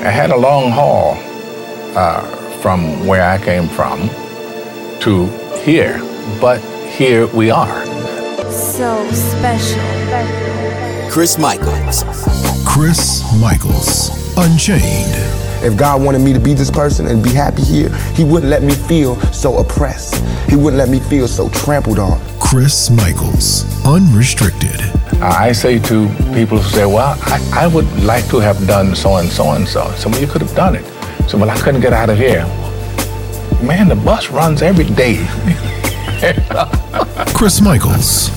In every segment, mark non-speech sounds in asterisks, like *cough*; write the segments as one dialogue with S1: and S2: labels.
S1: I had a long haul uh, from where I came from to here, but here we are. Uh,
S2: So special.
S3: Chris Michaels.
S4: Chris Michaels, Unchained.
S5: If God wanted me to be this person and be happy here, He wouldn't let me feel so oppressed. He wouldn't let me feel so trampled on.
S4: Chris Michaels, Unrestricted.
S1: I say to people who say, Well, I, I would like to have done so and so and so. So, well, you could have done it. So, well, I couldn't get out of here. Man, the bus runs every day. *laughs*
S4: Chris Michaels,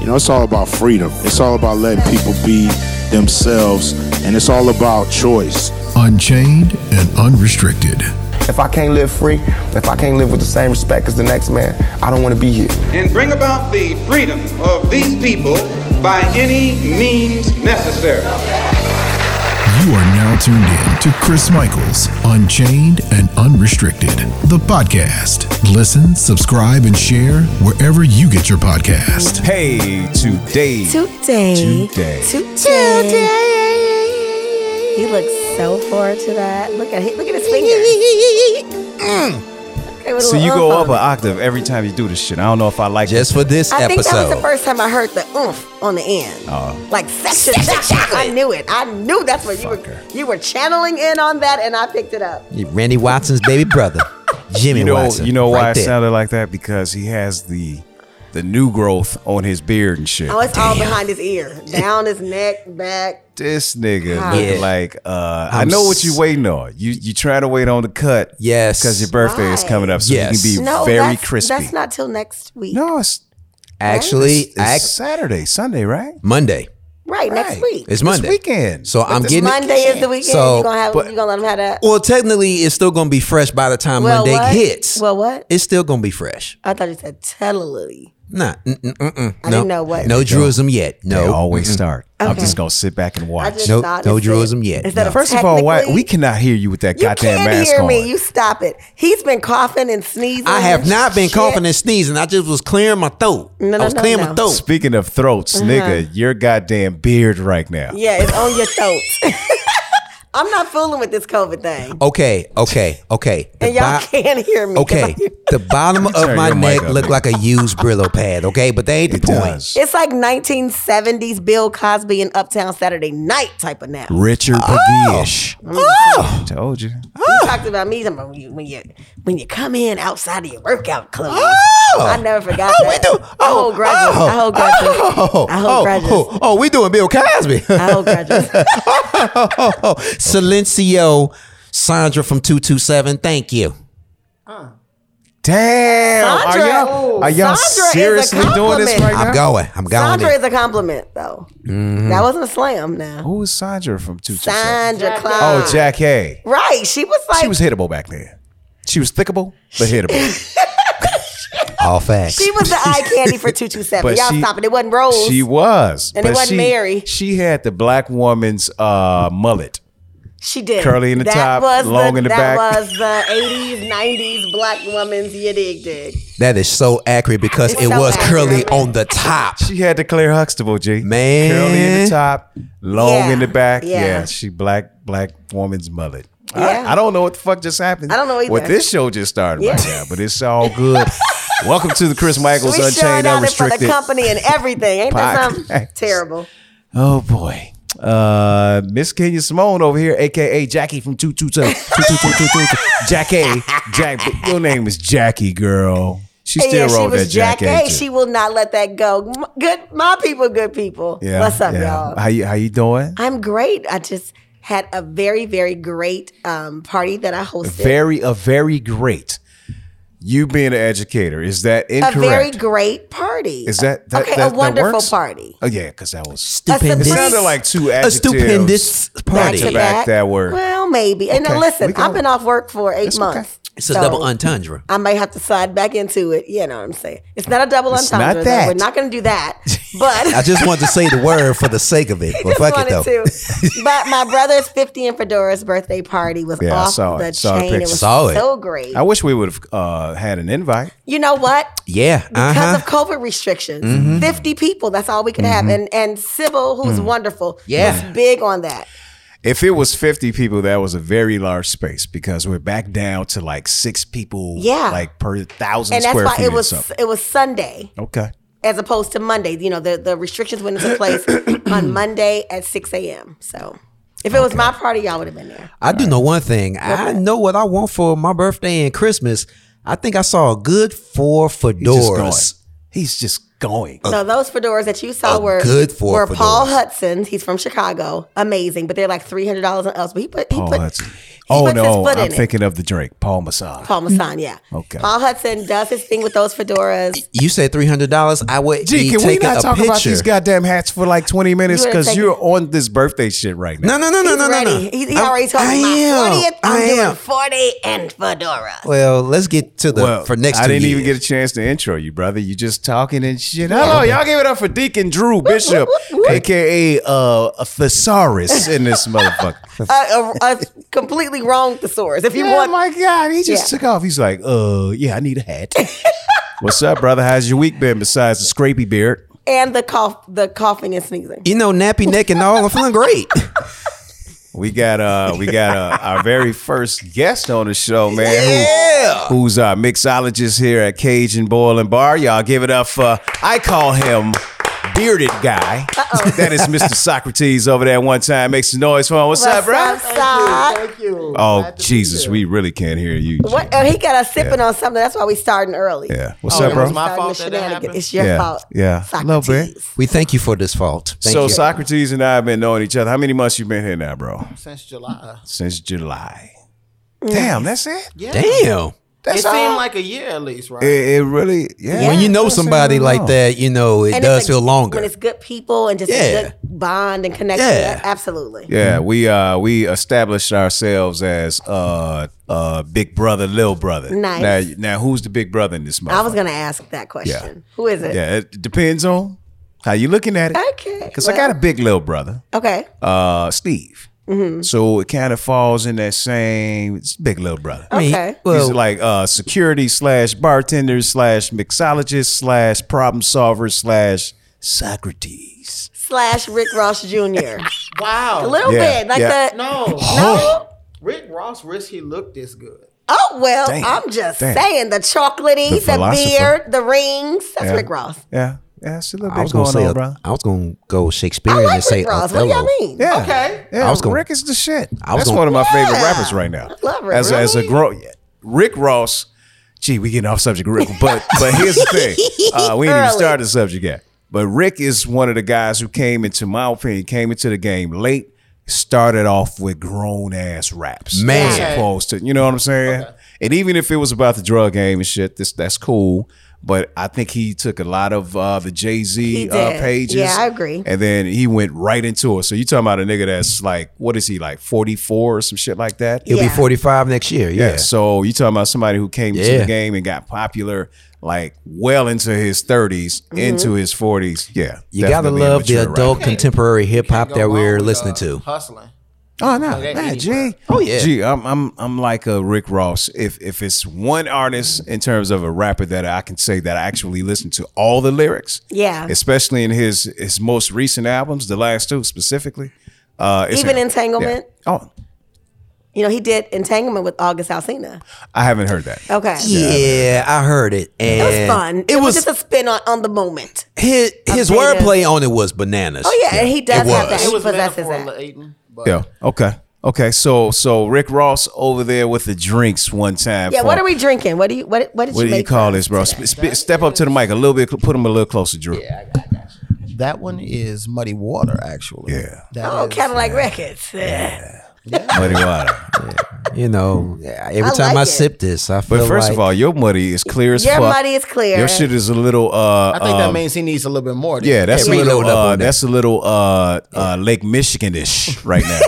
S6: You know, it's all about freedom. It's all about letting people be themselves, and it's all about choice.
S4: Unchained and Unrestricted.
S5: If I can't live free, if I can't live with the same respect as the next man, I don't want to be here.
S7: and bring about the freedom of these people by any means necessary.
S4: You are now tuned in to Chris Michaels, Unchained and Unrestricted, the podcast. Listen, subscribe, and share wherever you get your podcast.
S8: Hey, today.
S2: Today.
S8: Today.
S2: Today. He looks so forward to that. Look at look at his
S8: *laughs*
S2: fingers. Okay, with a
S8: So you
S2: little
S8: go
S2: oomph
S8: up an
S2: on it.
S8: octave every time you do this shit. I don't know if I like
S3: Just for this
S2: I think
S3: episode.
S2: that was the first time I heard the oomph on the end.
S8: Oh.
S2: like section, chocolate. I knew it. I knew that's what you were you were channeling in on that, and I picked it up.
S3: Randy Watson's baby
S2: *laughs*
S3: brother, Jimmy
S8: you know,
S3: Watson.
S8: you know
S3: right
S8: why it
S3: there.
S8: sounded like that? Because he has the the new growth on his beard and shit.
S2: Oh, it's all behind his ear, down his neck, back.
S8: this nigga looking
S3: Yeah.
S8: like uh, I
S3: I'm
S8: know what you
S3: s-
S8: waiting on. You you trying to wait on the cut?
S3: Yes.
S8: because your birthday is
S2: Why?
S8: coming up, so
S3: Yes.
S8: you can be
S2: No,
S8: very
S2: that's,
S8: crispy.
S2: That's not till next week.
S8: no, it's
S3: Actually,
S8: it's, it's
S3: act-
S8: Saturday, Sunday, right?
S3: Monday.
S2: right, next
S8: Right.
S2: week.
S3: It's Monday.
S8: weekend.
S3: So
S8: But
S3: I'm
S8: this
S3: getting it-
S2: Monday is the weekend.
S3: So,
S2: you gonna have
S8: but-
S2: you gonna let him have that?
S3: Well, technically, it's still going to be fresh by the time
S2: Well,
S3: Monday
S2: what?
S3: hits.
S2: Well, what?
S3: It's still going to be fresh.
S2: I thought you said tellily.
S3: Nah. mm, mm, mm, mm.
S2: I
S3: no,
S2: didn't know what-
S3: No druism yet.
S8: They
S3: No.
S8: always start. I'm
S2: Okay.
S8: just gonna sit back and
S2: I
S8: watch.
S2: just
S3: No-
S2: thought
S3: no
S2: it said-
S3: druism yet.
S2: Instead
S3: No.
S2: of
S8: First of all, why
S2: technically-
S8: we cannot hear you with that
S2: You
S8: goddamn
S2: can't
S8: mask
S2: hear
S8: on?
S2: me. You stop it. He's been coughing and sneezing.
S3: I have
S2: and
S3: not been
S2: shit.
S3: coughing and sneezing. I just was clearing my throat.
S2: No, no,
S3: I was
S2: no,
S3: clearing
S2: no.
S3: my throat.
S8: Speaking of throats, nigga, your goddamn beard right now.
S2: Uh-huh. Yeah, it's on your throat. I'm not fooling with this COVID thing,
S3: Okay, okay, okay. The
S2: and y'all
S3: bi-
S2: can't hear me. *laughs*
S3: Okay, the bottom of
S8: Turn
S3: my
S8: your mic
S3: neck
S8: up.
S3: looked like a used Brillo pad. Okay, but they ain't the
S8: It
S3: point.
S8: does.
S2: It's like 1970s Bill Cosby and Uptown Saturday Night type of nap.
S8: Richard Pavish. Oh. Told you.
S2: You talked about me talking about when you when you when you come in outside of your workout clothes. I never forgot
S3: Oh, we
S2: that.
S3: do.
S2: I hold grudges. I hold grudges.
S3: Oh,
S2: I hold
S3: oh,
S2: grudges.
S3: oh, oh, we doing Bill Cosby.
S2: I hold grudges.
S3: *laughs* Silencio Sandra from 227. Thank you.
S8: Damn.
S2: Sandra-
S8: are y'all, are y'all
S2: Sandra is a
S8: seriously doing this
S2: compliment.
S8: right
S3: I'm
S8: now?
S3: going. I'm going.
S2: Sandra
S3: there.
S2: is a compliment though. That wasn't a slam now.
S8: Who is Sandra from 227?
S2: Sandra Clown.
S8: Oh, Jack Hay.
S2: Right. She was like
S8: She was hittable back then. She was thickable,
S2: *laughs*
S8: but hittable.
S3: All facts.
S2: the eye candy for 227.
S8: But
S2: Y'all
S8: she-
S2: stop it. It wasn't Rose.
S8: She was.
S2: And it
S8: but
S2: wasn't
S8: she,
S2: Mary.
S8: She had the black woman's uh, mullet.
S2: She did.
S8: Curly in the
S2: that
S8: top,
S2: was
S8: long in the
S2: that
S8: back.
S2: was the 80s, 90s black woman's you dig dig.
S3: that is so accurate because
S2: It's
S3: it
S2: so
S3: was curly
S2: accurate.
S3: on the top.
S8: She had the Claire Huxtable, G.
S3: Man.
S8: Curly in the top, long
S2: Yeah.
S8: in the back.
S2: Yeah.
S8: Yeah. she black, black woman's mullet.
S2: Yeah.
S8: I, I don't know what the fuck just happened.
S2: I don't know either.
S8: What this show just started right
S2: Yeah.
S8: now, but it's all
S2: *laughs*
S8: good. Welcome to the Chris Michaels
S2: we
S8: Unchained
S2: showing out it for the
S8: Unrestricted.
S2: company and everything. Ain't that something
S8: Podcast.
S2: terrible?
S8: Oh boy. Uh Miss Kenya Simone over here, aka Jackie from 222. Jackie. Jackie. Your name is Jackie, girl. She
S2: And
S8: still
S2: yeah, she
S8: rolled that
S2: was Jack
S8: Jackie.
S2: A. She will not let that go. M- Good, my people, good people. What's up, y'all?
S8: How you how you doing?
S2: I'm great. I just had a very, very great um, party that I hosted.
S8: very a very great. You being an educator is that
S2: a
S8: incorrect?
S2: very great party.
S8: is that, that
S2: okay?
S8: that-
S2: a
S8: that
S2: wonderful
S8: works?
S2: party.
S8: Oh yeah, because that was
S3: Stupendous.
S8: it
S2: surprise.
S8: sounded like two
S3: a
S8: adjectives.
S3: stupendous
S2: Back
S3: party.
S2: to
S8: Back-to-back
S2: back.
S8: that word.
S2: Well, maybe. And
S8: Okay,
S2: listen,
S8: we got
S2: I've been
S8: it.
S2: off work for eight
S8: It's okay.
S2: months.
S3: It's a
S2: so
S3: double entendre.
S2: I may have to slide back into it. You know what I'm saying? It's not a double
S8: It's
S2: entendre.
S8: not
S2: though.
S8: that.
S2: We're not going to do that. But
S3: I just wanted to say the word for the sake of it. But
S2: *laughs* just
S3: fuck it
S2: wanted
S3: though.
S2: to. But my brother's 50 and Fedora's birthday party was
S8: Yeah, I
S2: off
S8: saw it.
S2: the
S8: Saw the
S2: chain. It
S8: picture.
S2: was
S3: Saw it.
S2: so great.
S8: I wish we would have uh, had an invite.
S2: you know what?
S3: Yeah. Uh
S2: because
S3: huh.
S2: of COVID restrictions. Fifty people, that's all we could have. And and Sybil, who's wonderful,
S3: Yeah.
S2: was big on that.
S8: If it was 50 people, that was a very large space because we're back down to like six people
S2: Yeah.
S8: like per thousand
S2: and that's
S8: square
S2: why
S8: feet
S2: it
S8: or
S2: was
S8: something.
S2: it was Sunday
S8: Okay.
S2: as opposed to Monday. You know, the, the restrictions went into
S7: *coughs*
S2: place on Monday at six a.m. So if it was my party, y'all would have been there.
S3: I do know one thing. I know what I want for my birthday and Christmas. I think I saw a good four
S8: He's just going.
S3: fedoras.
S8: He's just going.
S2: So those fedoras that you saw
S3: a
S2: were
S3: good four
S2: were Paul
S3: fedoras.
S2: Hudson's. He's from Chicago, amazing, but they're like three hundred dollars on us. But he put he
S8: Paul
S2: put
S8: Hudson.
S2: he
S8: Oh
S2: puts
S8: no,
S2: his foot
S8: I'm
S2: in it.
S8: thinking of the drink, Paul Masson.
S2: Paul Masson, yeah.
S8: Okay.
S2: Paul Hudson does his thing with those fedoras.
S3: You said three hundred dollars. I would be
S8: Gee, can we
S3: taking
S8: not
S3: a
S8: talk
S3: picture.
S8: about these goddamn hats for like 20 minutes?
S2: You would've
S8: Because
S2: taken-
S8: you're on this birthday shit right now.
S3: No, no, no, no,
S2: He's
S3: no, no,
S2: ready.
S3: no.
S2: He, he
S3: I'm-
S2: already told
S3: I
S2: me my
S3: am.
S2: fortieth.
S3: I
S2: I'm doing
S3: am.
S2: forty and fedora.
S3: Well, let's get to the for next.
S8: I
S3: two
S8: didn't even
S3: years.
S8: get a chance to intro you, brother. You just talking and shit. Hello, y'all give it up for Deacon
S3: *laughs*
S8: Drew Bishop, aka uh, a thesaurus
S3: *laughs*
S8: in this motherfucker.
S2: Uh, a, a completely wrong thesaurus. If you
S8: oh
S2: want,
S8: my god, he just
S2: Yeah.
S8: took off. He's like, uh, yeah, I need
S3: *laughs*
S8: a hat. What's up, brother? How's your week been? Besides the scrapey beard,
S2: and the cough, the coughing and sneezing.
S3: You know, nappy neck and all. I'm feeling great. *laughs*
S8: we got uh, we got uh, our very first guest on the show, man. Yeah. who's our mixologist here at Cajun Boil and Bar? Y'all give it up for. I call him. Bearded guy. That is Mr. Socrates over there one time. Makes some noise for him. What's, up, bro?
S2: Side.
S9: you.
S8: Oh Jesus, we really can't hear you.
S2: What? Oh, he got us sipping on something. That's why we starting early.
S8: Yeah. What's up, bro?
S9: my
S2: Starting
S9: fault
S2: the
S9: that that
S2: shenanigan.
S9: happened?
S2: It's your
S8: Yeah,
S2: fault.
S8: yeah. A little bit.
S2: Socrates.
S3: we thank you for this fault. Thank
S8: so
S3: you.
S8: Socrates and I have been knowing each other. How many months you been here now, bro?
S9: Since July.
S8: Since July. Damn, that's it.
S9: Yeah.
S3: Damn.
S9: It
S8: That's all.
S9: seemed like a year at least, right?
S8: It, it really. Yeah.
S3: When you know
S8: That's it,
S3: somebody
S8: I don't
S3: like
S8: know.
S3: that, you know it
S2: And
S3: does
S2: it's a-
S3: feel longer.
S2: when it's good people and just
S3: Yeah.
S2: a good bond and connection.
S3: Yeah.
S2: Absolutely.
S8: Yeah, we uh we established ourselves as uh uh big brother, little brother.
S2: Nice.
S8: Now, now who's the big brother in this motherfucker?
S2: I was gonna ask that question. Who is it?
S8: Yeah, it depends on how you looking at it.
S2: Okay.
S8: Because I
S2: well,
S8: got a big little brother.
S2: Okay. Mm-hmm.
S8: uh Steve. So it kind of falls in that same it's big little brother.
S3: I mean,
S2: okay.
S3: well,
S8: He's like uh, security slash bartender slash mixologist slash problem solver slash Socrates.
S2: Slash Rick Ross Jr.
S9: Wow.
S2: a little
S8: Yeah, Oh,
S2: bit like
S8: yeah.
S2: the.
S9: no.
S2: No?
S9: Rick Ross wish he looked this good.
S2: Oh well,
S8: Damn.
S2: I'm just
S8: Damn.
S2: saying the chocolatey,
S8: The
S2: the,
S8: philosopher.
S2: beard, the rings. That's
S8: Yeah.
S2: Rick Ross.
S8: Yeah, yeah, it's a little
S3: I
S8: bit
S3: was gonna
S8: going
S3: say
S8: on,
S3: a-
S8: bro.
S3: I was gonna go Shakespearean
S2: I
S3: and
S2: like
S3: say
S2: Rick Ross.
S3: Othello.
S2: What do y'all mean?
S8: Yeah.
S9: Okay.
S8: Yeah,
S3: I was gonna-
S8: Rick is the shit.
S3: I was
S8: That's
S3: gonna-
S8: one of my favorite
S2: Yeah.
S8: rappers right now.
S2: Love Rick,
S8: as a, as a
S2: really?
S8: grow, Rick Ross. Gee, we getting off subject, Rick.
S2: *laughs*
S8: But but here's the thing, uh, we ain't even
S2: Early.
S8: started the subject yet. But Rick is one of the guys who came into my opinion came into the game late. Started off with grown ass raps,
S3: Man.
S8: as
S9: Okay.
S8: opposed to you know what I'm saying. And even if it was about the drug game and shit, this that's cool. But I think he took a lot of uh, the Jay Z
S2: He
S8: uh,
S2: did.
S8: pages.
S2: Yeah, I agree.
S8: And then he went right into it. So you talking about a nigga that's like, what is he like, forty four or some shit like that?
S3: He'll be
S2: Yeah.
S3: 45 next year. Yeah.
S8: So you talking about somebody who came to
S3: Yeah.
S8: the game and got popular like well into his 30s, into his forties. Yeah,
S3: You gotta
S8: definitely a
S3: love the
S8: mature rapper.
S3: adult contemporary hip hop
S9: Go
S3: that
S9: wrong
S3: we're
S9: with,
S3: listening
S9: uh,
S3: to.
S9: Hustling.
S8: Oh no,
S9: that
S8: nah,
S9: any
S8: G.
S3: Oh, yeah.
S8: Gee, I'm I'm I'm like a Rick Ross. If if it's one artist in terms of a rapper that I can say that I actually listen to all the lyrics.
S2: Yeah.
S8: Especially in his his most recent albums, the last two specifically. Uh, it's
S2: Even
S8: him.
S2: Entanglement?
S8: Yeah. Oh,
S2: You know, he did entanglement with August Alsina.
S8: I haven't heard that.
S2: Okay.
S3: Yeah, I heard it,
S2: It
S3: and
S2: was fun. It, was, just a spin on, on the moment.
S3: his his
S2: beta.
S3: wordplay on it was bananas.
S2: Oh yeah, and he does have that.
S3: was.
S2: He
S9: It was
S2: possesses
S9: metaphor,
S2: that.
S9: Leighton, but
S8: Yeah. Okay. Okay. So so Rick Ross over there with the drinks one time.
S2: Yeah,
S8: for-
S2: what are we drinking? What do you what what did
S8: What
S2: you
S8: do you
S2: make
S8: call
S2: for
S8: this,
S2: us
S8: bro?
S2: today?
S8: Sp- sp- step up to the mic a little bit. Put him a little closer, Drew. Yeah.
S9: that one is muddy water, actually.
S8: Yeah.
S9: That
S2: Oh,
S9: is-
S2: Cadillac Records. Yeah.
S8: Muddy
S3: *laughs*
S8: water.
S3: You know, every
S2: Mm. I
S3: time
S2: like
S3: I
S2: it.
S3: sip this, I feel
S8: But first
S3: like
S8: of all, your muddy is clear as
S2: Your
S8: fuck.
S2: muddy is clear.
S8: Your shit is a little. Uh,
S9: I think that
S8: um,
S9: means he needs a little bit more. than-
S8: Yeah, that's
S3: Yeah,
S8: a little.
S3: reload up
S8: Uh,
S3: on that.
S8: that's a little uh, uh, Lake Michiganish right
S3: *laughs*
S8: now.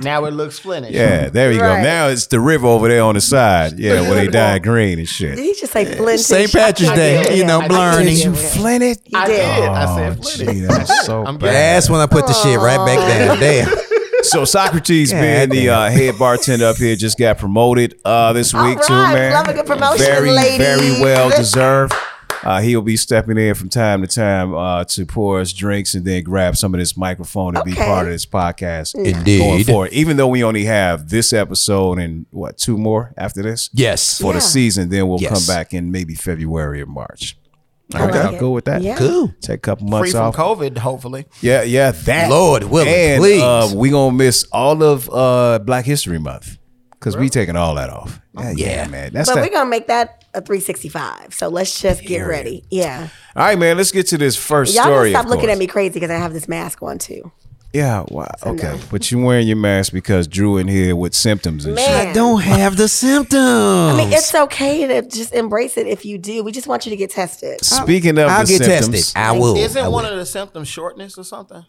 S9: Now it looks flinty.
S8: yeah, there you go.
S2: Right.
S8: Now it's the river over there on the side. Yeah, where they dye green and shit.
S2: Did he just say Flint?
S3: St. Patrick's Day, you know,
S8: Did
S3: blurning.
S8: you flint it?
S2: He
S9: I
S2: did.
S9: did. I said
S8: Oh,
S9: flinty.
S8: gee, that's so
S9: I'm
S8: bad.
S9: getting
S3: That's when I put the shit right back down. Damn.
S8: So Socrates being the uh, head bartender up here just got promoted uh, this
S2: All
S8: week too,
S2: right,
S8: man.
S2: love a good promotion,
S8: very,
S2: ladies.
S8: very well deserved. Uh, he'll be stepping in from time to time uh, to pour us drinks and then grab some of this microphone to be
S2: Okay.
S8: part of this podcast.
S3: Indeed.
S8: Going forward, even though we only have this episode and what two more after this
S3: Yes.
S8: for the season, then we'll
S3: Yes.
S8: come back in maybe February or March. All
S2: I
S8: right,
S2: like
S8: I'll
S2: it.
S8: go with that.
S2: Yeah.
S3: Cool.
S8: Take a couple
S9: Free
S8: months
S9: from
S8: off.
S9: COVID, hopefully.
S8: Yeah, yeah, that
S3: Lord willing,
S8: and,
S3: please.
S8: Uh, we gonna miss all of uh, Black History Month because we taking all that off. Yeah, yeah,
S3: Yeah.
S8: man. That's
S2: Oh, But
S8: that.
S2: we're gonna make that a 365. So let's just get ready. Yeah.
S8: all right, man. Let's get to this 1st
S2: Y'all
S8: story.
S2: gonna stop
S8: of
S2: looking
S8: course.
S2: at me crazy because I have this mask on too.
S8: Yeah. Wow. okay. But you wearing your mask because Drew in here with symptoms and shit.
S2: Man.
S3: I don't have the symptoms.
S2: I mean, it's okay to just embrace it if you do. We just want you to get tested.
S8: Speaking of
S3: I'll
S8: the
S3: get
S8: symptoms,
S3: tested. I will. I
S9: Isn't
S3: will.
S9: one of the symptoms shortness or something?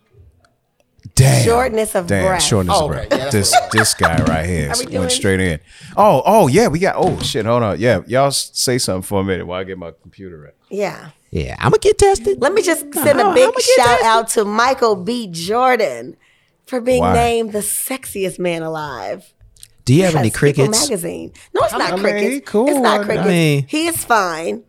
S8: damn,
S2: Shortness of
S8: damn,
S2: breath.
S8: shortness
S9: Oh,
S8: of
S9: okay.
S8: breath.
S9: Yeah, that's
S8: this
S9: what it
S8: this guy right here
S2: we
S8: went
S2: doing-
S8: straight in. Oh, oh yeah, we got. Oh shit, hold on. Yeah, y'all s- say something for a minute while I get my computer right.
S2: Yeah.
S3: yeah, I'm gonna get tested.
S2: Let me just send
S3: How-
S2: a
S3: how
S2: big
S3: I'ma get
S2: shout
S3: tested?
S2: out to Michael B. Jordan for being
S8: Why?
S2: named the sexiest man alive.
S3: Do you have any
S2: That's People
S3: crickets?
S2: Magazine. No, it's not
S8: I mean,
S2: crickets.
S8: he cool.
S2: It's
S8: I
S2: not crickets.
S3: mean-
S2: he is fine.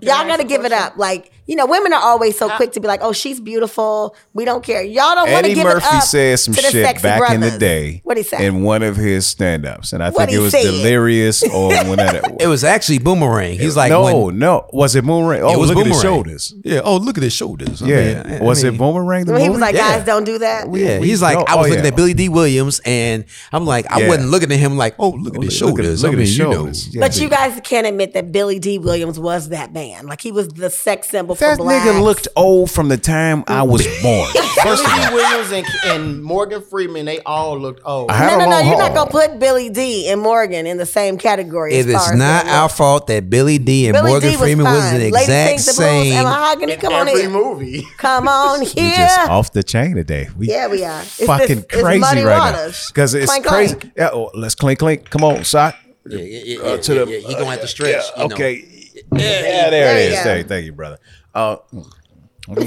S2: Y'all gotta give it up. Like you know, women are always so quick to be like, "Oh, she's beautiful. We don't care." Y'all don't want to
S8: Eddie
S2: give
S8: Murphy
S2: it up.
S8: said some
S2: to the
S8: shit
S2: sexy
S8: back in the
S2: brothers.
S8: day
S2: What he say?
S8: in one of his stand-ups, and I
S2: What
S8: think it
S2: he
S8: was
S2: said? *laughs*
S8: delirious or whatever.
S3: It was actually boomerang. He's like,
S8: no,
S3: when-
S8: no, was it Boomerang? Oh,
S3: it was
S8: look at his
S3: Boomerang.
S8: shoulders.
S3: Yeah. Oh, look at his shoulders. I
S8: Yeah,
S3: mean, I- I
S8: was
S3: mean-
S8: it Boomerang? The
S2: When he
S8: movie?
S2: was like,
S3: Yeah.
S2: "Guys, don't do that."
S3: Yeah,
S8: we-
S3: he's like,
S8: oh,
S3: I was
S8: oh,
S3: looking
S8: yeah.
S3: at Billy D. Williams, and I'm like, I
S8: Yeah.
S3: wasn't looking at him like, oh, look at
S8: Oh,
S3: his
S8: look at-
S3: shoulders.
S8: look
S3: I
S8: at his
S3: mean, you know.
S8: shoulders. Yeah.
S2: But you guys can't admit that Billy D. Williams was that man. Like he was the sex symbol
S8: That
S2: for blacks.
S8: nigga looked old from the time I *laughs* was born.
S9: First Williams and, and Morgan Freeman, they all looked old.
S8: I had
S2: No,
S8: a
S2: no, no.
S8: long
S2: You're not
S8: haul.
S2: gonna put Billy D. and Morgan in the same category.
S3: It
S2: as far
S3: is
S2: as
S3: not
S2: their
S3: our
S2: look.
S3: fault that Billy D. and
S2: Billy
S3: Morgan
S2: D. was
S3: Freeman was
S2: fine.
S3: the
S2: Lady
S3: exact
S2: Sings the Blues,
S3: same.
S2: Mahogany, come on
S9: Every
S2: in.
S9: movie.
S3: *laughs*
S2: Come on
S8: We just
S2: here.
S8: off the chain today. We
S2: Yeah, we are. It's
S8: fucking
S2: just- it's
S8: crazy
S2: muddy
S8: right
S2: waters.
S8: now because it's
S2: Clank,
S8: crazy.
S2: clank.
S8: Yeah, oh, let's clink clink. Come on, sock. Uh, to the-
S3: He gonna have to stretch.
S8: Yeah, okay. Yeah, there, it
S2: you
S8: is.
S2: go.
S8: Thank, thank you, brother. Uh, *laughs*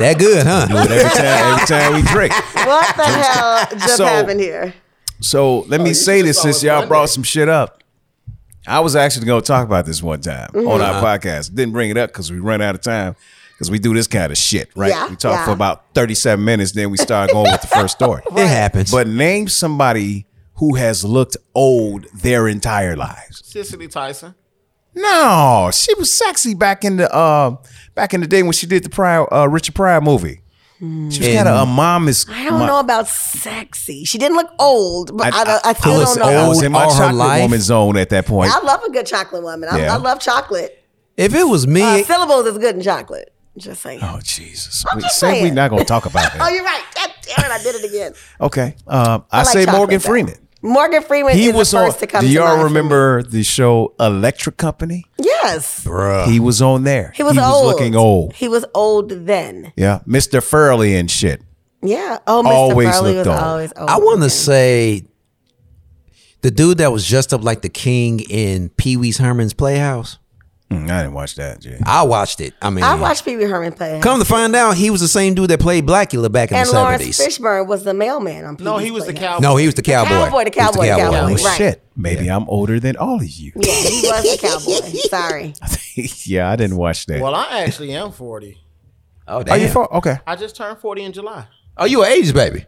S3: that good, huh?
S8: but every time, every time we drink.
S2: What the hell just
S8: So-
S2: happened here?
S8: So let
S2: Oh,
S8: me say
S9: just
S8: this
S9: saw
S8: since
S9: it
S8: y'all
S9: Monday.
S8: brought some shit up. I was actually going to talk about this one time on our
S2: Mm-hmm.
S8: podcast. Didn't bring it up because we run out of time because we do this kind of shit, right?
S2: Yeah,
S8: we talk
S2: yeah.
S8: for about 37 minutes, then we start going with the first story.
S2: *laughs*
S3: It happens.
S8: But name somebody who has looked old their entire lives.
S9: Cicely Tyson.
S8: No, she was sexy back in the uh, back in the day when she did the Pryor, uh, Richard Pryor movie. She was kind
S3: Hmm.
S8: of a mom is.
S2: I don't know about sexy. She didn't look old, but I, don't, I still
S8: I was,
S2: don't know.
S8: I was in my
S3: All her
S8: chocolate
S3: life?
S8: woman zone at that point.
S2: I love a good chocolate woman. I,
S8: Yeah.
S2: I love chocolate.
S3: if it was me,
S2: Uh, syllables is good in chocolate. Just saying.
S8: Oh Jesus!
S2: I'm
S8: We,
S2: just
S8: say we
S2: saying.
S8: not gonna talk
S2: *laughs*
S8: about
S2: Oh,
S8: that.
S2: you're right. God damn it, I did it again.
S8: okay. Um,
S2: I
S8: I,
S2: like
S8: say
S2: chocolate,
S8: Morgan
S2: though.
S8: Freeman.
S2: Morgan Freeman
S8: He
S2: is
S8: was
S2: the
S8: on.
S2: first to come
S8: do
S2: to
S8: y'all
S2: mind for me.
S8: remember the show Electric Company?
S2: Yes.
S8: he was on there.
S2: He was
S8: he
S2: old.
S8: Was looking old.
S2: He was old then.
S8: Yeah, Mr. Furley and shit.
S2: Yeah. Oh, Mr.
S8: Always
S2: Farley
S8: looked
S2: was
S8: old.
S2: always old.
S3: I want
S2: then.
S3: to say the dude that was dressed up like the king in Pee Wee's Herman's Playhouse.
S8: Mm, I didn't watch that. Jay.
S3: I watched it. I mean,
S2: I watched Pee Wee Herman play.
S3: Come to find out, he was the same dude that played Blackula back in
S2: and
S3: the
S2: Lawrence
S3: seventies.
S2: Fishburne was the mailman on Pee
S9: No,
S2: Wee's
S9: he was the
S2: Playhouse.
S9: cowboy.
S3: No, he was the cowboy.
S2: cowboy, the
S3: He was
S2: cowboy, the
S8: Oh
S2: cowboy. Right.
S8: shit! Maybe I'm older than all of you. *laughs*
S2: Yeah, he
S3: *laughs*
S2: was the cowboy. Sorry.
S8: yeah, I didn't watch that.
S9: Well, I actually am 40.
S3: Oh,
S8: Are
S3: damn.
S8: you far? Okay.
S9: I just turned 40 in July.
S3: Oh, you an eighties baby?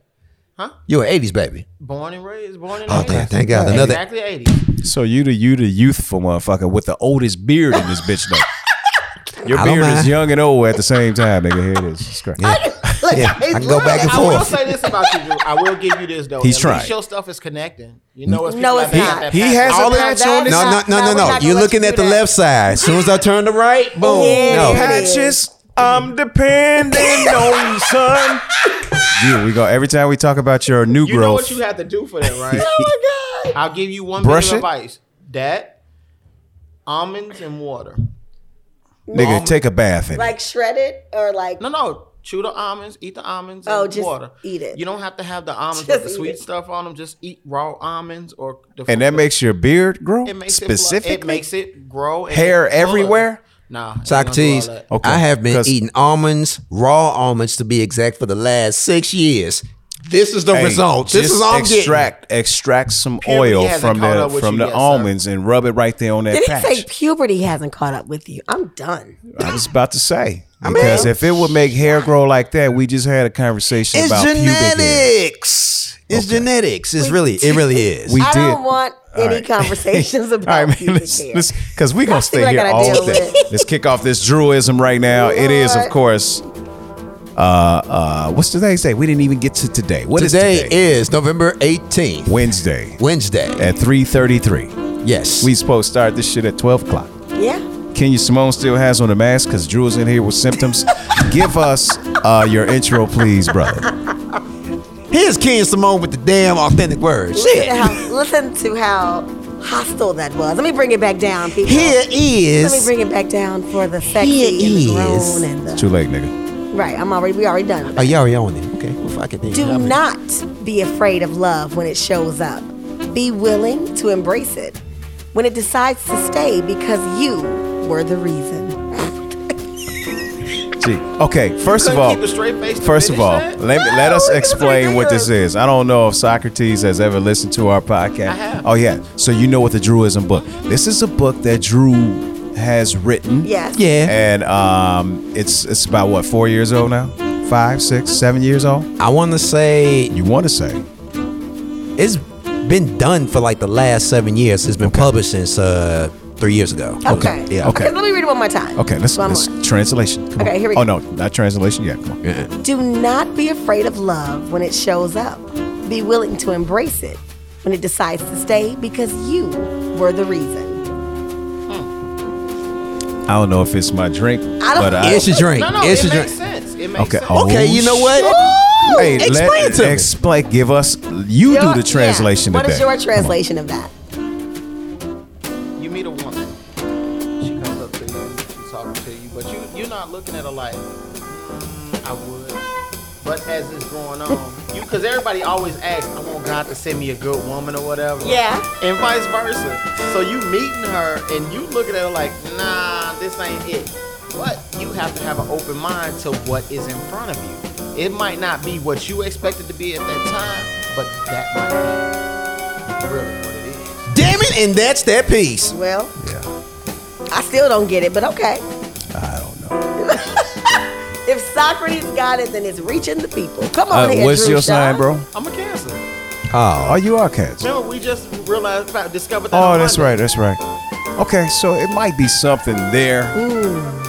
S9: Huh?
S3: You an eighties baby?
S9: Born and raised. Born and
S3: Oh,
S9: raised.
S3: damn! Thank God. Another.
S9: Exactly 80.
S8: So you the you the youthful motherfucker with the oldest beard in this bitch though. Your
S3: I don't
S8: beard is
S3: mind.
S8: young and old at the same time, nigga. Here it is. It's crazy.
S3: *laughs*
S8: *laughs*
S3: Yeah, I can go back and
S9: I will
S3: forth.
S9: say this about you, Drew. I will give you this, though.
S8: He's
S9: At
S8: trying.
S9: Least your stuff is connecting. You know it's
S2: No,
S9: people
S2: it's
S9: that
S2: not.
S9: have that
S8: He
S9: passion.
S8: has a
S2: All of
S8: patch
S2: that-
S8: on his
S3: No, no,
S2: Nah,
S3: no, no,
S2: we're
S3: no.
S2: not gonna
S3: You're
S2: let
S3: looking
S2: you
S3: at
S2: do
S3: the
S2: that.
S3: left side. As soon as I turn to right, boom.
S2: Yeah,
S3: no.
S2: yeah, yeah.
S8: patches. I'm depending on you, *laughs* son. Yeah, we go every time we talk about your new
S9: You know
S8: growth.
S9: what you have to do for that, right? oh my god! I'll give you one bit
S8: Brush
S9: of
S8: it?
S9: advice: that almonds and water.
S8: nigga, take a bath in
S2: Like shredded or like
S9: No, no, chew the almonds, eat the almonds,
S2: Oh,
S9: and
S2: just
S9: water.
S2: eat it.
S9: You don't have to have the almonds
S2: *laughs* Just
S9: with the
S2: eat
S9: sweet
S2: it.
S9: stuff on them. Just eat raw almonds or the
S8: it. And that makes your beard grow
S9: it makes
S8: specifically.
S9: It, fl- it makes it grow. and
S8: hair
S9: it color.
S8: everywhere.
S9: Nah, it don't do all
S3: Socrates,
S9: that.
S8: Okay.
S3: I have been
S8: 'Cause-
S3: eating almonds, raw almonds to be exact, for the last six years.
S2: This is the
S8: Hey,
S2: result. This
S8: just
S2: is all I'm getting.
S8: extract extract some
S2: Puberty
S8: oil
S2: hasn't
S8: from
S2: caught
S8: the
S2: up with
S8: from
S2: you
S8: the
S2: yet, sir.
S8: almonds and rub it right there on that
S10: Did he
S8: patch.
S10: say puberty hasn't caught up with you? I'm done.
S8: I was about
S10: *laughs*
S8: to say because if it would make hair grow like that, we just had a conversation
S3: It's
S8: about pubic hair.
S3: genetics. It's genetics. It's really, it really is.
S8: We
S10: I
S8: did.
S10: don't want any
S8: *laughs*
S10: conversations about pubic hair.
S8: because we're gonna
S10: That's
S8: stay
S10: what I
S8: here
S10: gotta
S8: all
S10: deal
S8: day.
S10: with.
S8: Let's kick off this druism right now. It is, of
S10: Lord.
S8: course. Uh, uh, what's today's day? We didn't even get to today. What is
S3: today,
S8: today?
S3: is November 18th,
S8: Wednesday
S3: Wednesday.
S8: at three thirty-three.
S3: yes.
S8: We supposed to start this shit at twelve o'clock.
S10: yeah.
S8: Kenya Simone still has on the mask because Drew is in here
S10: *laughs*
S8: with symptoms. Give us uh, your intro, please, brother.
S3: Here's Ken Simone with the damn authentic words.
S10: Listen to, how, listen to how hostile that was. Let me bring it back down, people.
S3: Here
S10: Let me
S3: is
S10: bring it back down for the sexy
S3: Here
S10: and the
S3: is-
S10: grown and the
S8: Too late, nigga.
S10: right. I'm already we already done.
S3: Oh, y'all already on it. Okay, well, fuck it then.
S10: Do
S3: I mean,
S10: not be afraid of love when it shows up. Be willing to embrace it when it decides to stay because you were the reason.
S8: Gee. Okay, first of
S2: couldn't
S8: all,
S2: keep a straight face to
S8: first of
S2: finish
S8: all, uh,
S2: that?
S8: let, me, let us
S10: that's
S8: explain what this is. I don't know if Socrates has ever listened to our podcast. Oh, yeah. So you know what the Druism book. This is a book that Drew has written.
S10: Yes.
S3: Yeah.
S8: And um, it's it's about what, four years old now? Five, six, seven years old?
S3: I want to say
S8: You want to say.
S3: it's been done for like the last seven years. It's been published since uh, three years ago.
S10: Okay.
S3: Yeah.
S8: Okay.
S10: Let me read it one more time.
S8: Okay, let's,
S10: one
S8: let's
S10: more.
S8: translation. Come
S10: Okay,
S8: on.
S10: here we
S8: Oh, no,
S10: go.
S8: not translation yet. Come on.
S10: Do not be afraid of love when it shows up. Be willing to embrace it when it decides to stay because you were the reason.
S8: I don't know if it's my drink,
S10: I don't-
S8: but I,
S3: It's a drink.
S2: No, no,
S3: it's
S2: it
S3: a drink.
S2: makes sense. It makes
S8: okay.
S2: sense.
S8: Oh,
S3: Okay, you know what?
S8: shit. Hey,
S3: Explain
S8: let,
S3: it to me.
S8: Explain. Give us. You
S10: Your-
S8: do the translation
S10: yeah.
S8: today.
S10: What is your translation of that?
S2: You meet a woman. She comes up to you. She's talking to you, but you you're not looking at her like "Mm, I would. But as it's going on, you because everybody always asks, I want God to send me a good woman or whatever.
S10: Yeah.
S2: And vice versa. So you meeting her and you looking at her like, nah, this ain't it. But you have to have an open mind to what is in front of you. It might not be what you expected to be at that time, but that might be really what it is.
S3: Damn it, and that's that piece.
S10: Well, I still don't get it, but okay.
S8: I don't know.
S10: If Socrates got it, then it's reaching the people. Come on
S8: Uh,
S10: here,
S8: what's
S10: Drew
S8: your
S10: Shaw.
S8: sign, bro?
S2: I'm a cancer.
S8: Oh, you are cancer.
S2: Remember, we just realized, found- discovered that.
S8: Oh,
S2: on
S8: that's
S2: Monday.
S8: right. That's right. Okay, so it might be something there.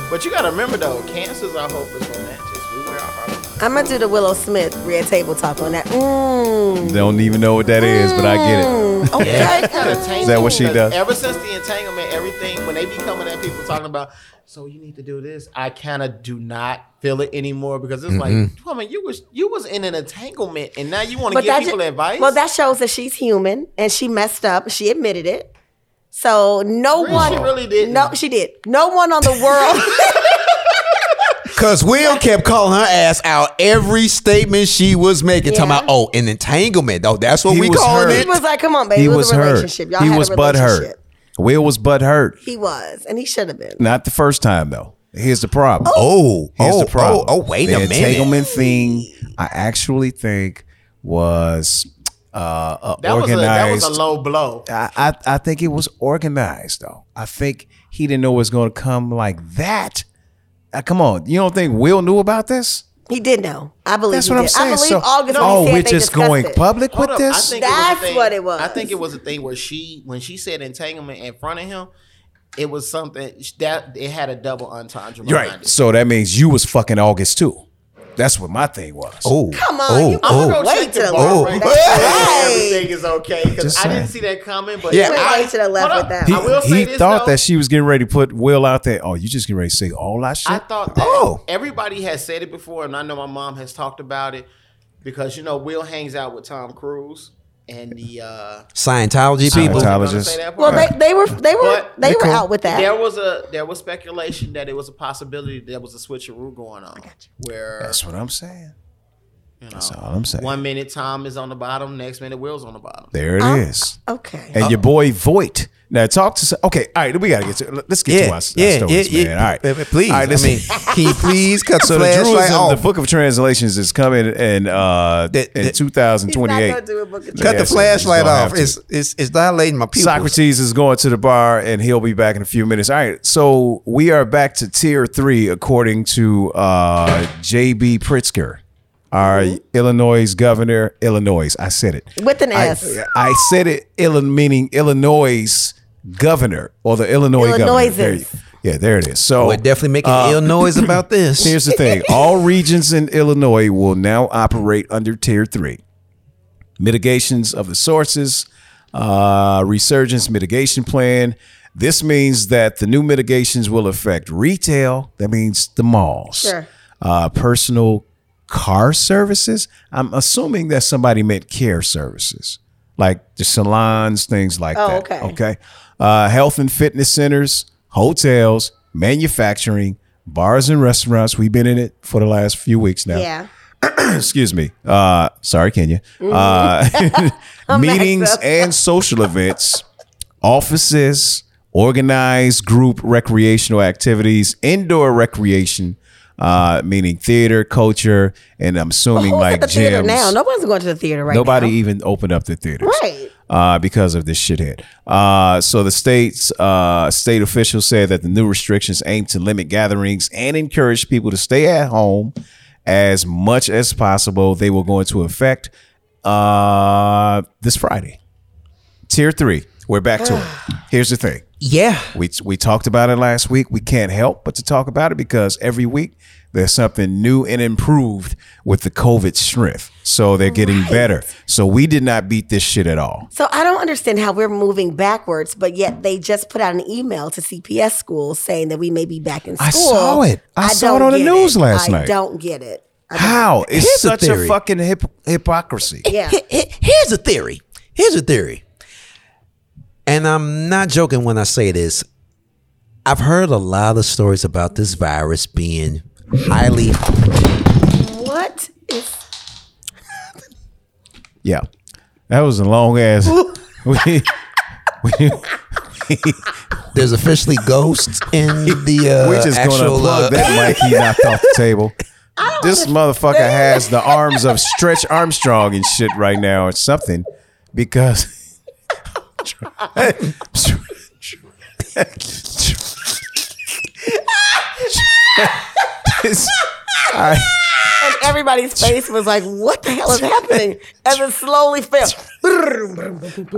S2: But you gotta remember though, cancers are hopeless romantics. We wear our heart.
S10: I'm gonna do the Willow Smith red table talk on that. Mmm.
S8: Don't even know what that is, but I get it.
S10: Okay.
S2: Kind of
S8: Is that what she does?
S2: Ever since the entanglement, everything when they be coming at people talking about, so you need to do this. I kind of do not feel it anymore because it's like, woman, you was you was in an entanglement and now you want to give
S10: that
S2: people
S10: ju-
S2: advice.
S10: Well, that shows that she's human and she messed up. She admitted it. So no
S2: Really?
S10: one
S2: She really didn't.
S10: No, she did. No one on the
S8: *laughs*
S10: world.
S3: Cause Will kept calling her ass out every statement she was making. Talking
S10: Yeah.
S3: about oh, an entanglement. Oh, that's what
S8: He
S3: we
S8: was
S3: calling
S8: hurt.
S10: he
S3: it.
S10: was like, "Come on, baby,
S8: He
S10: it was,
S8: was
S10: a
S8: hurt.
S10: relationship. Y'all
S8: He
S10: had
S8: was
S10: a
S8: but hurt.
S10: relationship.
S8: Will was but hurt.
S10: He was, and he should have been.
S8: Not the first time though. Here's the problem.
S3: Oh,
S8: Here's
S3: oh,
S8: the problem.
S3: oh, oh, wait
S8: the
S3: a minute.
S8: entanglement thing, I actually think was uh, uh,
S2: That was, a,
S8: organized.
S2: that was a low blow.
S8: I, I I think it was organized though. I think he didn't know it was going to come like that. Uh, come on, you don't think Will knew about this?
S10: He did know. I believe.
S8: That's
S10: he
S8: what I'm
S10: did.
S8: saying.
S10: I believe
S8: so,
S10: August.
S8: oh,
S10: when he said
S8: we're
S10: they
S8: just
S10: discussed
S8: going
S10: it.
S8: public
S2: Hold
S8: with
S2: up,
S8: this.
S2: it was a
S10: That's
S2: thing-
S10: what it was.
S2: I think it was a thing where she, when she said entanglement in front of him, it was something that it had a double entendre.
S8: You're
S2: behind
S8: right.
S2: it.
S8: So that means you was fucking August too. That's what my thing was.
S3: oh,
S10: Come on,
S3: oh,
S10: you-
S2: I'm
S3: oh.
S2: gonna go
S10: Wait
S2: check the
S10: till-
S2: bar
S10: oh.
S2: right
S10: Hey.
S2: Everything is okay because
S8: Just
S2: I didn't
S8: saying.
S2: see that coming. But
S8: Yeah,
S2: Wait,
S10: I-
S2: wait,
S10: to the left
S2: hold
S10: with
S2: up.
S10: that.
S2: I will
S8: he
S2: say this
S8: thought
S2: though,
S8: that she was getting ready to put Will out there. Oh, you just getting ready to say all that shit.
S2: I thought that
S8: Oh,
S2: everybody has said it before, and I know my mom has talked about it because you know Will hangs out with Tom Cruise and the. uh
S3: Scientology people.
S2: I was gonna
S8: Scientology. Just-
S2: say that
S10: Well,
S2: part.
S10: they, they were they were
S2: But
S10: they
S2: they
S10: were
S2: cool.
S10: out with that.
S2: There was a there was speculation that it was a possibility that there was a switcheroo going on, where
S8: that's what I'm saying.
S2: you know,
S8: That's all I'm saying.
S2: one minute Tom is on the bottom, next minute Will's on the bottom.
S10: uh,
S8: There it is.
S10: okay.
S8: And your boy Voight Now talk to some, okay. All right, we gotta get to let's get
S3: Yeah,
S8: to our, our
S3: yeah,
S8: stories,
S3: yeah,
S8: man.
S3: yeah.
S8: All right,
S3: P- p- please.
S8: All right,
S3: I
S8: listen.
S3: mean, can
S8: *laughs*
S3: you please cut the
S8: so the
S3: flashlight
S8: Druids of the
S3: off?
S8: Book of Translations is coming in uh in
S3: that-
S8: 2028.
S3: Cut
S8: Yeah,
S3: the
S8: so he's
S3: flashlight
S8: gonna
S3: off.
S8: have to.
S3: It's, it's it's dilating my pupils.
S8: Socrates is going to the bar and he'll be back in a few minutes. All right. So we are back to tier three, according to uh, J.B. Pritzker, our Illinois governor. Illinois. I said it.
S2: Mm-hmm. With an
S8: I-
S2: S.
S8: I said it, Ill- meaning Illinois governor or the Illinois governor. There you-
S2: Illinoises.
S8: yeah, there it is. So
S3: We're Oh, definitely making ill noise
S8: *laughs*
S3: about this.
S8: Uh, Here's the thing all regions in Illinois will now operate under tier three. Mitigations of the sources, uh, resurgence mitigation plan. This means that the new mitigations will affect retail, that means the malls,
S2: Sure.
S8: uh, personal car services. I'm assuming that somebody meant care services, like the salons, things like
S2: Oh,
S8: that.
S2: okay.
S8: Okay. Uh, health and fitness centers, hotels, manufacturing, bars and restaurants. We've been in it for the last few weeks now.
S2: Yeah.
S8: *clears throat* Excuse me. Uh, sorry, Kenya. Uh, *laughs* meetings
S2: up.
S8: and social events, offices, organized group recreational activities, indoor recreation, uh, meaning theater, culture, and I'm assuming
S2: Who's
S8: like
S2: at the theater
S8: gyms.
S2: now? Nobody's going to the theater right
S8: Nobody
S2: now.
S8: even opened up the theaters
S2: Right.
S8: uh, because of this shithead. Uh, so the state's uh, state officials said that the new restrictions aim to limit gatherings and encourage people to stay at home as much as possible. They will go into effect uh, this Friday. Tier three, we're back
S2: *sighs*
S8: to it. Here's the thing.
S3: Yeah.
S8: We, we talked about it last week. We can't help but to talk about it because every week there's something new and improved with the COVID strength. So they're getting better. So we did not beat this shit at all.
S2: So I don't understand how we're moving backwards, but yet they just put out an email to CPS schools saying that we may be back in school.
S8: I saw it. I saw it
S2: don't
S8: on the
S2: get
S8: news last
S2: I
S8: night.
S2: don't get it. I don't-
S8: How? It's
S3: Here's the
S8: such a
S3: theory.
S8: fucking hip- hypocrisy.
S2: Yeah.
S3: He- he- here's a theory. Here's a theory. And I'm not joking when I say this. I've heard a lot of stories about this virus being highly
S2: What is
S8: Yeah. That was a long
S2: *laughs*
S8: ass. we, we,
S3: there's officially ghosts in
S8: *laughs*
S3: the uh
S8: we're just
S3: actual,
S8: gonna plug
S3: uh,
S8: that mic he knocked off the *laughs* table. This motherfucker has the arms of Stretch Armstrong and shit right now or something because *laughs* This- I-
S2: and everybody's face was like, "What the hell is happening?" And then slowly fell.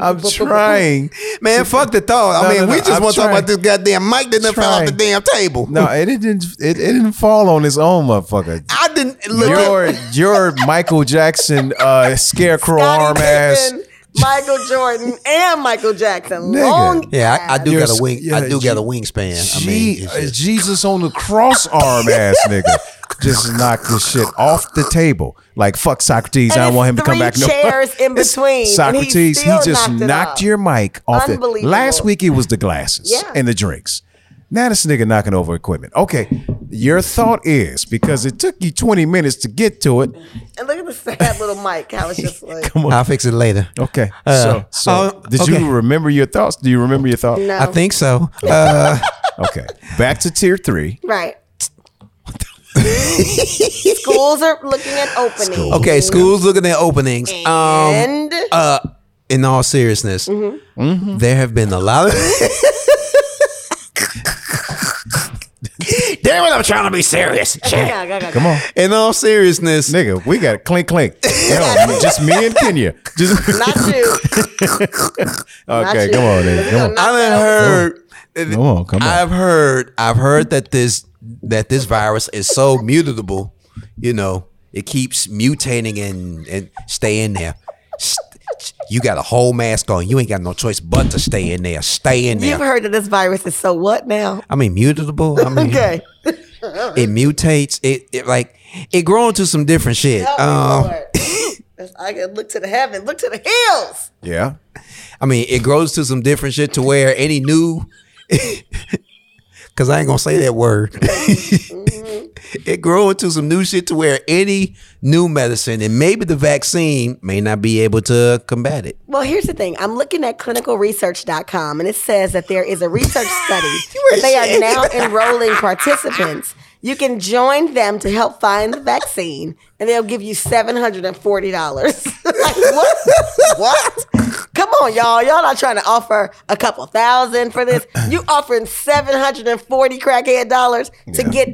S8: I'm trying.
S3: Man, fuck the thought.
S8: No,
S3: I mean,
S8: no, no,
S3: we just
S8: I'm
S3: want to talk
S8: trying.
S3: about this goddamn mic that done fell off the
S8: Trying.
S3: damn table.
S8: No, it didn't. It, it didn't fall on its own, motherfucker.
S3: I didn't look
S8: Your your Michael Jackson uh, scarecrow
S2: Scottie
S8: arm ass.
S2: Pippen, Michael
S8: *laughs*
S2: Jordan and Michael Jackson.
S8: Nigga.
S2: Long
S3: Yeah, I, I do
S8: Your
S3: got
S8: s-
S3: a wing.
S8: yeah,
S3: I do got a
S8: G-
S3: wingspan. I
S8: Gee,
S3: mean, it's
S8: uh,
S3: just-
S8: Jesus on the cross arm ass nigga
S2: *laughs*
S8: just knocked this shit off the table. Like fuck Socrates,
S2: And
S8: I don't
S2: it's
S8: want him to come
S2: three
S8: back.
S2: chairs in
S8: *laughs* It's
S2: between, and he
S8: Socrates, he,
S2: still
S8: just
S2: knocked
S8: knocked,
S2: it off.
S8: your mic off. the-
S2: Unbelievable.
S8: Last week it was the glasses
S2: Yeah.
S8: and the drinks. Now this nigga knocking over equipment. Okay, your thought is because it took you twenty minutes to get to it.
S2: and look at the sad little Mike. How it's just
S8: *laughs*
S2: like.
S8: Come on. Oh.
S3: I'll fix it later.
S8: Okay.
S3: Uh,
S8: so, so
S3: oh,
S8: did
S3: okay.
S8: you remember your thoughts? Do you remember your thought?
S2: No.
S3: I think so. Uh,
S8: Okay. Back to tier three.
S2: Right. Schools are looking at opening.
S3: Uh, okay, schools looking at openings. Um,
S2: And
S3: uh, in all seriousness,
S8: Mm-hmm.
S3: there have been a lot of. *laughs* Damn it! I'm trying to be serious.
S2: Yeah, yeah, yeah,
S8: Come on.
S3: In all seriousness,
S8: Nigga, we got clink clink.
S2: *laughs*
S8: Yo, just me and Kenya. Just
S2: not you.
S8: *laughs* Okay,
S2: you.
S8: come on, nigga. Come on.
S2: Not
S3: I done
S2: that
S8: Oh.
S3: heard.
S8: Come on, come on.
S3: I've heard. I've heard that this that this virus is so mutable. You know, it keeps mutating and and stay in there. St- You got a whole mask on. You ain't got no choice but to stay in there. Stay in
S2: You've
S3: there.
S2: heard that this virus is so what now?
S3: I mean, mutable. I mean,
S2: Okay.
S3: it mutates. It, it like it grow into some different shit.
S2: Oh,
S3: Um,
S2: Lord. That's- I can uh, look to the heaven, look to the hills.
S8: Yeah.
S3: I mean, it grows to some different shit to where *laughs* any new. Cause I ain't gonna say that word. *laughs* it grew into some new shit to where any new medicine and maybe the vaccine may not be able to combat it.
S2: Well, here's the thing. I'm looking at clinicalresearch.com and it says that there is
S3: *laughs*
S2: a research study that they are now enrolling participants. You can join them to help find the vaccine and they'll give you $740. like, what? what? Come on, y'all. Y'all not trying to offer a couple thousand for this. You offering 740 crackhead dollars to get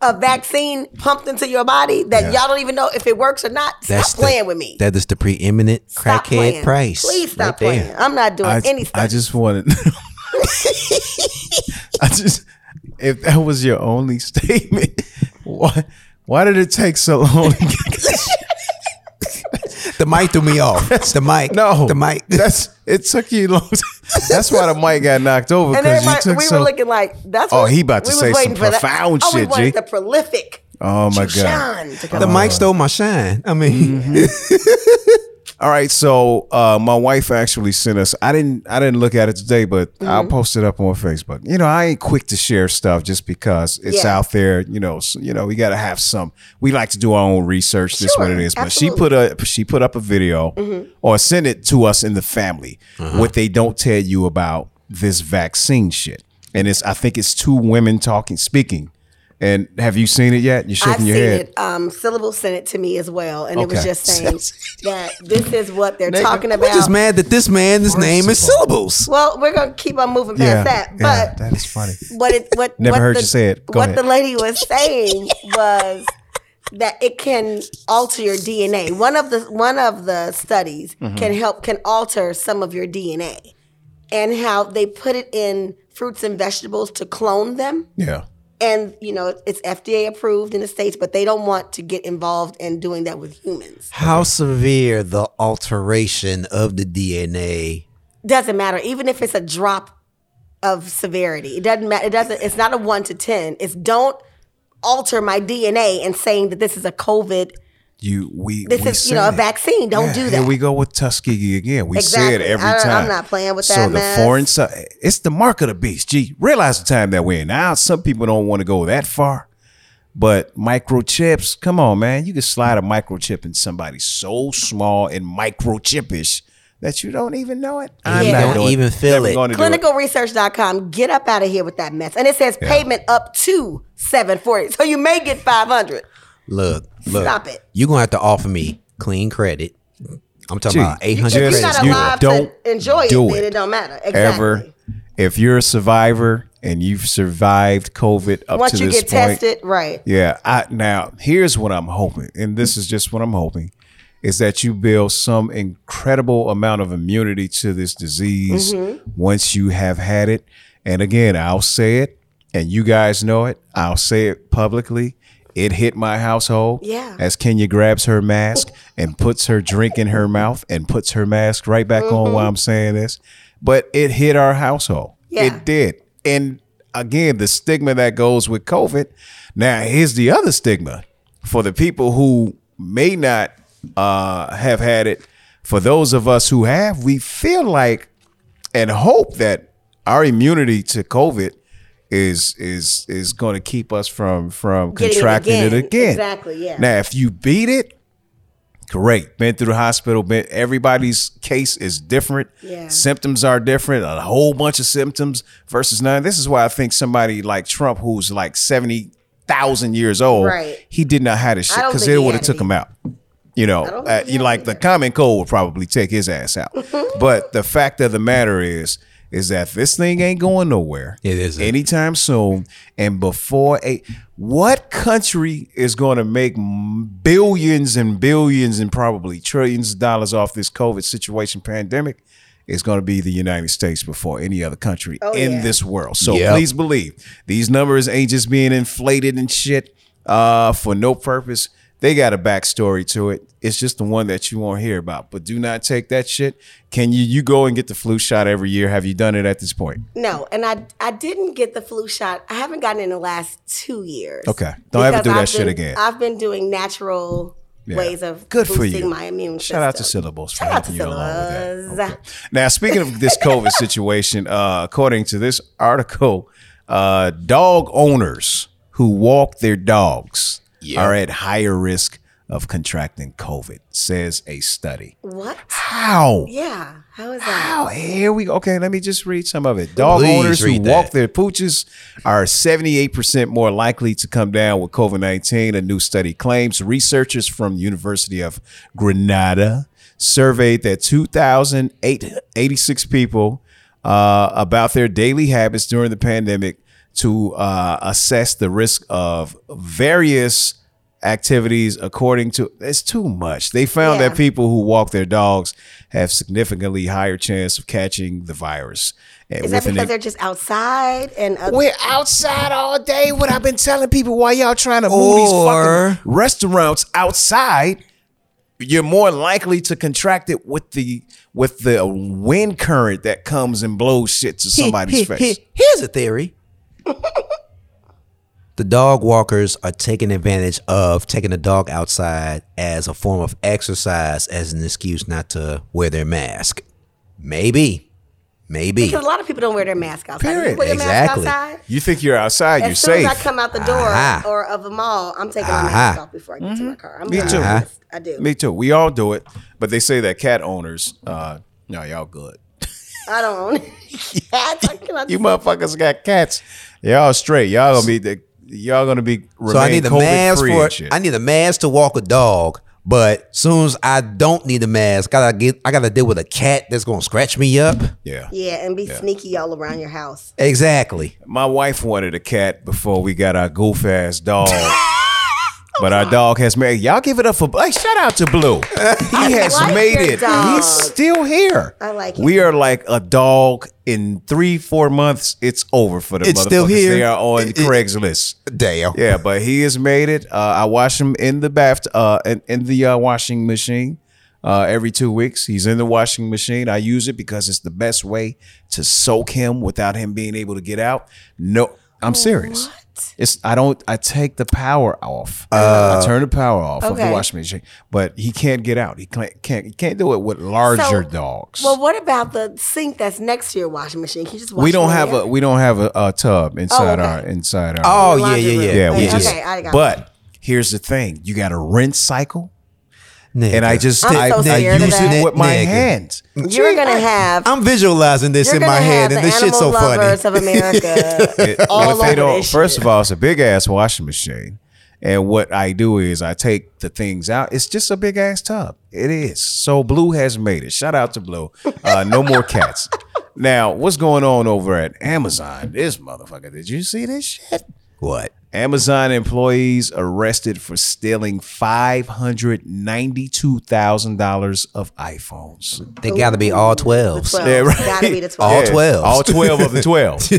S2: a vaccine pumped into your body that
S3: Yeah.
S2: y'all don't even know if it works or not. Stop
S3: That's the-
S2: playing with me.
S3: That is the preeminent
S2: Stop
S3: crackhead
S2: playing.
S3: price.
S2: Please stop
S3: right there.
S2: playing. I'm not doing
S8: I,
S2: any stuff.
S8: I just wanted. *laughs* I just if that was your only statement, why why did it take so long?
S3: *laughs*
S8: to get this?
S3: The mic threw me
S8: *laughs*
S3: off. the mic.
S8: no,
S3: The mic.
S8: That's it took
S2: *laughs*
S8: you long. That's why the mic got knocked over
S2: and
S8: because you
S2: everybody,
S8: took
S2: we
S8: so.
S2: were looking like that's.
S8: Oh,
S2: what-
S8: he about to
S2: we was
S8: say
S2: waiting
S8: some
S2: for that.
S8: profound
S2: oh, we
S8: shit,
S2: wanted
S8: G.
S2: the prolific.
S8: oh my god!
S2: Shine to come
S3: the mic stole my shine. I
S8: Mm-hmm.
S3: mean,
S8: All right, so uh, my wife actually sent us. I didn't. I didn't look at it today, but
S2: Mm-hmm.
S8: I'll post it up on Facebook. You know, I ain't quick to share stuff just because it's
S2: Yeah.
S8: out there. You know, so, you know, we got to have some. We like to do our own research. This what it
S2: Sure,
S8: is. But
S2: absolutely. Mm-hmm.
S8: she put a she put up a video or sent it to us in the family. What they don't tell you about this vaccine shit, and it's I think it's two women talking, speaking. And have you seen it yet? You're shaking
S2: I've
S8: your
S2: seen
S8: head.
S2: it. Um, Syllable sent it to me as well, and it was
S8: Okay. *laughs*
S2: just saying that this is what they're talking about.
S3: I'm just mad that this man's name is syllables.
S2: Well, we're gonna keep on moving past that,
S8: yeah,
S2: but
S8: that is funny.
S2: what it what
S8: Never
S2: what
S8: heard
S2: the,
S8: you say it. Go
S2: what
S8: ahead.
S2: the lady was saying was that it can alter your DNA. One of the one of the studies
S8: Mm-hmm.
S2: can help can alter some of your DNA, and how they put it in fruits and vegetables to clone them.
S8: Yeah.
S2: And you know it's FDA approved in the states, but they don't want to get involved in doing that with humans.
S3: How severe the alteration of the DNA?
S2: Doesn't matter, even if it's a drop of severity. It doesn't matter. It doesn't. It's not a one to ten. It's don't alter my DNA and saying that this is a COVID
S8: You we
S2: this
S8: we
S2: is you know
S8: seen
S2: a
S8: it.
S2: vaccine. Don't
S8: Yeah,
S2: do
S8: Here
S2: that.
S8: we go with Tuskegee again. We say it
S2: Exactly.
S8: every
S2: I- I'm
S8: time.
S2: not playing with
S8: So
S2: that
S8: the
S2: mess.
S8: foreign side, it's the mark of the beast. Gee, realize the time that we're in. Now, some people don't want to go that far, but microchips, come on, man. You can slide a microchip in somebody so small and microchipish that you don't even know it. I'm
S3: You
S8: not
S3: don't
S8: doing-
S3: even feel
S8: never
S3: it.
S8: gonna do
S2: Clinicalresearch.com. Get up out of here with that mess. And it says payment up to seven forty. So you may get five hundred.
S3: Look, look.
S2: Stop it.
S3: You're gonna have to offer me clean credit. I'm talking
S8: Gee,
S3: about eight
S2: If
S8: Just
S3: hundred
S2: you're
S3: credits.
S2: not
S8: you
S2: alive
S8: don't
S2: to enjoy it,
S8: do
S2: then
S8: it.
S2: it don't matter. Exactly.
S8: ever. If you're a survivor and you've survived COVID up
S2: Once
S8: to
S2: you
S8: this
S2: get
S8: point,
S2: tested, right.
S8: Yeah. I now here's what I'm hoping, and this is just what I'm hoping, is that you build some incredible amount of immunity to this disease
S2: Mm-hmm.
S8: once you have had it. And again, I'll say it, and you guys know it. I'll say it publicly. It hit my household.
S2: Yeah.
S8: As Kenya grabs her mask and puts her drink in her mouth and puts her mask right back
S2: Mm-hmm.
S8: on while I'm saying this. But it hit our household.
S2: Yeah.
S8: It did. And again, the stigma that goes with COVID. Now, here's the other stigma for the people who may not uh, have had it. For those of us who have, we feel like and hope that our immunity to COVID is is is going to keep us from from
S2: Getting it
S8: contracting it
S2: again.
S8: again.
S2: Exactly, yeah.
S8: Now, if you beat it, Great. Been through the hospital. Been everybody's case is different.
S2: Yeah.
S8: Symptoms are different. A whole bunch of symptoms versus none. This is why I think somebody like Trump, who's like seventy thousand years old,
S2: Right.
S8: he did not have this shit
S2: I don't
S8: because
S2: think
S8: it
S2: he
S8: would have
S2: had
S8: took
S2: it
S8: him out. You know,
S2: don't
S8: uh,
S2: think he
S8: you
S2: had
S8: like
S2: it
S8: the common cold would probably take his
S2: *laughs*
S8: ass out. but the fact of the matter is, is that this thing ain't going nowhere.
S3: It isn't.
S8: anytime soon. And before a, what country is going to make m- billions and billions and probably trillions of dollars off this COVID situation pandemic? Is going to be the United States before any other country in
S2: yeah.
S8: this world. So
S3: Yep.
S8: please believe these numbers ain't just being inflated and shit uh, for no purpose. They got a backstory to it. It's just the one that you won't hear about. But do not take that shit. Can you you go and get the flu shot every year? Have you done it at this point?
S2: No, and I I didn't get the flu shot. I haven't gotten it in the last two years.
S8: Okay. Don't ever
S2: Because
S8: do that
S2: I've
S8: shit
S2: been-
S8: again.
S2: I've been doing natural
S8: Yeah.
S2: ways of
S8: Good for
S2: boosting
S8: you.
S2: my immune system.
S8: Shout out to Syllables for
S2: Shout out to
S8: helping you along with
S2: Syllables.
S8: that. Okay. Now, speaking of this
S2: *laughs*
S8: COVID situation, uh, according to this article, uh, dog owners who walk their dogs are at higher risk of contracting COVID, says a study.
S2: What?
S8: How?
S2: Yeah. How is that?
S8: Wow, here we go. Okay, let me just read some of it. Dog
S3: Please
S8: owners who
S3: read
S8: walk
S3: that.
S8: their pooches are 78% more likely to come down with COVID 19, a new study claims. Researchers from University of Granada surveyed that 2,086 people uh, about their daily habits during the pandemic to uh, assess the risk of various activities according to it's too much they found
S2: Yeah.
S8: that people who walk their dogs have significantly higher chance of catching the virus And
S2: Is that
S8: with an-
S2: because they're just outside and uh,
S8: we're outside all day what i've been telling people why y'all trying to move these
S3: Or-
S8: fucking restaurants outside you're more likely to contract it with the with the wind current that comes and blows shit *laughs* to somebody's face
S3: Here's a theory. *laughs* the dog walkers are taking advantage of taking the dog outside as a form of exercise as an excuse not to wear their mask. Maybe. Maybe.
S2: because a lot of people don't wear their mask outside. You
S8: Period.
S2: wear your
S3: Exactly.
S2: mask outside.
S8: you think you're outside you're
S2: As soon
S8: safe
S2: as I come out the door
S3: Aha.
S2: or of a mall, I'm taking my mask
S3: Aha.
S2: off before I get to my car. I'm
S8: Me
S2: not-
S8: too.
S3: Uh-huh.
S2: I just- I do.
S8: Me too. We all do it, but they say that cat owners, uh, no, y'all good.
S2: I don't own
S8: *laughs*
S2: it. yeah, talking about
S8: You motherfuckers got cats. Y'all straight. Y'all gonna be the. Y'all gonna be remain
S3: So I need a
S8: COVID
S3: mask
S8: free
S3: for
S8: and shit.
S3: I need a mask to walk a dog. But soon as I don't need a mask, gotta get I gotta deal with a cat that's gonna scratch me up.
S8: yeah.
S2: yeah, and be sneaky all around your house.
S3: Exactly.
S8: My wife wanted a cat before we got our goof ass dog. But our dog has made y'all give it up for hey, shout out to Blue. He has
S2: like
S8: made
S2: your
S8: it.
S2: dog.
S8: He's still here.
S2: I like him.
S8: We are like a dog in three, four months. It's over for the
S3: It's
S8: motherfuckers.
S3: still here.
S8: They are on
S3: It- it-
S8: Craigslist.
S3: Damn.
S8: Yeah, but he has made it. Uh, I wash him in the bath, uh, in, in the uh, washing machine uh, every two weeks. He's in the washing machine. I use it because it's the best way to soak him without him being able to get out. No,
S2: Oh,
S8: I'm serious. It's I don't I take the power off.
S3: Uh.
S8: I turn the power off of
S2: okay.
S8: the washing machine, but he can't get out. He can't can't, he can't do it with larger
S2: So-
S8: dogs.
S2: Well, what about the sink that's next to your washing machine? Can you just wash
S8: we don't
S2: it in
S8: have
S2: there?
S8: a we don't have a, a tub inside
S2: okay.
S8: our inside our
S3: Oh
S2: The
S3: yeah,
S2: laundry
S3: yeah,
S2: room.
S3: yeah.
S8: Yeah, we
S2: Okay,
S8: just.
S2: I got
S8: but here's the thing: you got a rinse cycle, and I just
S2: I'm
S8: I,
S2: so
S8: I
S2: scared of
S8: use
S2: that.
S8: it with my
S3: Nigga.
S8: hands.
S2: you're gonna have
S3: I'm visualizing this
S2: you're
S3: in
S2: gonna
S3: my head,
S2: have the
S3: and this shit's
S2: animal
S3: so funny.
S2: lovers of *laughs* America.
S8: It- what if
S2: over
S8: they don't?
S2: this
S8: First
S2: shit.
S8: of all, it's a big ass washing machine, and what I do is I take the things out. It's just a big ass tub. It is. So Blue has made it. Shout out to Blue. Uh, no more cats. Now, what's going on over at Amazon? This motherfucker. Did you see this shit?
S3: What?
S8: Amazon employees arrested for stealing $592,000 of iPhones.
S3: They got to be all twelves.
S2: Well,
S8: *laughs* Yeah, right.
S2: Gotta be the 12.
S3: All twelve.
S8: All 12 of
S3: *laughs*
S8: the 12.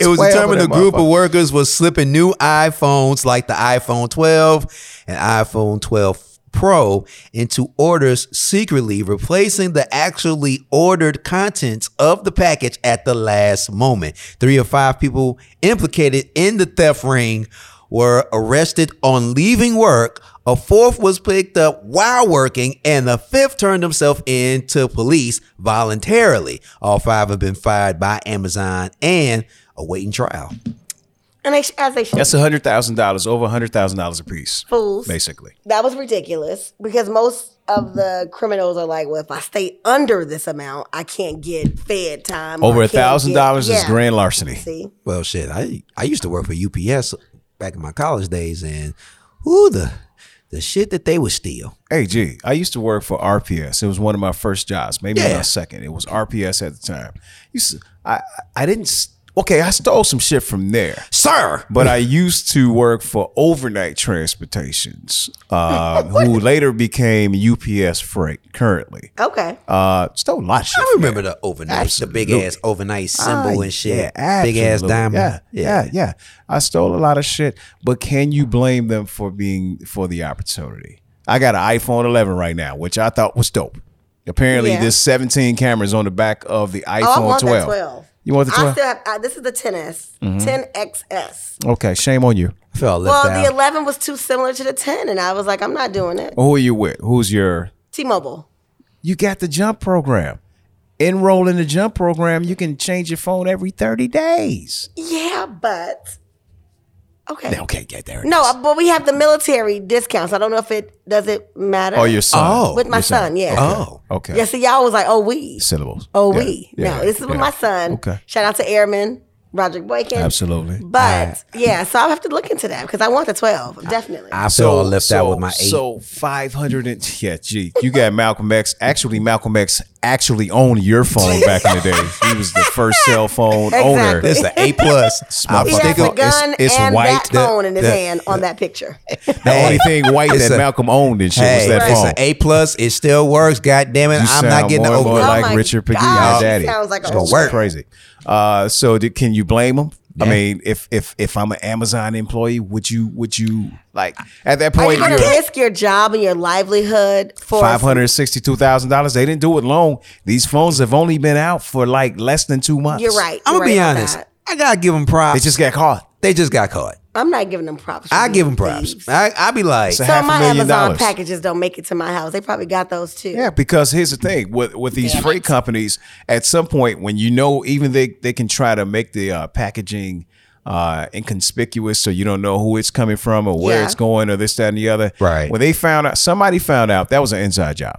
S3: It was
S8: 12
S3: determined a
S8: of them
S3: group of
S8: motherfuckers.
S3: workers was slipping new iPhones like the iPhone 12 and iPhone 12 Pro into orders secretly, replacing the actually ordered contents of the package at the last moment. Three or five people implicated in the theft ring were arrested on leaving work. A fourth was picked up while working, and the fifth turned himself in to police voluntarily. All five have been fired by Amazon and awaiting trial.
S2: And they, sh- as they should.
S8: That's $100,000, over $100,000 a piece,
S2: fools.
S8: basically.
S2: That was ridiculous because most of the criminals are like, well, if I stay under this amount, I can't get fed time. or
S8: Over
S2: I can't get-
S8: $1,000 is
S2: Yeah.
S8: grand larceny.
S2: See,
S3: Well, shit, I I used to work for UPS back in my college days, and who the the shit that they would steal.
S8: Hey, G, I used to work for RPS. It was one of my first jobs, maybe
S3: Yeah.
S8: my second. It was RPS at the time. Used to, I, I didn't, s- okay, I stole some shit from there.
S3: Sir,
S8: but I used to work for overnight transportations, uh,
S2: *laughs*
S8: who later became UPS Freight. Currently,
S2: okay.
S8: uh, stole a lot of shit.
S3: I remember the overnight, the big ass overnight symbol and shit, big ass diamond.
S8: Ah, Yeah, yeah, yeah, I stole a lot of shit, but can you blame them for being for the opportunity? I got an iPhone 11 right now, which I thought was dope. Apparently,
S2: Yeah.
S8: there's 17 cameras on the back of the iPhone
S2: Oh, I want
S8: 12.
S2: that 12.
S8: You want the
S2: I
S8: 12?
S2: still have, I, this is the 10S, 10XS.
S8: Okay, shame on you.
S3: I felt left
S2: Well, the
S3: out.
S2: 11 was too similar to the 10, and I was like, I'm not doing it.
S8: Who are you with? Who's your
S2: T-Mobile.
S8: You got the jump program. Enroll in the jump program, you can change your phone every 30 days.
S2: Yeah, but Okay.
S3: Now, Okay, get there. it
S2: No,
S3: is.
S2: uh, but we have the military discounts. I don't know if it does it matter.
S8: Oh, your son.
S3: Oh.
S2: with my
S8: Your
S2: son, yeah.
S3: Oh.
S8: Okay.
S2: Yeah, see, y'all was like, oh, we.
S8: Syllables.
S2: Oh,
S8: Yeah,
S2: we.
S8: yeah,
S2: no, this is with
S8: yeah.
S2: my son.
S8: Okay.
S2: Shout out to Airman Roderick Boykin.
S8: Absolutely.
S2: But yeah, so I'll have to look into that because I want the 12, definitely.
S3: I feel left out with my eight.
S8: So five hundred and *laughs* yeah, gee, you got Malcolm X. Actually, Malcolm X actually owned your phone back in the day. He was the first cell *laughs* phone owner.
S2: Exactly.
S3: this is an A plus.
S2: he has a
S3: Smoke.
S2: gun
S8: it's
S2: and that
S8: white. The-
S2: phone in his
S3: the-
S2: hand on that picture.
S8: The only thing white
S3: It's
S8: that
S3: a-
S8: Malcolm owned and shit
S3: Hey,
S8: was that
S3: it's
S8: phone.
S3: an A plus. It still works. God damn it!
S8: You
S3: I'm
S8: sound
S3: not getting
S8: more and
S3: over
S8: more
S3: it.
S2: Oh
S8: like
S2: my
S8: Richard Pagino,
S2: God,
S8: my
S2: he
S8: daddy.
S2: sounds like a
S8: it's gonna
S2: whore.
S8: work crazy. Uh, so did, can you blame him? I mean, if if if I'm an Amazon employee, would you would you like at that
S2: Are you
S8: point?
S2: going to
S8: you're-
S2: risk your job and your livelihood for
S8: Five hundred sixty-two thousand dollars. They didn't do it long. These phones have only been out for like less than two months.
S2: You're right.
S3: I'm
S2: you're
S3: gonna be
S2: right about
S3: honest.
S2: that.
S3: I gotta give them props.
S8: They just got caught.
S3: they just got caught.
S2: I'm not giving them props. for
S3: I
S2: being
S3: give them props.
S2: thieves.
S3: I I be like,
S8: So-
S2: So
S8: half a
S2: my
S8: million
S2: Amazon
S8: dollars.
S2: packages don't make it to my house. They probably got those too.
S8: Yeah, because here's the thing with with these freight companies. At some point, when you know, even they they can try to make the uh, packaging uh, inconspicuous, so you don't know who it's coming from or where
S2: Yeah.
S8: it's going or this that and the other.
S3: Right.
S8: When they found out, somebody found out that was an inside job.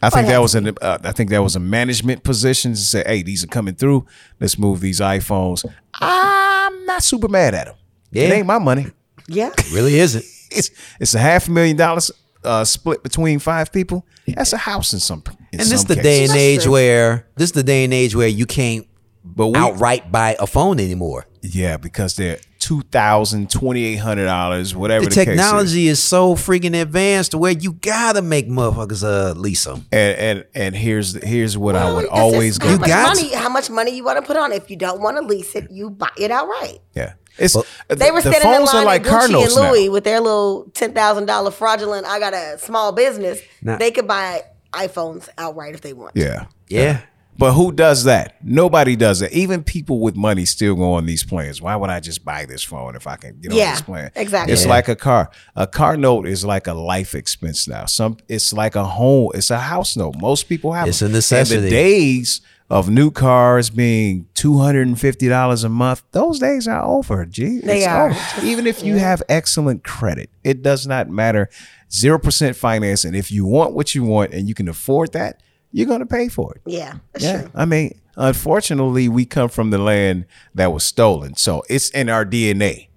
S8: I think
S2: had
S8: that
S2: to
S8: was an uh, I think that was a management position to say, hey, these are coming through. Let's move these iPhones. I'm not super mad at them. It
S3: Yeah.
S8: ain't my money.
S2: Yeah.
S3: really isn't.
S8: It's it's a half a million dollars uh, split between five people. That's a house in some. In
S3: And this
S8: some
S3: the day
S8: cases.
S3: and age where this the day and age where you can't
S8: But we,
S3: outright buy a phone anymore.
S8: yeah, because they're two thousand, twenty eight hundred dollars, whatever
S3: The
S8: the, Case is.
S3: technology is so freaking advanced to where you gotta make motherfuckers uh lease them.
S8: And and and here's here's what I
S2: Well,
S8: would
S2: this is
S8: always
S2: how
S8: go.
S3: You
S2: much
S3: got
S2: money, how much money you want to put on. it. If you don't want to lease it, you buy it outright.
S8: Yeah, it's
S2: They were
S8: the, the
S2: standing in
S8: phones
S2: line
S8: are like
S2: at Gucci and
S8: Cardinals now.
S2: Louis with their little ten thousand dollar fraudulent. I got a small business.
S3: Nah.
S2: They could buy iPhones outright if they want.
S8: Yeah,
S3: Yeah.
S8: but who does that? Nobody does that. Even people with money still go on these plans. Why would I just buy this phone if I can get on
S2: Yeah,
S8: this plan?
S2: exactly.
S8: It's
S2: Yeah.
S8: like a car. A car note is like a life expense now. Some it's like a home. It's a house note. Most people have
S3: It's
S8: them.
S3: a necessity.
S8: And the days of new cars being two hundred and fifty dollars a month, those days are over. Gee,
S2: They
S8: It's
S2: are.
S8: over. Even if you have excellent credit, it does not matter. Zero percent finance, and if you want what you want and you can afford that, you're going to pay for it.
S2: yeah, that's
S8: Yeah.
S2: true.
S8: I mean, unfortunately, we come from the land that was stolen. So it's in our DNA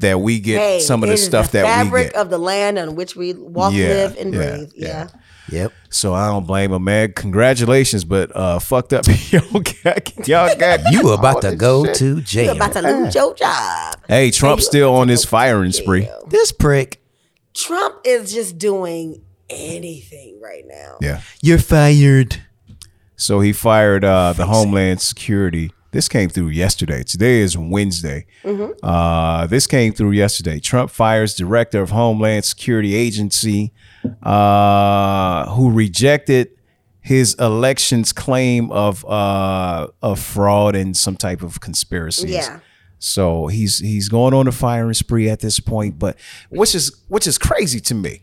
S8: that we get
S2: Hey,
S8: some of
S2: it
S8: the
S2: is
S8: stuff
S2: the
S8: that we
S2: fabric
S8: get.
S2: of the land on which we walk,
S8: Yeah,
S2: live, and
S8: yeah,
S2: breathe.
S8: yeah.
S2: Yeah.
S3: Yep.
S8: so I don't blame him, man. Congratulations, but uh fucked up. *laughs* y'all got, y'all
S2: *laughs*
S8: got
S3: You about to go to jail.
S2: You're about to lose your job.
S8: Hey, Trump's still on his firing spree.
S3: this prick.
S2: Trump is just doing anything right now.
S8: Yeah.
S3: You're fired.
S8: So he fired uh, the Homeland Security. This came through yesterday. Today is Wednesday. Uh, this came through yesterday. Trump fires director of Homeland Security Agency, uh, who rejected his election's claim of uh, of fraud and some type of conspiracies.
S2: Yeah.
S8: So he's he's going on a firing spree at this point, but which is which is crazy to me.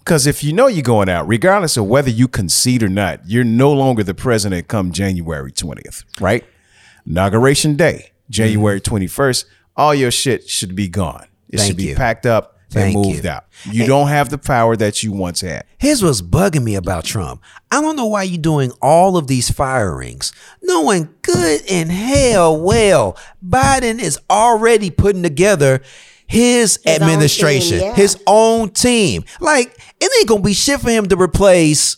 S8: Because if you know you're going out, regardless of whether you concede or not, you're no longer the president come January 20th, right? Inauguration day, January 21st, all your shit should be gone. It
S3: Mm-hmm. Thank
S8: should be
S3: you.
S8: packed up
S3: Thank
S8: and moved
S3: you.
S8: out. You don't have the power that you once had.
S3: Here's what's bugging me about Trump. I don't know why you're doing all of these firings, knowing good and hell well Biden is already putting together his,
S2: own
S3: administration,
S2: team, yeah.
S3: his own team. Like it ain't gonna be shit for him to replace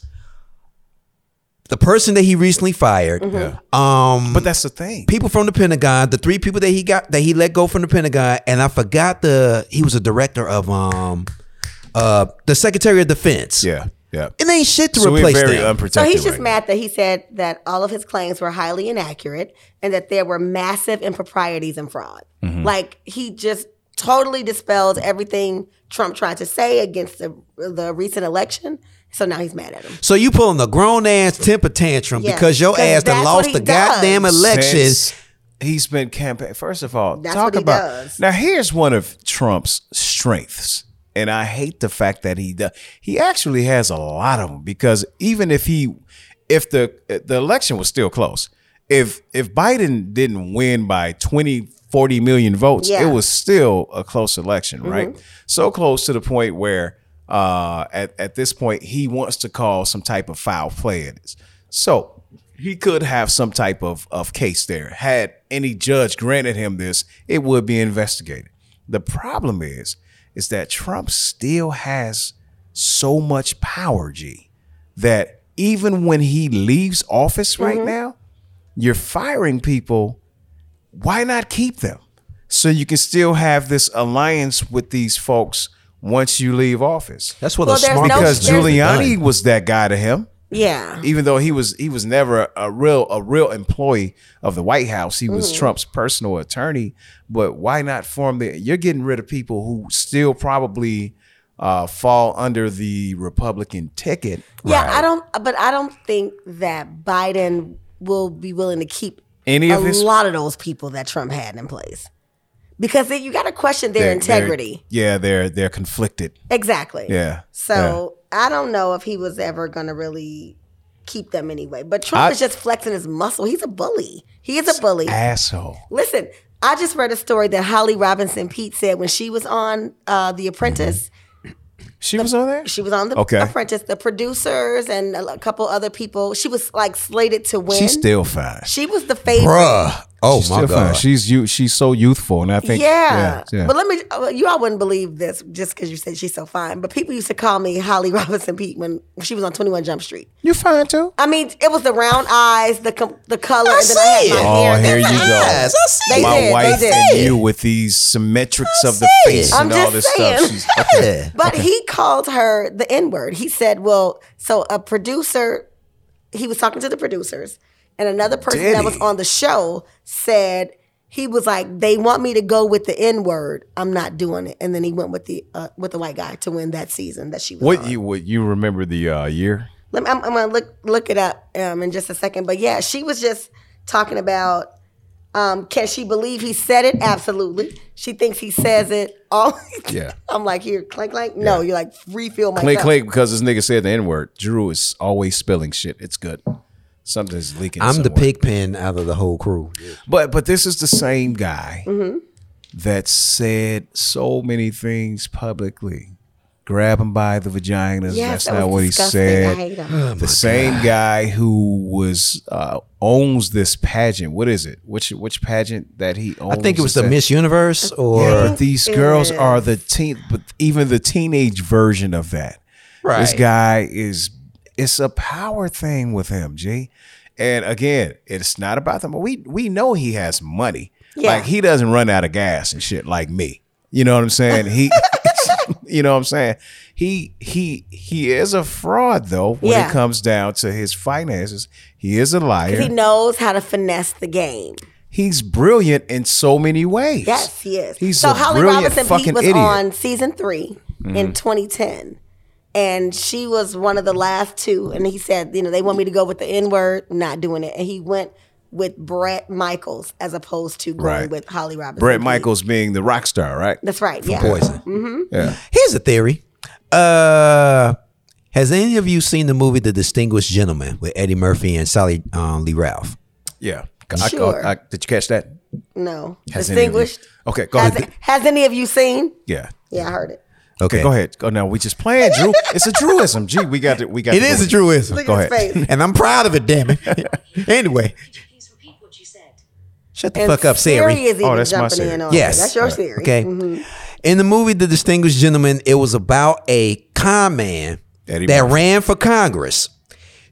S3: the person that he recently fired.
S2: Mm-hmm.
S3: Um,
S8: But that's the thing.
S3: people from the Pentagon, the three people that he got that he let go from the Pentagon, and I forgot the he was a director of um uh the Secretary of Defense.
S8: Yeah, yeah.
S3: It ain't shit to
S8: So we're
S3: replace
S8: very
S3: them.
S2: So
S8: unprotected.
S2: he's just
S8: right now.
S2: mad that he said that all of his claims were highly inaccurate and that there were massive improprieties and fraud.
S3: Mm-hmm.
S2: Like he just totally dispelled everything Trump tried to say against the the recent election. So now he's mad at him.
S3: so you pulling a grown ass temper tantrum
S2: Yeah,
S3: because your
S2: 'cause
S3: ass
S2: that's
S3: done
S2: what
S3: lost
S2: he
S3: the goddamn
S2: does.
S3: election.
S8: Since He's been campaign. First of all,
S2: That's
S8: talk
S2: what he
S8: about
S2: does.
S8: now. Here's one of Trump's strengths, and I hate the fact that he does. He actually has a lot of them because even if he, if the the election was still close, if if Biden didn't win by 20, 40 million votes,
S2: Yeah. Mm-hmm.
S8: it was still a close election, right? So close to the point where uh, at, at this point he wants to call some type of foul play at it. So he could have some type of, of case there. Had any judge granted him this, it would be investigated. The problem is, is that Trump still has so much power, G, that even when he leaves office
S2: Mm-hmm.
S8: right now, you're firing people. Why not keep them? So you can still have this alliance with these folks once you leave office.
S3: That's what
S2: Well,
S3: a
S2: there's
S3: smart
S2: no-
S8: because
S2: there's-
S8: Giuliani was that guy to him
S2: Yeah.
S8: even though he was he was never a real a real employee of the White House, he
S2: Mm.
S8: was Trump's personal attorney. But why not form the? You're getting rid of people who still probably uh, fall under the Republican ticket.
S2: Yeah, I don't, but I don't think that Biden will be willing to keep
S8: Any
S2: a
S8: of his-
S2: lot of those people that Trump had in place because then you got to question their
S8: They're-
S2: integrity.
S8: They're, yeah, they're they're conflicted.
S2: exactly.
S8: Yeah.
S2: So I don't know if he was ever going to really keep them anyway. But Trump
S8: I-
S2: is just flexing his muscle. He's a bully. He is a bully.
S8: Asshole.
S2: Listen, I just read a story that Holly Robinson Pete said when she was on uh, The Apprentice.
S8: Mm-hmm. She was on there.
S2: She was on The
S8: Okay.
S2: Apprentice. The producers and a couple other people. She was like slated to win.
S8: She's still fine.
S2: She was the favorite.
S3: Bruh. Oh
S8: She's
S3: my
S8: still fine.
S3: god.
S8: She's you. She's so youthful, and I think
S2: yeah.
S8: yeah, yeah.
S2: But let me, uh, you all wouldn't believe this just because you said she's so fine. But people used to call me Holly *laughs* Robinson Pete when she was on 21 Jump Street.
S8: you fine too.
S2: I mean, it was the round eyes, the com- the color, and then I
S3: see
S2: had
S3: it.
S2: my
S8: Oh,
S2: hair.
S8: here you
S2: That's-
S8: go.
S3: Yes, I see.
S2: They
S3: it.
S8: My
S2: did, they
S8: wife
S2: did.
S8: and you with these symmetrics of the
S3: see
S8: face
S3: it.
S8: and
S2: I'm
S8: all
S2: just
S8: this stuff.
S2: saying.
S8: She's,
S3: Yeah.
S2: *laughs* But he called her the N word. He said, well, so a producer, he was talking to the producers, and another person
S8: Did
S2: that was
S8: he?
S2: on the show said, he was like, they want me to go with the N word. I'm not doing it. And then he went with the uh, with the white guy to win that season that she was
S8: What
S2: on.
S8: you what you remember the uh, year?
S2: Let me, I'm, I'm gonna look look it up um, in just a second. But yeah, she was just talking about um, can she believe he said it? Absolutely. She thinks he says it all. *laughs*
S8: Yeah.
S2: I'm like here, clank clank. No, you're like refill my.
S8: Clink
S2: cup.
S8: clink because this nigga said the n word. Drew is always spilling shit. It's good. Something's leaking.
S3: I'm the
S8: somewhere.
S3: pig pen out of the whole crew.
S8: But but this is the same guy
S2: Mm-hmm.
S8: that said so many things publicly. Grab him by the vaginas.
S2: Yes,
S8: That's
S2: that
S8: not
S2: was
S8: what
S2: disgusting.
S8: he said.
S2: I hate
S3: Oh,
S2: him.
S8: the same guy who was uh, owns this pageant. What is it? Which which pageant that he owns?
S3: I think it was
S8: Is
S3: the
S8: that-
S3: Miss Universe or
S8: Yeah, but these
S2: it
S8: girls are
S2: is.
S8: the teen, but even the teenage version of that. This
S3: Right.
S8: guy is, it's a power thing with him, G. And again, it's not about them. We we know he has money.
S2: Yeah.
S8: Like he doesn't run out of gas and shit like me. You know what I'm saying? He, *laughs* you know what I'm saying? He he he is a fraud though. When
S2: Yeah.
S8: it comes down to his finances, he is a liar.
S2: He knows how to finesse the game.
S8: He's brilliant in so many ways.
S2: Yes, he is.
S8: He's
S2: so
S8: a
S2: Holly
S8: brilliant
S2: Robinson
S8: fucking
S2: Pete was
S8: idiot.
S2: on season 3 in 2010, and she was one of the last two. And he said, you know, they want me to go with the N word, not doing it. And he went with Brett Michaels as opposed to going
S8: Right.
S2: with Holly Robinson.
S8: Brett
S2: Pete.
S8: Michaels being the rock star, right?
S2: That's right. Yeah. Mm-hmm.
S3: Poison.
S8: Yeah.
S3: Here's a theory. Uh, has any of you seen the movie The Distinguished Gentleman with Eddie Murphy and Sally um, Lee Ralph?
S8: Yeah.
S2: Sure.
S8: I, I, did you catch that?
S2: No.
S8: Has any of you-
S2: Distinguished.
S8: Okay, go
S2: has,
S8: ahead.
S2: has any of you seen?
S8: Yeah.
S2: Yeah, I heard it.
S8: Okay, go ahead. Go now. We just playing, Drew. It's a Drewism. Gee, we got it. We got
S3: It
S8: to go
S3: is a
S8: with
S3: truism,
S2: Look
S8: Go
S2: at
S8: ahead.
S2: his face.
S3: and I'm proud of it.
S8: *laughs*
S3: Damn it. anyway,
S11: Please repeat what you said.
S3: shut the
S2: And
S3: fuck up, Siri.
S2: Siri is even
S8: Oh, that's my
S2: jumping
S8: Siri.
S2: in on
S3: Yes.
S2: it. That's your Mm-hmm. Siri.
S3: Okay. In the movie The Distinguished Gentleman, it was about a con man
S8: Eddie
S3: that
S8: Murphy.
S3: ran for Congress.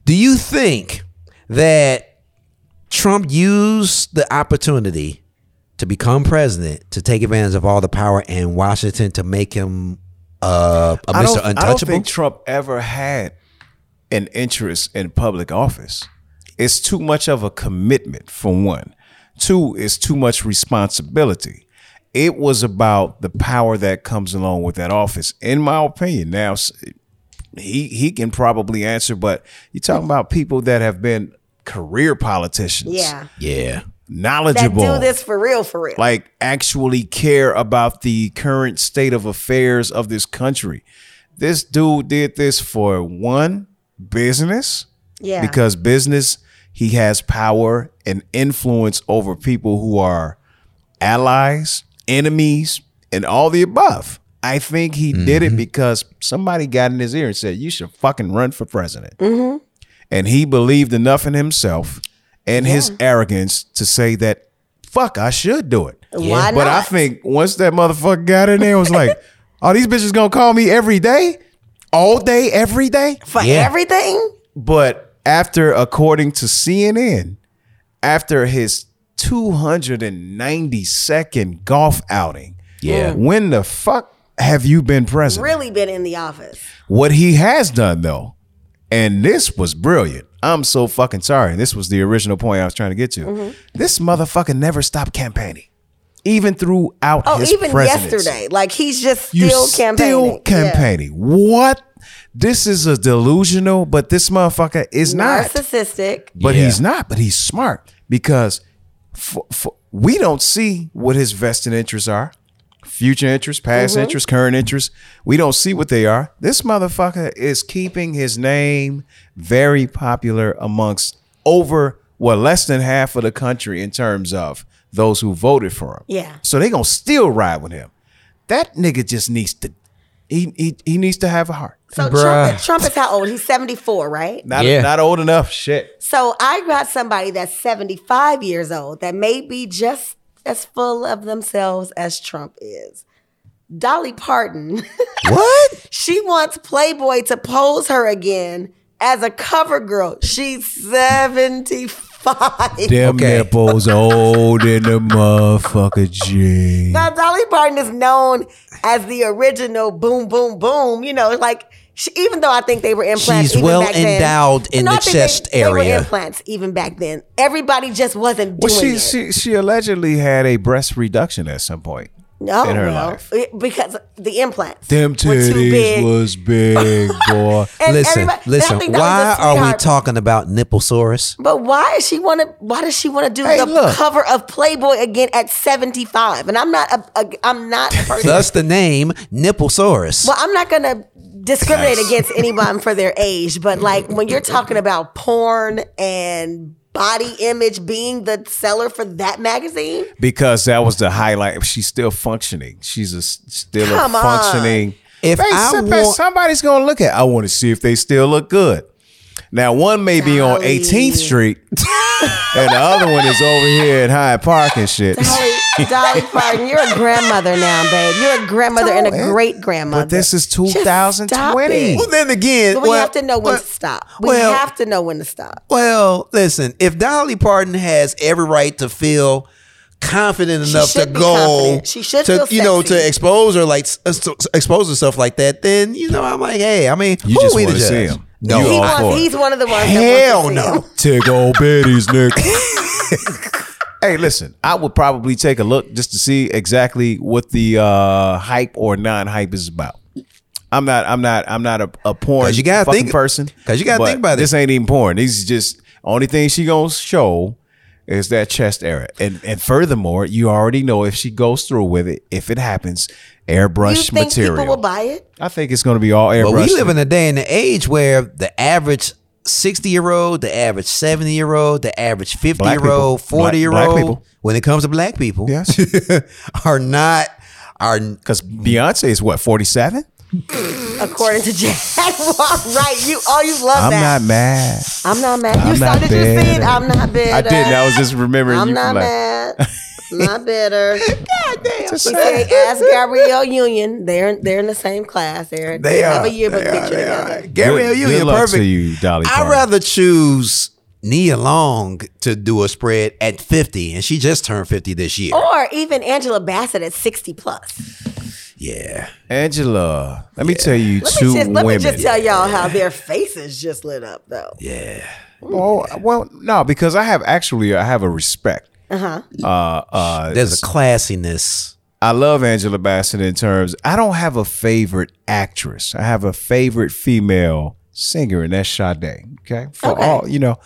S3: Do you think that Trump used the opportunity to become president to take advantage of all the power in Washington to make him uh, a
S8: I
S3: Mr.
S8: don't, I don't
S3: Untouchable?
S8: think Trump ever had an interest in public office. It's too much of a commitment for one. Two is too much responsibility. It was about the power that comes along with that office, in my opinion. Now, s- he he can probably answer, but you're talking about people that have been career politicians,
S2: Yeah.
S3: yeah.
S2: That
S8: knowledgeable,
S2: do this for real, for real.
S8: like actually care about the current state of affairs of this country. This dude did this for one business
S2: yeah.
S8: because business He has power and influence over people who are allies, enemies, and all the above. I think he did it because somebody got in his ear and said, You should fucking run for president.
S2: Mm-hmm.
S8: And he believed enough in himself and his arrogance to say that, fuck, I should do it.
S2: Why
S8: But I
S2: not?
S8: think once that motherfucker got in there, it was
S2: *laughs*
S8: like, Are these bitches gonna call me every day? All day, every day?
S2: for
S3: Yeah.
S2: everything.
S8: But after, according to CNN, after his 290 second golf outing,
S3: Yeah.
S8: when the fuck have you been present?
S2: Hmm. Really been in the office.
S8: What he has done though, and this was brilliant. I'm so fucking sorry. This was the original point I was trying to get to.
S2: Mm-hmm.
S8: This motherfucker never stopped campaigning, even throughout
S2: Oh,
S8: his
S2: even
S8: presidency.
S2: yesterday, like he's just
S8: You
S2: still campaigning.
S8: Still campaigning. What? This is a delusional, but this motherfucker is
S2: Yeah.
S8: not.
S2: Narcissistic.
S8: But
S3: Yeah.
S8: he's not. But he's smart because f- f- we don't see what his vested interests are, future interests, past
S2: Mm-hmm.
S8: interests, current interests. We don't see what they are. This motherfucker is keeping his name very popular amongst over well less than half of the country in terms of those who voted for him.
S2: Yeah.
S8: So they gonna still ride with him. That nigga just needs to. He he he needs to have a heart.
S2: So Trump,
S3: Bruh.
S2: Trump is how old? He's 74, right?
S8: Not
S3: Yeah.
S8: not old enough. Shit.
S2: So I got somebody that's 75 years old that may be just as full of themselves as Trump is. Dolly Parton.
S3: What?
S2: She wants Playboy to pose her again as a cover girl. She's 75.
S8: Them
S3: Okay.
S8: nipples old in the motherfucker jeans.
S2: Now, Dolly Parton is known as the original boom, boom, boom. You know, like, she, even though I think they were implants.
S3: She's
S2: even
S3: well
S2: back then.
S3: endowed in
S2: No, I
S3: the
S2: think they-
S3: chest
S2: they were
S3: area.
S2: implants even back then. Everybody just wasn't
S8: Well,
S2: doing
S8: she,
S2: it.
S8: she she allegedly had a breast reduction at some point.
S2: no,
S8: in her
S2: well,
S8: life.
S2: it- because the implants
S8: Them
S2: were too big.
S8: titties was
S2: *laughs*
S8: big, boy.
S2: And
S3: listen,
S2: everybody- I
S3: listen.
S2: think that was a
S3: Why are we
S2: sweetheart.
S3: talking about nipplesaurus?
S2: But why is she want to? Why does she want to do
S8: Hey,
S2: the
S8: look.
S2: cover of Playboy again at seventy five? And I'm not a, a I'm
S8: *laughs*
S2: not a person.
S3: Thus the name nipplesaurus.
S2: well, I'm not gonna discriminate against anyone for their age. But like when you're talking about porn and body image being the seller for that magazine,
S8: Because that was the highlight. She's still functioning. She's a, s- still
S2: Come
S8: a
S2: on.
S8: functioning.
S3: If
S8: They-
S3: I
S8: some-
S3: want-
S8: somebody's gonna look at. I want to see if they still look good. Now one may be on
S2: Dolly.
S8: 18th Street, *laughs* and the other one is over here at Hyde Park and shit.
S2: Dolly,
S8: *laughs*
S2: Dolly Parton, you're a grandmother now, babe. You're a grandmother and a great grandmother.
S8: But this is
S2: stop
S8: 2020.
S2: it.
S3: Well, then again,
S2: But we
S3: well-
S2: have to know when
S3: well-
S2: to stop. We
S3: well-
S2: have to know when to stop.
S3: Well, listen, if Dolly Parton has every right to feel confident
S2: She
S3: enough to
S2: should be
S3: go
S2: confident. She should
S3: to
S2: feel
S3: you know
S2: sexy.
S3: to expose her like s- uh, s- expose herself like that, then you know I'm like, hey, I mean,
S8: You
S3: who
S8: just
S3: we to
S8: wanna see
S3: judge?
S8: him.
S3: No,
S8: You
S2: He
S8: all
S2: wants-
S8: for it.
S2: he's one of the ones.
S3: Hell
S2: that wants to see
S3: no.
S2: him.
S8: *laughs* Take old Betty's,
S3: *laughs*
S8: Nick. hey, listen, I would probably take a look just to see exactly what the uh, hype or non-hype is about. I'm not, I'm not, I'm not a, a porn
S3: 'Cause you gotta
S8: fucking
S3: think-
S8: person.
S3: 'cause you gotta
S8: but
S3: think about it.
S8: This ain't even porn. These is just only thing she gonna show is that chest area, and and furthermore, you already know if she goes through with it, if it happens,
S2: You think
S8: airbrush
S2: people
S8: material.
S2: will buy it?
S8: I think it's gonna be all
S3: but
S8: airbrush.
S3: we live in a day and an age where the average. 60 year old, the average 70 year old, the average 50
S8: Black
S3: year old,
S8: people. Black-
S3: 40 year
S8: black people.
S3: old, when it comes to black people,
S8: Yes. *laughs*
S3: are not, are,
S8: because Beyonce is what forty seven.
S2: According to Jack, *laughs* right? You, oh, you love
S8: I'm
S2: that.
S8: not mad.
S2: I'm not mad.
S8: I'm
S2: you saw?
S8: not
S2: Did you see it?
S8: bitter.
S2: I'm not bitter.
S8: I didn't. I was just remembering
S2: I'm
S8: you.
S2: not
S8: like,
S2: mad.
S8: *laughs*
S2: not bitter. God damn.
S8: Just
S2: She
S8: saying.
S2: said, "Ask
S8: *laughs*
S2: Gabrielle Union. They're they're in the same class. They're
S3: They are.
S2: have a yearbook
S3: They are.
S2: picture
S3: They
S2: together."
S3: are. Gabrielle
S8: Good-
S3: Union,
S8: good luck to
S3: perfect.
S8: you, Dolly
S3: I'd
S8: Parton.
S3: rather choose Nia Long to do a spread at 50, and she just turned 50 this year.
S2: Or even Angela Bassett at 60 plus.
S3: Yeah.
S8: Angela, let me tell you
S2: Let,
S8: two
S2: me just,
S8: women.
S2: let me just tell y'all how their faces just lit up though.
S8: well, Oh, well, no, because I have actually I have a respect.
S2: Uh-huh.
S8: Uh,
S3: There's a classiness.
S8: I love Angela Bassett in terms. I don't have a favorite actress. I have a favorite female singer, and that's Sade. Okay, for all you know.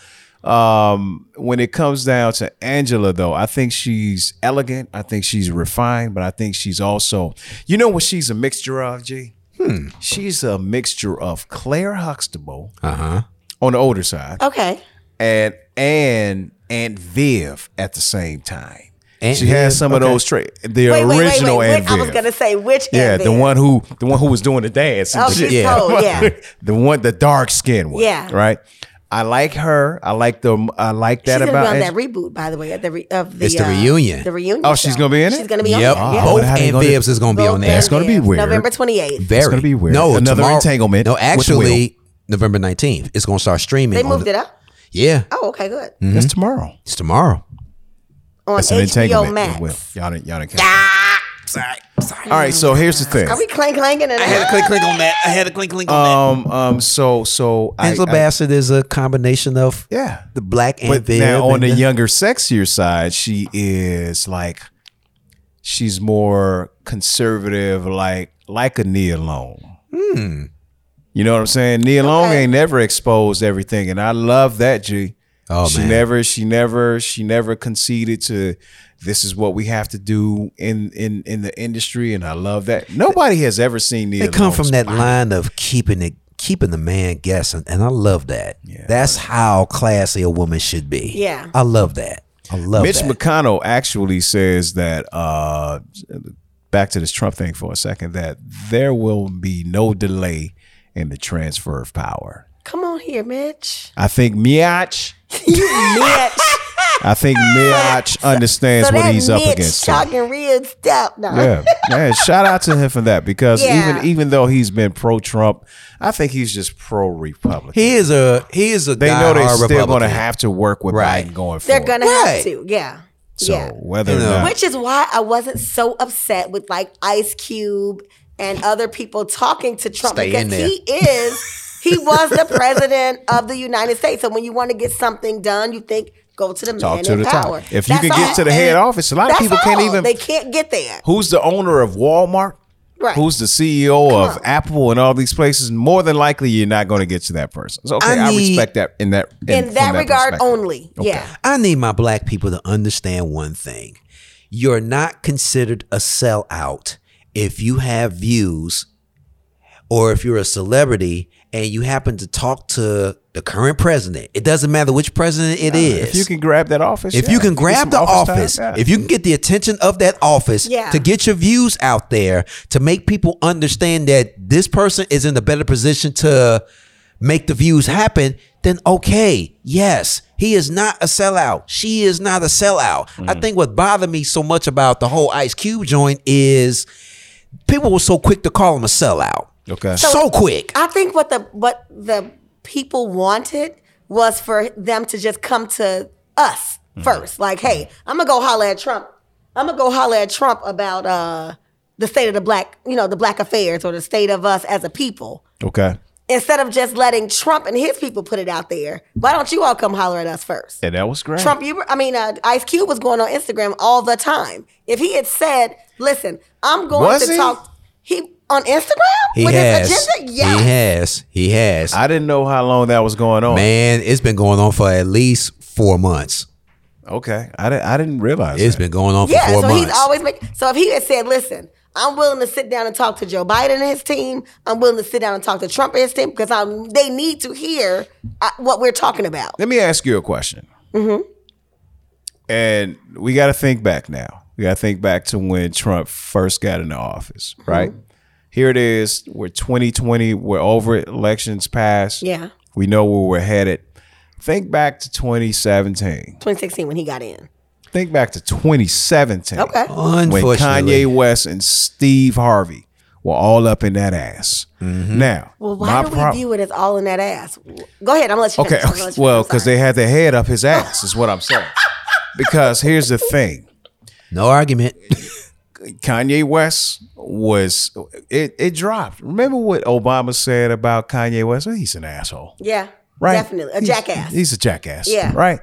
S8: Um, when it comes down to Angela, though, I think she's elegant. I think she's refined, but I think she's also, you know, what she's a mixture of, G. Hmm. She's a mixture of Claire Huxtable
S3: Uh huh.
S8: on the older side
S2: Okay.
S8: and and Aunt Viv at the same time.
S3: Aunt
S8: she has
S3: Viv?
S8: some of
S3: Okay.
S8: those tra- the
S2: Wait, wait, wait,
S8: original
S2: wait.
S8: Aunt
S2: wait. I was
S8: Viv.
S2: gonna say which.
S8: yeah,
S2: Aunt
S8: the
S2: Viv?
S8: one who the one who was doing the dance. and
S2: Oh,
S8: shit.
S2: she's
S3: Yeah.
S2: cold. Yeah.
S8: *laughs* the one the dark skinned one.
S2: Yeah.
S8: right. I like her. I like the I like that
S2: she's
S8: about.
S2: gonna be on
S8: Aunt-
S2: that reboot, by the way, at the re- of the
S3: It's the
S2: uh,
S3: reunion.
S2: The reunion.
S8: Oh, she's
S2: show.
S8: gonna be in it?
S2: She's gonna be
S3: Yep.
S2: on it.
S8: Oh,
S3: Both
S8: how they
S3: Aunt
S8: gonna-
S3: Vibs is going to be on there.
S8: That's gonna be
S2: Vibs,
S8: weird.
S2: November twenty eighth.
S3: Very.
S8: gonna be weird.
S3: No,
S8: Another
S3: tomorrow-
S8: entanglement
S3: No,
S8: with Will.
S3: actually, November 19th. It's going to start streaming.
S2: They
S3: on
S2: moved
S3: the-
S2: it up.
S3: Yeah.
S2: Oh, okay, good.
S3: Mm-hmm.
S8: That's tomorrow.
S3: It's tomorrow.
S2: On
S8: That's an
S2: HBO
S8: entanglement.
S2: Max.
S8: with Will. Y'all didn't. Y'all didn't. Sorry. Sorry. All right. So here's the thing.
S2: Are we clank clanking it? up?
S3: click click on that. I had a click click on
S8: Um. Um. So. So. I-
S3: Angela
S8: I-
S3: Bassett is a combination of
S8: Yeah.
S3: the black and
S8: But
S3: Viv
S8: now on
S3: and
S8: the younger, sexier side, she is like, she's more conservative, like like a Nia Long.
S3: Hmm.
S8: You know what I'm saying? Nia Long ain't never exposed everything, and I love that G.
S3: Oh,
S8: she
S3: man.
S8: never, she never, she never conceded to. This is what we have to do in in in the industry, and I love that. Nobody has ever seen Nia.
S3: They come
S8: Long
S3: from that line of keeping it, keeping the man guessing, and I love that. That's how classy a woman should be.
S2: Yeah.
S3: I love that. I love
S8: Mitch
S3: that.
S8: McConnell actually says that uh, back to this Trump thing for a second that there will be no delay in the transfer of power.
S2: Come on here, Mitch.
S8: I
S2: *laughs*
S8: think Miach,
S2: Mitch.
S8: I think Miach understands
S2: so
S8: what
S2: that
S8: he's
S2: Mitch
S8: up against. too.
S2: talking real stuff. No.
S8: Yeah, man. Shout out to him for that because
S2: Yeah.
S8: even even though he's been pro Trump, I think he's just pro Republican.
S3: he is a he is a.
S8: they know they're
S3: diehard
S8: still going to
S3: Republican.
S8: have to work with
S3: Right.
S8: Biden going
S2: They're
S8: forward.
S2: gonna
S3: Right.
S2: have to. Yeah.
S8: so
S2: yeah.
S8: whether
S3: You
S8: or
S3: know.
S8: not,
S2: Which is why I wasn't so upset with like Ice Cube and other people talking to Trump
S3: Stay in
S2: because he is he was the president of the United States. So when you want to get something done, you think go to the
S8: Talk
S2: man
S8: to
S2: in
S8: the top.
S2: power.
S8: If you
S2: That's
S8: can get
S2: all.
S8: to the head office, a lot of
S2: That's
S8: people can't
S2: all.
S8: even-
S2: they can't get there.
S8: who's the owner of Walmart,
S2: Right.
S8: who's the CEO of
S2: on.
S8: Apple and all these places, more than likely you're not going to get to that person. So okay,
S3: I
S8: I,
S3: need-
S8: respect that in that
S2: in
S8: from
S2: that regard
S8: perspective.
S2: only. Yeah.
S3: I need my black people to understand one thing. You're not considered a sellout if you have views or if you're a celebrity and you happen to talk to the current president. It doesn't matter which president it is.
S8: If you can grab that office,
S3: If
S8: yeah.
S3: you can
S8: Get
S3: grab
S8: some
S3: the
S8: time,
S3: office,
S8: yeah.
S3: if you can get the attention of that office
S2: Yeah.
S3: to get your views out there, to make people understand that this person is in a better position to make the views happen, then okay, yes, he is not a sellout. She is not a sellout.
S8: Mm.
S3: I think what bothered me so much about the whole Ice Cube joint is people were so quick to call him a sellout.
S8: Okay.
S3: So, quick.
S2: I think what the what the people wanted was for them to just come to us first. Like, hey, I'm gonna go holler at Trump. I'm gonna go holler at Trump about uh the state of the black, you know, the black affairs or the state of us as a people.
S8: okay,
S2: Instead of just letting Trump and his people put it out there, why don't you all come holler at us first?
S8: yeah, that was great.
S2: Trump, you were- I mean, uh, Ice Cube was going on Instagram all the time. If he had said, "Listen, I'm going
S8: Was
S2: to
S8: he?
S2: talk," he on Instagram
S3: He
S2: with
S3: has.
S2: his agenda, yes,
S3: He has. He has.
S8: I didn't know how long that was going on.
S3: Man, it's been going on for at least four months.
S8: Okay, I didn't. I didn't realize
S3: It's
S8: that.
S3: been going on for
S2: yeah.
S3: four
S2: So
S3: months.
S2: he's always making. So if he had said, "Listen, I'm willing to sit down and talk to Joe Biden and his team. I'm willing to sit down and talk to Trump and his team because I'm, they need to hear uh, what we're talking about." Mm-hmm.
S8: Let me ask you a question. And we got to think back now. We got to think back to when Trump first got into office,
S2: Mm-hmm.
S8: right? Here it is. We're 2020. We're over it. Elections passed.
S2: Yeah.
S8: We know where we're headed. Think back to 2017.
S2: 2016 when he got in.
S8: Think back to 2017.
S2: Okay.
S8: When
S3: Unfortunately,
S8: Kanye West and Steve Harvey were all up in that ass. Now,
S2: Well, why do we view it as all in that ass? Go ahead. I'm gonna let you.
S8: Okay.
S2: Finish. I'm gonna let you
S8: Well,
S2: finish. I'm
S8: because
S2: sorry.
S8: they had their head up his ass, is what I'm saying. Because here's the thing
S3: no
S2: *laughs*
S3: argument.
S8: Kanye West was, it, it dropped. Remember what Obama said about Kanye West? Well, he's an asshole.
S2: yeah,
S8: Right.
S2: definitely a
S8: He's-
S2: jackass.
S8: He's a jackass.
S2: Yeah.
S8: Right.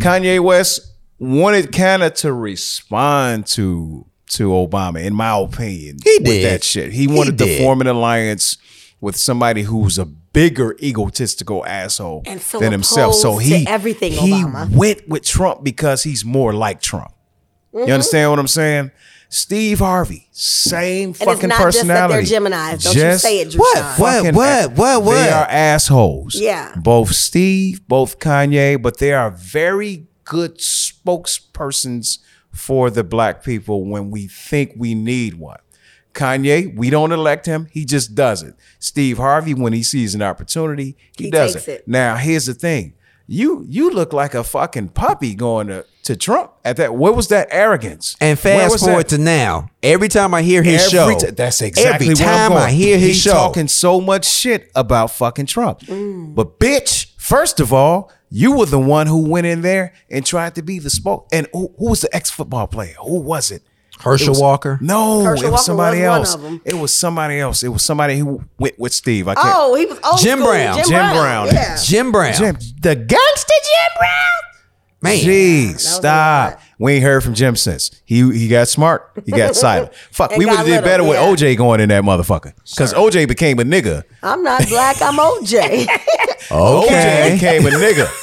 S8: Kanye West wanted kind of to respond to to Obama, in my opinion.
S3: He
S8: with
S3: did.
S8: that shit. He
S3: He
S8: wanted to
S3: did.
S8: form an alliance with somebody who's a bigger egotistical asshole
S2: And so
S8: than himself. So
S2: opposed to
S8: he
S2: everything
S8: he
S2: Obama. Mm-hmm.
S8: went with Trump because he's more like Trump. You understand what I'm saying? Steve Harvey, same
S2: And it's
S8: fucking
S2: not just that
S8: personality.
S2: they're Geminis. Don't you say it,
S8: What?
S2: Drushan.
S8: What?
S3: What,
S8: What? What? What? They are assholes.
S2: Yeah.
S8: Both Steve, both Kanye, but they are very good spokespersons for the black people when we think we need one. Kanye, we don't elect him. He just does it. Steve Harvey, when he sees an opportunity, he,
S2: He
S8: does
S2: takes
S8: it.
S2: it.
S8: Now, here's the thing. You you look like a fucking puppy going to, to Trump at that. Where was that arrogance?
S3: And
S8: Where
S3: fast
S8: was
S3: forward
S8: that?
S3: to now. Every time I hear his show,
S8: Every ti- that's exactly
S3: every
S8: where I'm
S3: time
S8: going.
S3: I hear his
S8: He's
S3: show.
S8: talking so much shit about fucking Trump.
S2: Mm.
S8: But bitch, first of all, you were the one who went in there and tried to be the spoke. And who, who was the ex football player? Who was it?
S3: Herschel
S8: It was-
S3: Walker?
S8: No,
S2: Herschel
S8: it
S2: Walker
S8: was somebody
S2: was one
S8: else.
S2: of 'em.
S8: It was somebody else. It was somebody who went with Steve. I can't.
S2: Oh, he was old
S3: Jim
S2: school.
S3: Brown.
S8: Jim Brown.
S2: Yeah.
S3: Jim Brown,
S8: Jim, the gangster Jim Brown.
S3: man,
S8: Jeez,
S2: a
S8: stop.
S2: lot.
S8: We ain't heard from Jim since. He he got smart.
S2: *laughs*
S8: He got silent. Fuck,
S2: And
S8: we would
S2: got
S8: have did
S2: little,
S8: better with
S2: yeah.
S8: OJ going in that motherfucker. Because OJ became a nigga.
S2: I'm not black. I'm
S8: *laughs*
S2: OJ.
S8: OJ became a nigga. *laughs*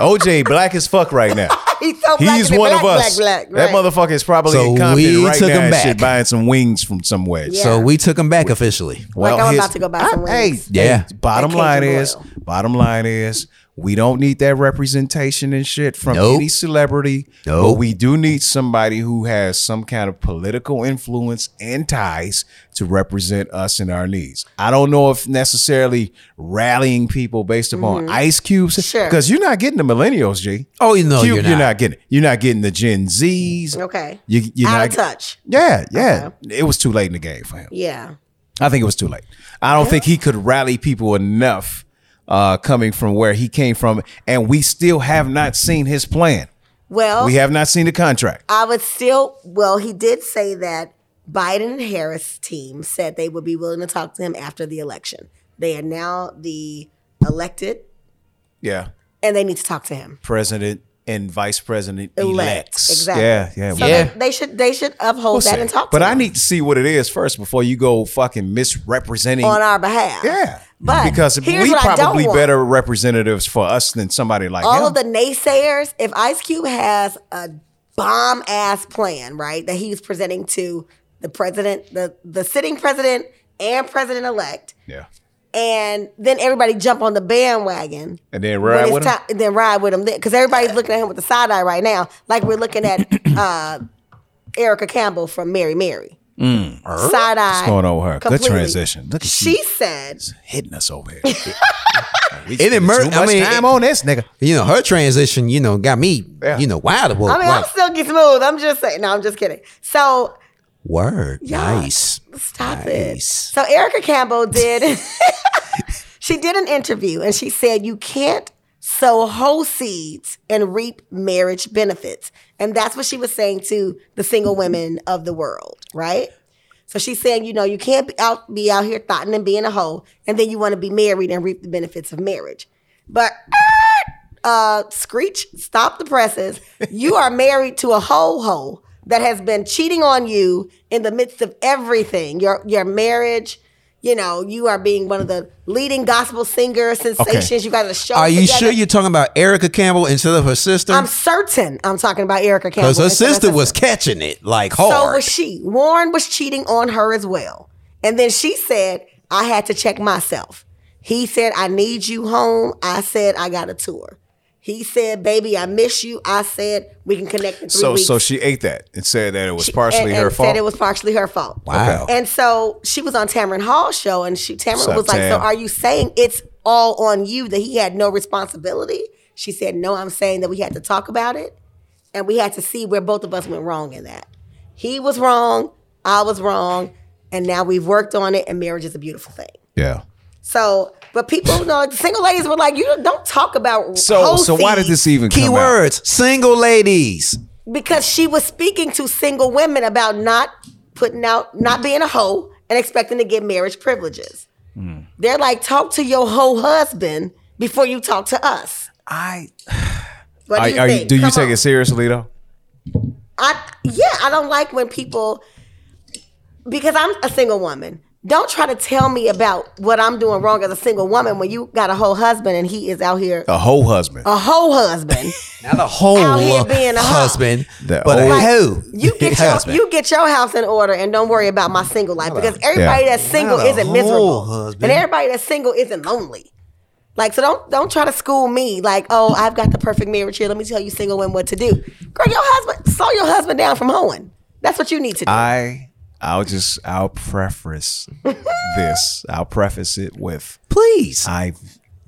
S8: OJ black as fuck right now.
S2: He's so *laughs* black.
S8: He's
S2: and
S8: one
S2: black,
S8: of us.
S2: Black, black, right.
S8: That motherfucker is probably
S3: So
S8: in Compton
S3: we
S8: right
S3: took
S8: now
S3: him
S8: and
S3: back.
S8: shit, buying some wings from somewhere.
S2: Yeah.
S3: So we took him back officially.
S8: Well,
S2: Like, I'm
S8: here's-
S2: about to go buy some
S8: I-
S2: wings.
S8: Hey,
S3: Yeah.
S8: Bottom
S2: At
S8: line
S2: Cajun
S8: is,
S2: Royal.
S8: bottom line is, we don't need that representation and shit from
S3: Nope.
S8: any celebrity. But
S3: Nope.
S8: we do need somebody who has some kind of political influence and ties to represent us and our needs. I don't know if necessarily rallying people based upon ice cubes.
S2: Mm-hmm. Sure.
S8: Because you're not getting the millennials, G.
S3: Oh, you know
S8: Cube,
S3: you're
S8: you're
S3: not.
S8: not getting. You're not getting the Gen Zs.
S2: Okay.
S8: You, you're
S2: Out
S8: not
S2: of touch.
S8: Yeah, yeah. It was too late in the game for him.
S2: Yeah.
S8: I think it was too late. I don't think he could rally people enough uh, coming from where he came from, and we still have not seen his plan.
S2: Well,
S8: We have not seen the contract.
S2: I would still. Well, he did say that Biden and Harris team said they would be willing to talk to him after the election. They are now the elected,
S8: Yeah,
S2: and they need to talk to him.
S8: president and vice president
S2: Elect.
S8: elects.
S2: Exactly.
S8: Yeah, yeah,
S2: So
S8: we-
S2: yeah. They, they should. They should uphold
S8: we'll
S2: that
S8: see.
S2: and talk.
S8: But
S2: to
S8: I
S2: him
S8: need to see what it is first before you go fucking misrepresenting.
S2: on our behalf.
S8: yeah,
S2: But
S8: because
S2: here's
S8: we
S2: what I don't
S8: probably
S2: want.
S8: better representatives for us than somebody like
S2: all
S8: him.
S2: of the naysayers, if Ice Cube has a bomb ass plan, right, that he's presenting to the president, the the sitting president and president elect,
S8: yeah,
S2: and then everybody jump on the bandwagon.
S8: and then
S2: when
S8: ride
S2: it's
S8: with him.
S2: ti- then ride with him, because everybody's looking at him with the side eye right now, like we're looking
S8: *clears throat*
S2: at uh, Erica Campbell from Mary Mary. Side eye.
S8: Mm, What's going on with her? Good transition. Look at you.
S2: She said,
S8: hitting us
S2: *laughs*
S8: over here. we
S3: It
S8: spending
S3: immer-
S8: too
S3: I
S8: much
S3: mean,
S8: time
S3: it-
S8: on this nigga.
S3: You know her transition. You know got me. You know wild.
S2: I mean, I'm
S3: Wow.
S2: still get smooth. I'm just saying. No, I'm just kidding. So
S3: Word.
S2: Yeah.
S3: Nice.
S2: Stop it.
S3: Nice.
S2: So Erica Campbell
S8: *laughs*
S2: did. she did an interview and she said you can't sow whole seeds and reap marriage benefits. And that's what she was saying to the single women of the world, right? So she's saying, you know, you can't be out be out here thoughting and being a hoe, and then you want to be married and reap the benefits of marriage. But uh, screech, stop the presses. You are married to a whole hoe that has been cheating on you in the midst of everything. Your your marriage, you know, you are being one of the leading gospel singer sensations. You got a show.
S3: Are you
S2: together.
S3: sure you're talking about Erica Campbell instead of her sister?
S2: I'm certain I'm talking about Erica Campbell.
S3: Because her
S2: instead of
S3: sister was catching it like
S2: so
S3: hard.
S2: was she. Warren was cheating on her as well. And then she said, I had to check myself. He said, I need you home. I said, I got a tour. He said, baby, I miss you. I said, we can connect in three
S8: So
S2: weeks.
S8: so she ate that and said that it was
S2: She-
S8: partially
S2: and-
S8: her
S2: and
S8: fault.
S2: Said it was partially her fault.
S3: Wow.
S2: And so she was on Tamron Hall's show, and she Tamron
S8: up,
S2: was like, "So
S8: Tam?
S2: are you saying it's all on you that he had no responsibility?" She said, "No, I'm saying that we had to talk about it, and we had to see where both of us went wrong in that. He was wrong, I was wrong, and now we've worked on it, and marriage is a beautiful thing."
S8: yeah.
S2: So, but people, you know, single ladies were like, "You don't- don't talk about
S8: So
S2: whole
S8: so why did
S2: seeds."
S8: this even come out?
S3: Keywords: single ladies.
S2: because she was speaking to single women about not putting out, not being a hoe and expecting to get marriage privileges. They're like, talk to your hoe husband before you talk to us.
S8: I
S2: *sighs* What
S8: are,
S2: do you
S8: are you,
S2: think?
S8: do you
S2: Come
S8: take
S2: on.
S8: it seriously though?
S2: I yeah, I don't like when people because I'm a single woman. Don't try to tell me about what I'm doing wrong as a single woman when you got a whole husband and he is out here
S8: A whole husband.
S2: a whole husband.
S3: Not a whole
S2: Out here being a hoe.
S3: husband,
S8: The
S3: but
S8: old-
S3: a hoe.
S2: You
S3: *laughs*
S2: get your
S3: husband.
S2: you get your house in order and don't worry about my single life because everybody that's single
S3: Not a
S2: isn't
S3: whole
S2: miserable
S3: husband.
S2: and everybody that's single isn't lonely. Like so, don't don't try to school me like oh I've got the perfect marriage here. Let me tell you single women what to do. Girl, your husband slow your husband down from hoeing. That's what you need to do.
S8: I I'll just
S2: *laughs*
S8: I'll preface this. I'll preface it with
S3: Please.
S8: I've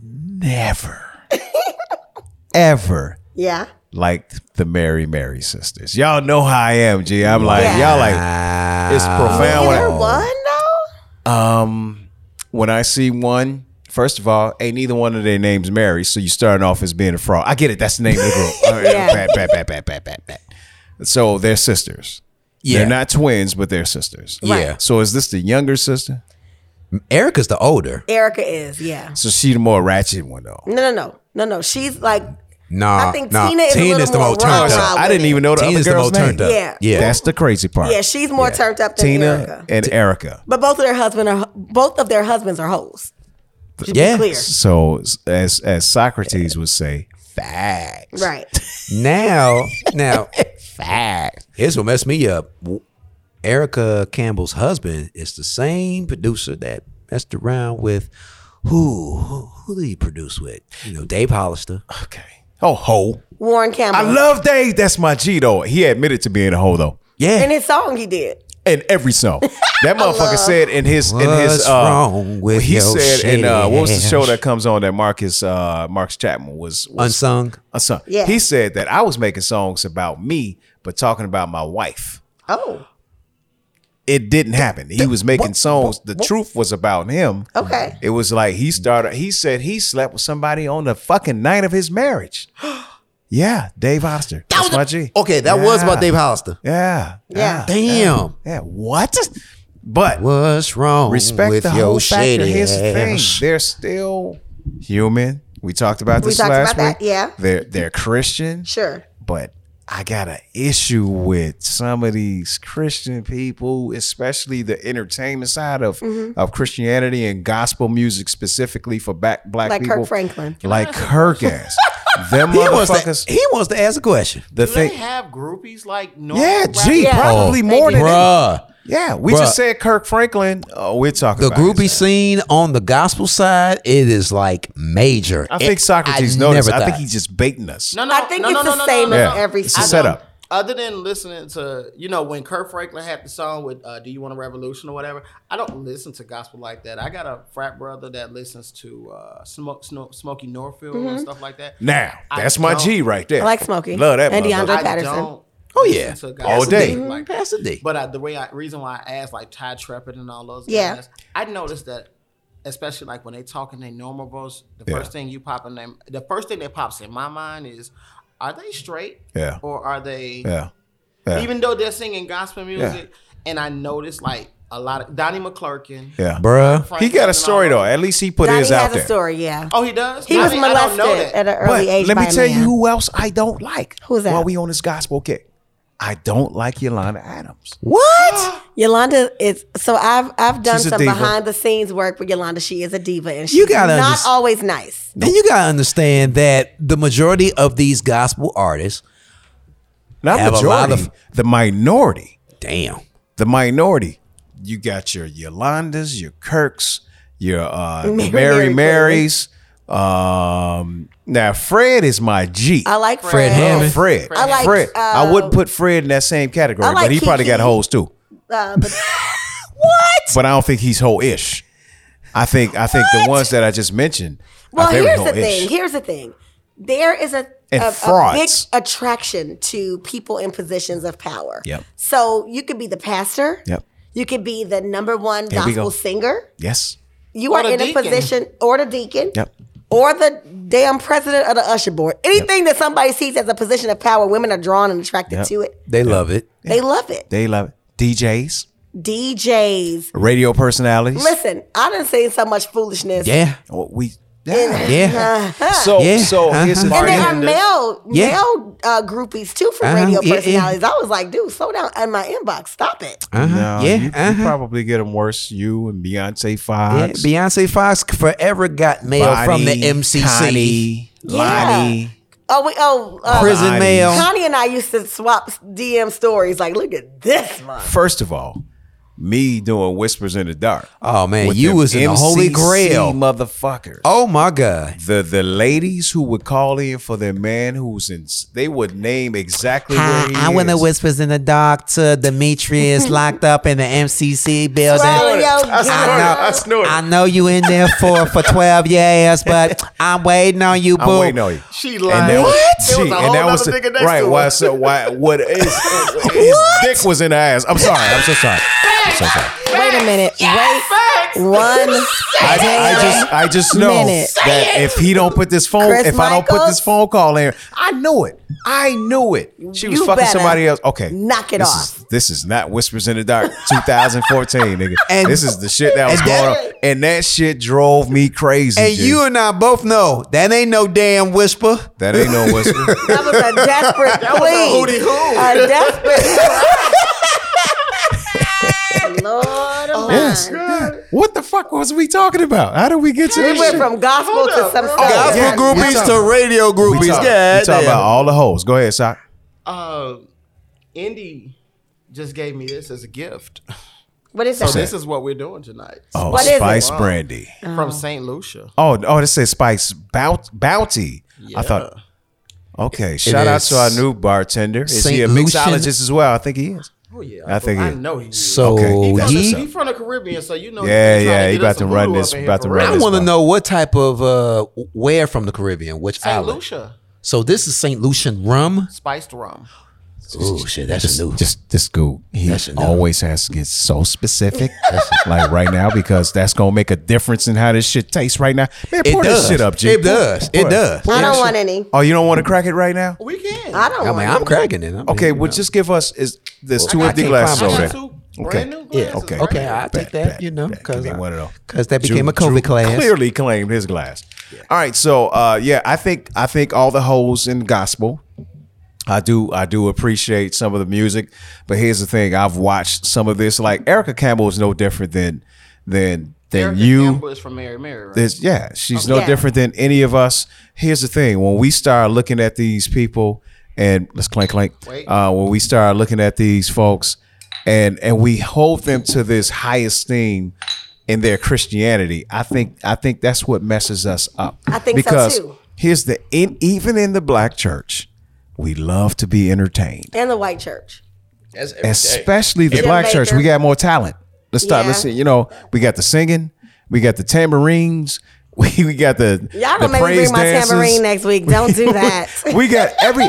S8: never *laughs* ever
S2: yeah,
S8: liked the Mary Mary sisters. Y'all know how I am, G. I'm like
S2: Yeah.
S8: y'all like it's profound. when I-
S2: either
S8: Um,
S2: one though.
S8: when I see one, first of all, ain't neither one of their names Mary, so you starting off as being a fraud. I get it. That's the name of the group. All right,
S2: *laughs* Yeah.
S8: bat, bat, bat, bat, bat, bat, bat. So they're sisters.
S3: Yeah.
S8: They're not twins, but they're sisters.
S3: Yeah.
S8: So is this the younger sister?
S3: Erica's the older.
S2: Erica is yeah.
S8: So she the more ratchet one though.
S2: No no no no no. She's like
S3: Nah,
S2: I think
S3: nah.
S2: Tina is a little
S3: the
S2: more
S3: most turned
S2: rah-rah
S3: up.
S8: I didn't even know the
S3: Tina's
S8: other
S3: the
S8: girl's
S3: most turned
S8: name.
S3: up.
S2: Yeah.
S3: yeah.
S8: That's the crazy part.
S2: yeah she's more turned up than
S8: Tina
S2: Erica.
S8: and Erica.
S2: But both of their husband are both of their husbands are hoes. To
S3: Yeah.
S2: be clear,
S8: So as as Socrates would say, facts.
S2: right?
S3: Now,
S8: *laughs*
S3: now, fact. Here's what messed me up. W- Erica Campbell's husband is the same producer that messed around with who? Who, who did he produce with? You know, Dave Hollister.
S8: Okay. Oh ho.
S2: Warren Campbell.
S8: I love Dave. That's my G though. He admitted to being a hoe though.
S3: Yeah.
S2: in his song he did.
S8: in every song.
S2: *laughs*
S8: That motherfucker said in his in his
S3: What's
S8: uh,
S3: wrong with
S8: he
S3: your
S8: said in uh, what was the show
S3: ass?
S8: that comes on that Marcus uh, Marcus Chapman was, was
S3: Unsung.
S8: unsung.
S2: Yeah.
S8: He said that I was making songs about me, but talking about my wife.
S2: Oh,
S8: It didn't happen. He was making songs. The truth was about him.
S2: Okay.
S8: It was like he started. He said he slept with somebody on the fucking night of
S3: *gasps*
S8: his marriage. yeah, Dave Oster. That's my G.
S3: Okay, that was about Dave Hollister.
S8: Yeah.
S2: Yeah.
S3: Damn.
S8: Yeah. What? But
S3: What's wrong
S8: respect
S3: with
S8: the
S3: your
S8: whole factor.
S3: shady
S8: Here's the thing:
S3: ass?
S8: they're still human. We talked about
S2: We
S8: this
S2: talked
S8: last
S2: about
S8: week.
S2: that, yeah.
S8: they're they're Christian,
S2: sure.
S8: but I got an issue with some of these Christian people, especially the entertainment side of
S2: Mm-hmm.
S8: of Christianity and gospel music, specifically for back black
S2: Like Kirk
S8: people,
S2: Franklin.
S8: like
S2: *laughs*
S8: Kirk ass. Them
S3: He wants,
S8: motherfuckers.
S3: to, he wants to ask a question.
S8: the
S10: Do they
S8: thing,
S10: have groupies like normal?
S8: yeah, gee,
S2: Yeah.
S8: probably
S2: Oh,
S8: more
S2: they
S8: than
S2: do.
S3: Bruh.
S8: yeah. We
S3: Bruh.
S8: just said Kirk Franklin. Oh, we're talking
S3: The
S8: about
S3: groupie
S8: his ass.
S3: scene on the gospel side, it is like major.
S8: I think
S3: It-
S8: Socrates
S3: I
S8: noticed.
S3: never
S8: I think
S3: thought-
S8: he's just baiting us.
S10: No, no,
S2: I think
S10: no,
S2: it's
S10: no,
S2: the
S10: no, no,
S2: same
S10: no,
S2: as
S10: no.
S2: every
S8: It's
S2: song.
S8: a setup.
S10: Other than listening to, you know, when Kurt Franklin had the song with uh, "Do You Want a Revolution" or whatever, I don't listen to gospel like that. I got a frat brother that listens to uh, Smoke, Smoke, Smokey Norfield
S2: Mm-hmm.
S10: and stuff like that.
S8: Now,
S10: I
S8: that's my
S10: don't-
S8: G right there.
S2: I like Smokey.
S8: Love that
S2: And
S8: motherfucker.
S2: DeAndre
S10: I
S2: Patterson.
S10: don't.
S3: Oh
S10: listen
S3: yeah,
S10: to
S8: All
S10: gospel
S8: day.
S2: Mm-hmm.
S10: music like that.
S3: Pass the day.
S10: But uh, the way I, reason why I asked like Ty Trepid and all those
S2: Yeah.
S10: guys, I noticed that especially like when they talk in their normal voice, the
S8: Yeah.
S10: first thing you pop in them, the first thing that pops in my mind is, are they straight?
S8: Yeah.
S10: Or are they?
S8: Yeah. Yeah.
S10: Even though they're singing gospel music, and I noticed like a lot of Donnie McClurkin.
S8: Yeah.
S3: Bruh.
S8: He got a story though.
S10: And all
S8: At least he put
S2: Donnie
S8: his
S2: has
S8: out
S2: a
S8: there.
S2: story. Yeah.
S10: those- Oh, he does.
S2: he
S10: I
S2: was
S10: mean, I don't know
S2: molested
S10: that.
S2: at an
S8: But
S2: early age.
S8: let me
S2: by a
S8: tell you
S2: man.
S8: who else I don't like.
S2: Who's that?
S8: While we on this gospel kick, I don't like Yolanda Adams.
S3: What?
S2: Yolanda is. So I've I've done
S8: She's a
S2: some
S8: diva.
S2: behind the scenes work with Yolanda. She is a diva, and she's
S3: You gotta
S2: not
S3: underst-
S2: always nice.
S3: And you gotta understand that the majority of these gospel artists,
S8: Not
S3: Have a lot
S8: majority.
S3: of-
S8: the minority.
S3: damn,
S8: The minority. You got your Yolandas, your Kirks, your uh, Mary
S2: *laughs* Mary
S8: Marys. Um, now Fred is my G.
S2: I like Fred.
S3: Fred
S8: Oh,
S3: Hammond.
S8: Fred.
S2: I like,
S8: Fred.
S2: uh,
S8: I wouldn't put Fred in that same category,
S2: I like
S8: but he probably
S2: Kiki.
S8: got holes too.
S2: Uh,
S8: *laughs*
S2: but
S8: But I don't think he's hoe ish. I think I think the ones that I just mentioned.
S2: Well,
S8: are very
S2: here's the
S8: hoe-ish.
S2: thing. Here's the thing. There is a,
S8: And
S2: a, a big
S8: frauds.
S2: attraction to people in positions of power.
S8: Yep.
S2: So you could be the pastor.
S8: Yep.
S2: You could be the number one
S8: There we go.
S2: gospel singer.
S8: Yes.
S2: You
S10: Or
S2: are
S10: the
S2: in
S10: deacon.
S2: a position, or the deacon,
S8: Yep.
S2: or the damn president of the usher board. Anything that somebody sees as a position of power, women are drawn and attracted
S8: Yep.
S2: to it.
S3: they love it.
S2: They love it.
S8: They love it. DJs,
S2: DJs.
S8: radio personalities.
S2: Listen, I didn't say so much foolishness.
S3: Yeah,
S8: Well, we
S3: Yeah. Yeah.
S2: Uh-huh.
S3: Uh-huh.
S8: So- so here's the
S2: and there are
S8: thing.
S2: male
S3: Yeah.
S2: male uh, groupies too for
S3: Uh-huh.
S2: radio
S3: Yeah, yeah.
S2: personalities. I was like, dude, slow down in my inbox. Stop it.
S3: Uh-huh.
S8: No,
S3: yeah.
S8: you, you
S3: uh-huh.
S8: probably get them worse. You and Beyonce
S3: Yeah,
S8: Fox,
S3: Beyonce Fox forever got mail from the
S8: Bonnie,
S3: MCC.
S8: Connie, Lonnie.
S2: Oh, we, oh, uh,
S3: Prison
S8: Bonnie.
S3: mail.
S2: Connie and I used to swap DM stories. Like, look at this month.
S8: First of all, me doing whispers in the dark.
S3: Oh, man,
S8: With
S3: you
S8: them
S3: was in the Holy
S8: MCC
S3: Grail.
S8: motherfucker.
S3: Oh my God.
S8: The the ladies who would call in for their man who's in, they would name exactly where he
S3: Hi, I went to
S8: is.
S3: Whispers in the Dark to *laughs* Demetrius locked up in the MCC building.
S2: Swallow your
S3: I know, I,
S6: snorted.
S3: know you in there for, for 12 years, *laughs* but I'm waiting on you, boo.
S8: I'm waiting on you.
S10: She lied.
S8: that was-
S10: There was
S8: she-
S10: a whole
S8: that
S10: nother
S8: was the-
S10: nigga next
S8: right.
S10: to
S8: Why?
S10: her.
S8: So why? What is? His dick was in her ass. I'm sorry. I'm so sorry. I'm so sorry.
S11: Wait a minute. Wait one
S8: I, I just I just know
S11: Minute.
S8: that if he don't put this phone
S2: Chris
S8: if I don't put
S2: Michaels?
S8: this phone call in, I knew it. I knew it. She was
S2: You
S8: fucking
S2: better
S8: somebody else. Okay.
S2: knock it
S8: this
S2: off.
S8: Is, this is not Whispers in
S2: *laughs*
S8: the Dark 2014, nigga.
S3: And-
S8: this is the shit that was
S3: and
S8: going
S3: that-
S8: on. And that shit drove me crazy.
S3: And
S8: G.
S3: you and I both know that ain't no damn whisper.
S8: that
S2: *laughs*
S8: ain't no whisper.
S2: That was a desperate
S10: hootie
S2: plea.
S10: hoo.
S8: *laughs*
S2: A desperate. Lord of
S8: yes.
S2: mine.
S8: What the fuck was we talking about? How did we get to
S2: We
S8: this
S2: went
S8: shit?
S2: from gospel to some stuff.
S3: Gospel
S8: yeah, we
S3: groupies
S8: talking-
S3: to radio
S8: we
S3: groupies.
S8: talking,
S3: yeah,
S8: we talking about all the hoes. Go ahead, Sock.
S10: Uh, Indy just gave me this as a gift.
S2: What is
S10: So
S2: that?
S10: this is what we're doing tonight.
S8: Oh,
S2: What is it?
S8: Spice Brandy.
S10: From St. Lucia.
S8: Oh, oh, it says Spice Bout- Bounty. I thought. Okay, shout out
S3: is
S8: to our new bartender. Is he a
S3: Saint Lucian.
S8: mixologist as well? I think he is.
S10: Oh yeah.
S8: I think
S10: I
S8: he-
S10: know he is.
S3: So
S8: Okay, that's
S3: he,
S8: what's
S10: He from the Caribbean, so you know.
S8: Yeah,
S10: he trying
S8: yeah,
S10: get
S8: he
S10: us
S8: about
S10: some
S8: to run
S10: voodoo
S8: this-
S10: up in
S8: about
S10: here
S8: to
S10: for
S8: run
S3: I
S10: real.
S8: this.
S3: want to know what type of uh where from the Caribbean, which
S10: St.
S3: island.
S10: Lucia,
S3: So this is Saint Lucian rum.
S10: spiced rum.
S3: Oh shit, that's
S8: Just-
S3: a new.
S8: Just this dude, he
S3: That's enough.
S8: always has to get so specific, like right now, because that's gonna make a difference in how this shit tastes right now. Man,
S3: It
S8: pour
S3: does.
S8: this shit up, G.
S3: It does. It
S8: Pour
S3: does.
S2: I don't
S8: that
S2: want
S8: shit-
S2: any.
S8: Oh, you don't want to crack it right now?
S10: We can.
S2: I don't
S3: I
S2: want
S3: mean,
S2: any.
S3: I'm cracking it. I mean,
S8: Okay,
S3: you
S8: well,
S3: know.
S8: just give us is there's two
S3: I
S8: empty
S3: can't
S8: glasses
S3: find
S8: over
S3: mine.
S8: there.
S10: Two brand new glasses.
S8: okay,
S10: right
S3: Okay,
S10: now.
S3: I take
S8: Bet,
S3: that.
S8: bet,
S3: you know,
S8: bet. Give
S3: because
S8: me one of those.
S3: that became a COVID class.
S8: Clearly claimed his glass. All right, so uh, yeah, I think I think all the holes in gospel. I do I do appreciate some of the music, but here's the thing: I've watched some of this. Like Erica Campbell is no different than than than
S10: Erica
S8: you.
S10: Campbell is from Mary Mary. Right?
S8: There's, yeah, she's no
S2: Yeah.
S8: different than any of us. Here's the thing: when we start looking at these people, and let's clank clank.
S10: Wait.
S8: Uh, when we start looking at these folks, and and we hold them to this high esteem in their Christianity, I think I think that's what messes us up.
S2: I think so,
S8: because
S2: too.
S8: here's the in, even in the black church, we love to be entertained,
S2: And the white church.
S9: That's every day.
S8: especially the
S2: Jim
S8: black church.
S2: Baker.
S8: We got more talent. Let's start.
S2: Yeah.
S8: Let's see. You know, we got the singing, we got the tambourines, *laughs* we, we got the
S2: Y'all
S8: the
S2: don't make me
S8: praise
S2: bring my
S8: dances.
S2: tambourine next week. Don't
S8: *laughs*
S2: do that.
S8: we got every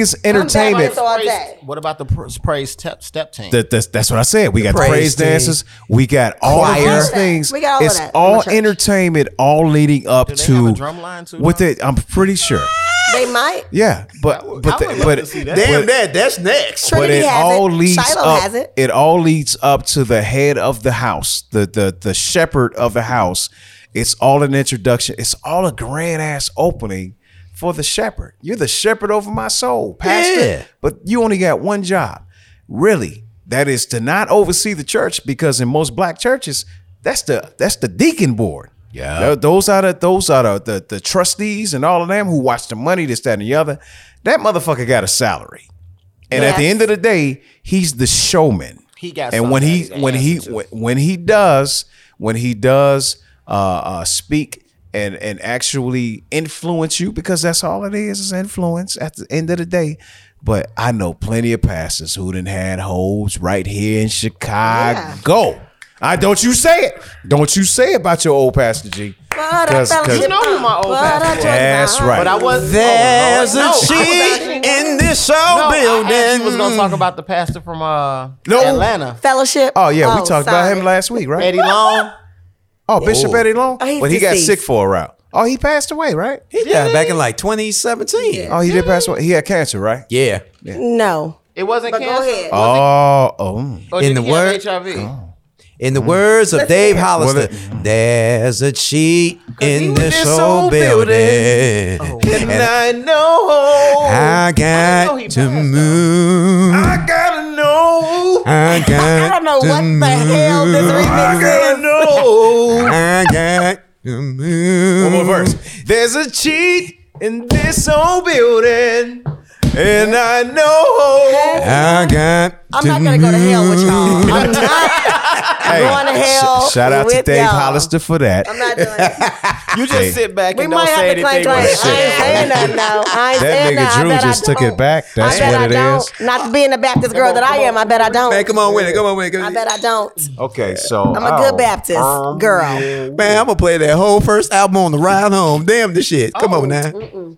S2: *laughs*
S8: is entertainment.
S2: so all day.
S10: What about the pr- praise step, step team?
S8: That- that's, that's what I said. We got the
S3: praise
S8: praise
S3: team.
S8: dances. We got all of
S3: Choir.
S8: these things.
S2: We got all of
S8: it's
S2: that in
S8: all
S2: the church.
S8: entertainment, all leading up
S10: they
S8: to
S10: have a drum line too
S8: With
S10: now?
S8: it, I'm pretty sure.
S2: they might.
S8: Yeah, but but
S10: I would
S8: the-
S10: love
S8: but
S10: to see that.
S8: but-
S3: Damn that. That's next.
S8: but
S2: Trinity
S8: it
S2: has
S8: all
S2: it.
S8: leads
S2: Shiloh
S8: up.
S2: has it.
S8: all leads up to the head of the house, the the the shepherd of the house. It's all an introduction. It's all a grand ass opening for the shepherd. You're the shepherd over my soul, pastor.
S3: Yeah.
S8: But you only got one job, really. That is to not oversee the church because in most black churches, that's the that's the deacon board.
S3: Yeah.
S8: Th- Those are the those are the, the the trustees and all of them who watch the money, this, that, and the other. That motherfucker got a salary. And at the
S2: Yes.
S8: end of the day, he's the showman.
S10: He got
S8: and when he
S10: something to
S8: when he
S10: answer to.
S8: when, when he does when he does uh, uh, speak and and actually influence you because that's all it is is influence at the end of the day. But I know plenty of pastors who done had hoes right here in Chicago. I don't you say it. Don't you say about your old pastor G.
S2: But I
S8: 'Cause-
S2: felt
S8: 'cause-
S10: You know who my old
S2: but
S10: pastor
S2: I
S10: was.
S2: told
S8: That's
S2: my-
S8: right.
S10: but I was oh, Lord.
S3: There's a
S10: No, I was
S3: cheat
S10: actually-
S3: in this show
S10: No, I actually
S3: building.
S10: was gonna talk about the pastor from uh
S8: No.
S10: Atlanta,
S2: Fellowship.
S8: Oh yeah, we talked about
S2: sorry.
S8: him last week, right?
S10: Eddie Long.
S8: Oh, Bishop
S3: Oh.
S8: Eddie Long.
S2: Oh, he's
S8: but he got
S2: deceased.
S8: sick for a while. Oh, he passed away, right?
S3: He died back in like 2017. Yeah.
S8: Oh, he did pass away. He had cancer, right?
S2: No.
S10: It wasn't
S2: But go
S10: cancer.
S2: ahead.
S8: Oh, oh.
S10: Or
S3: In
S10: did
S3: the
S10: he have
S3: word-
S10: HIV.
S3: In the words of Dave Hollister, there's a cheat in this whole building.
S10: And
S3: And
S10: I know.
S2: Oh,
S3: I got to move. I
S10: gotta know.
S2: *laughs*
S3: I got
S10: I don't know
S3: to
S10: what the
S3: move.
S10: hell this remix
S3: I gotta
S10: is.
S3: know. I got to move. One more verse.
S8: There's a cheat in this old building, and I know.
S3: I got.
S2: I'm not gonna go to hell with y'all. I'm not going to hell.
S8: sh- shout out to
S2: with
S8: Dave
S2: y'all.
S8: Hollister for that.
S2: I'm not doing
S10: You just
S8: Hey.
S10: sit back
S2: We
S10: and
S2: might
S10: don't
S2: have
S10: say
S2: to
S10: anything.
S2: claim claim. I ain't
S8: Shit.
S2: saying nothing though. I ain't
S8: That
S2: saying
S8: nigga
S2: nothing.
S8: Drew
S2: I bet
S8: just
S2: I
S8: took
S2: don't.
S8: it back. That's
S2: I bet
S8: what it
S2: I
S8: is.
S2: don't. Not being the Baptist girl that I am, I bet I don't.
S3: Man, come on with it. Come on with it. Come
S2: I
S3: on.
S2: bet I don't.
S8: Okay, so um,
S2: I'm a good Baptist girl.
S3: Man, I'm gonna play that whole first album on the ride home. Damn this shit. Come
S2: Oh,
S3: on now.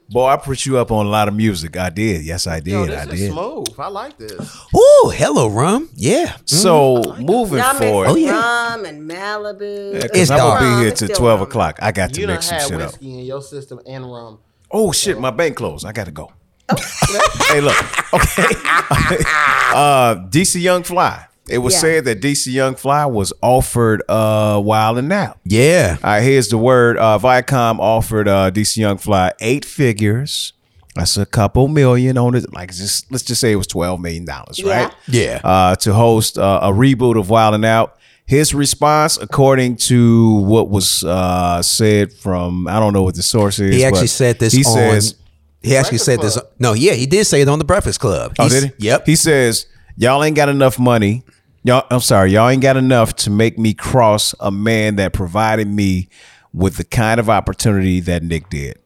S8: Boy, I put you up on a lot of music. I did. Yes, I did.
S10: Yo,
S8: I
S10: this is
S8: did.
S10: smooth. I like this.
S3: Ooh, hello, rum. Yeah.
S10: Mm-hmm.
S3: Oh,
S8: So moving
S2: Y'all
S8: forward, Oh,
S2: mixed rum and Malibu.
S8: Yeah, 'cause
S3: It's
S8: I'm gonna
S2: rum,
S8: be here
S2: it's
S8: till
S2: still
S8: twelve
S2: rum.
S8: o'clock. I got to
S10: You done
S8: mix some
S10: had
S8: shit up.
S10: whiskey in your system and rum.
S8: Oh shit, my bank closed. I gotta go.
S10: Oh.
S8: *laughs* hey, look. Okay. *laughs* uh, DC Young Fly. It was
S2: Yeah.
S8: said that DC Young Fly was offered uh while and now.
S3: Yeah.
S8: All right, here's the word. Uh, Viacom offered uh, DC Young Fly eight figures. That's a couple million on it. Like just let's just say it was twelve million dollars,
S2: Yeah.
S8: right?
S3: Yeah.
S8: Uh, to host uh, a reboot of Wild and Out. His response, according to what was uh, said from I don't know what the source is.
S3: He actually
S8: but
S3: said this
S8: He
S3: on
S8: says,
S3: He actually said this. No, yeah, he did say it on the Breakfast Club.
S8: "Oh,
S3: He's-
S8: did he?
S3: Yep.
S8: He says, "Y'all ain't got enough money. Y'all, I'm sorry, y'all ain't got enough to make me cross a man that provided me with the kind of opportunity that Nick did."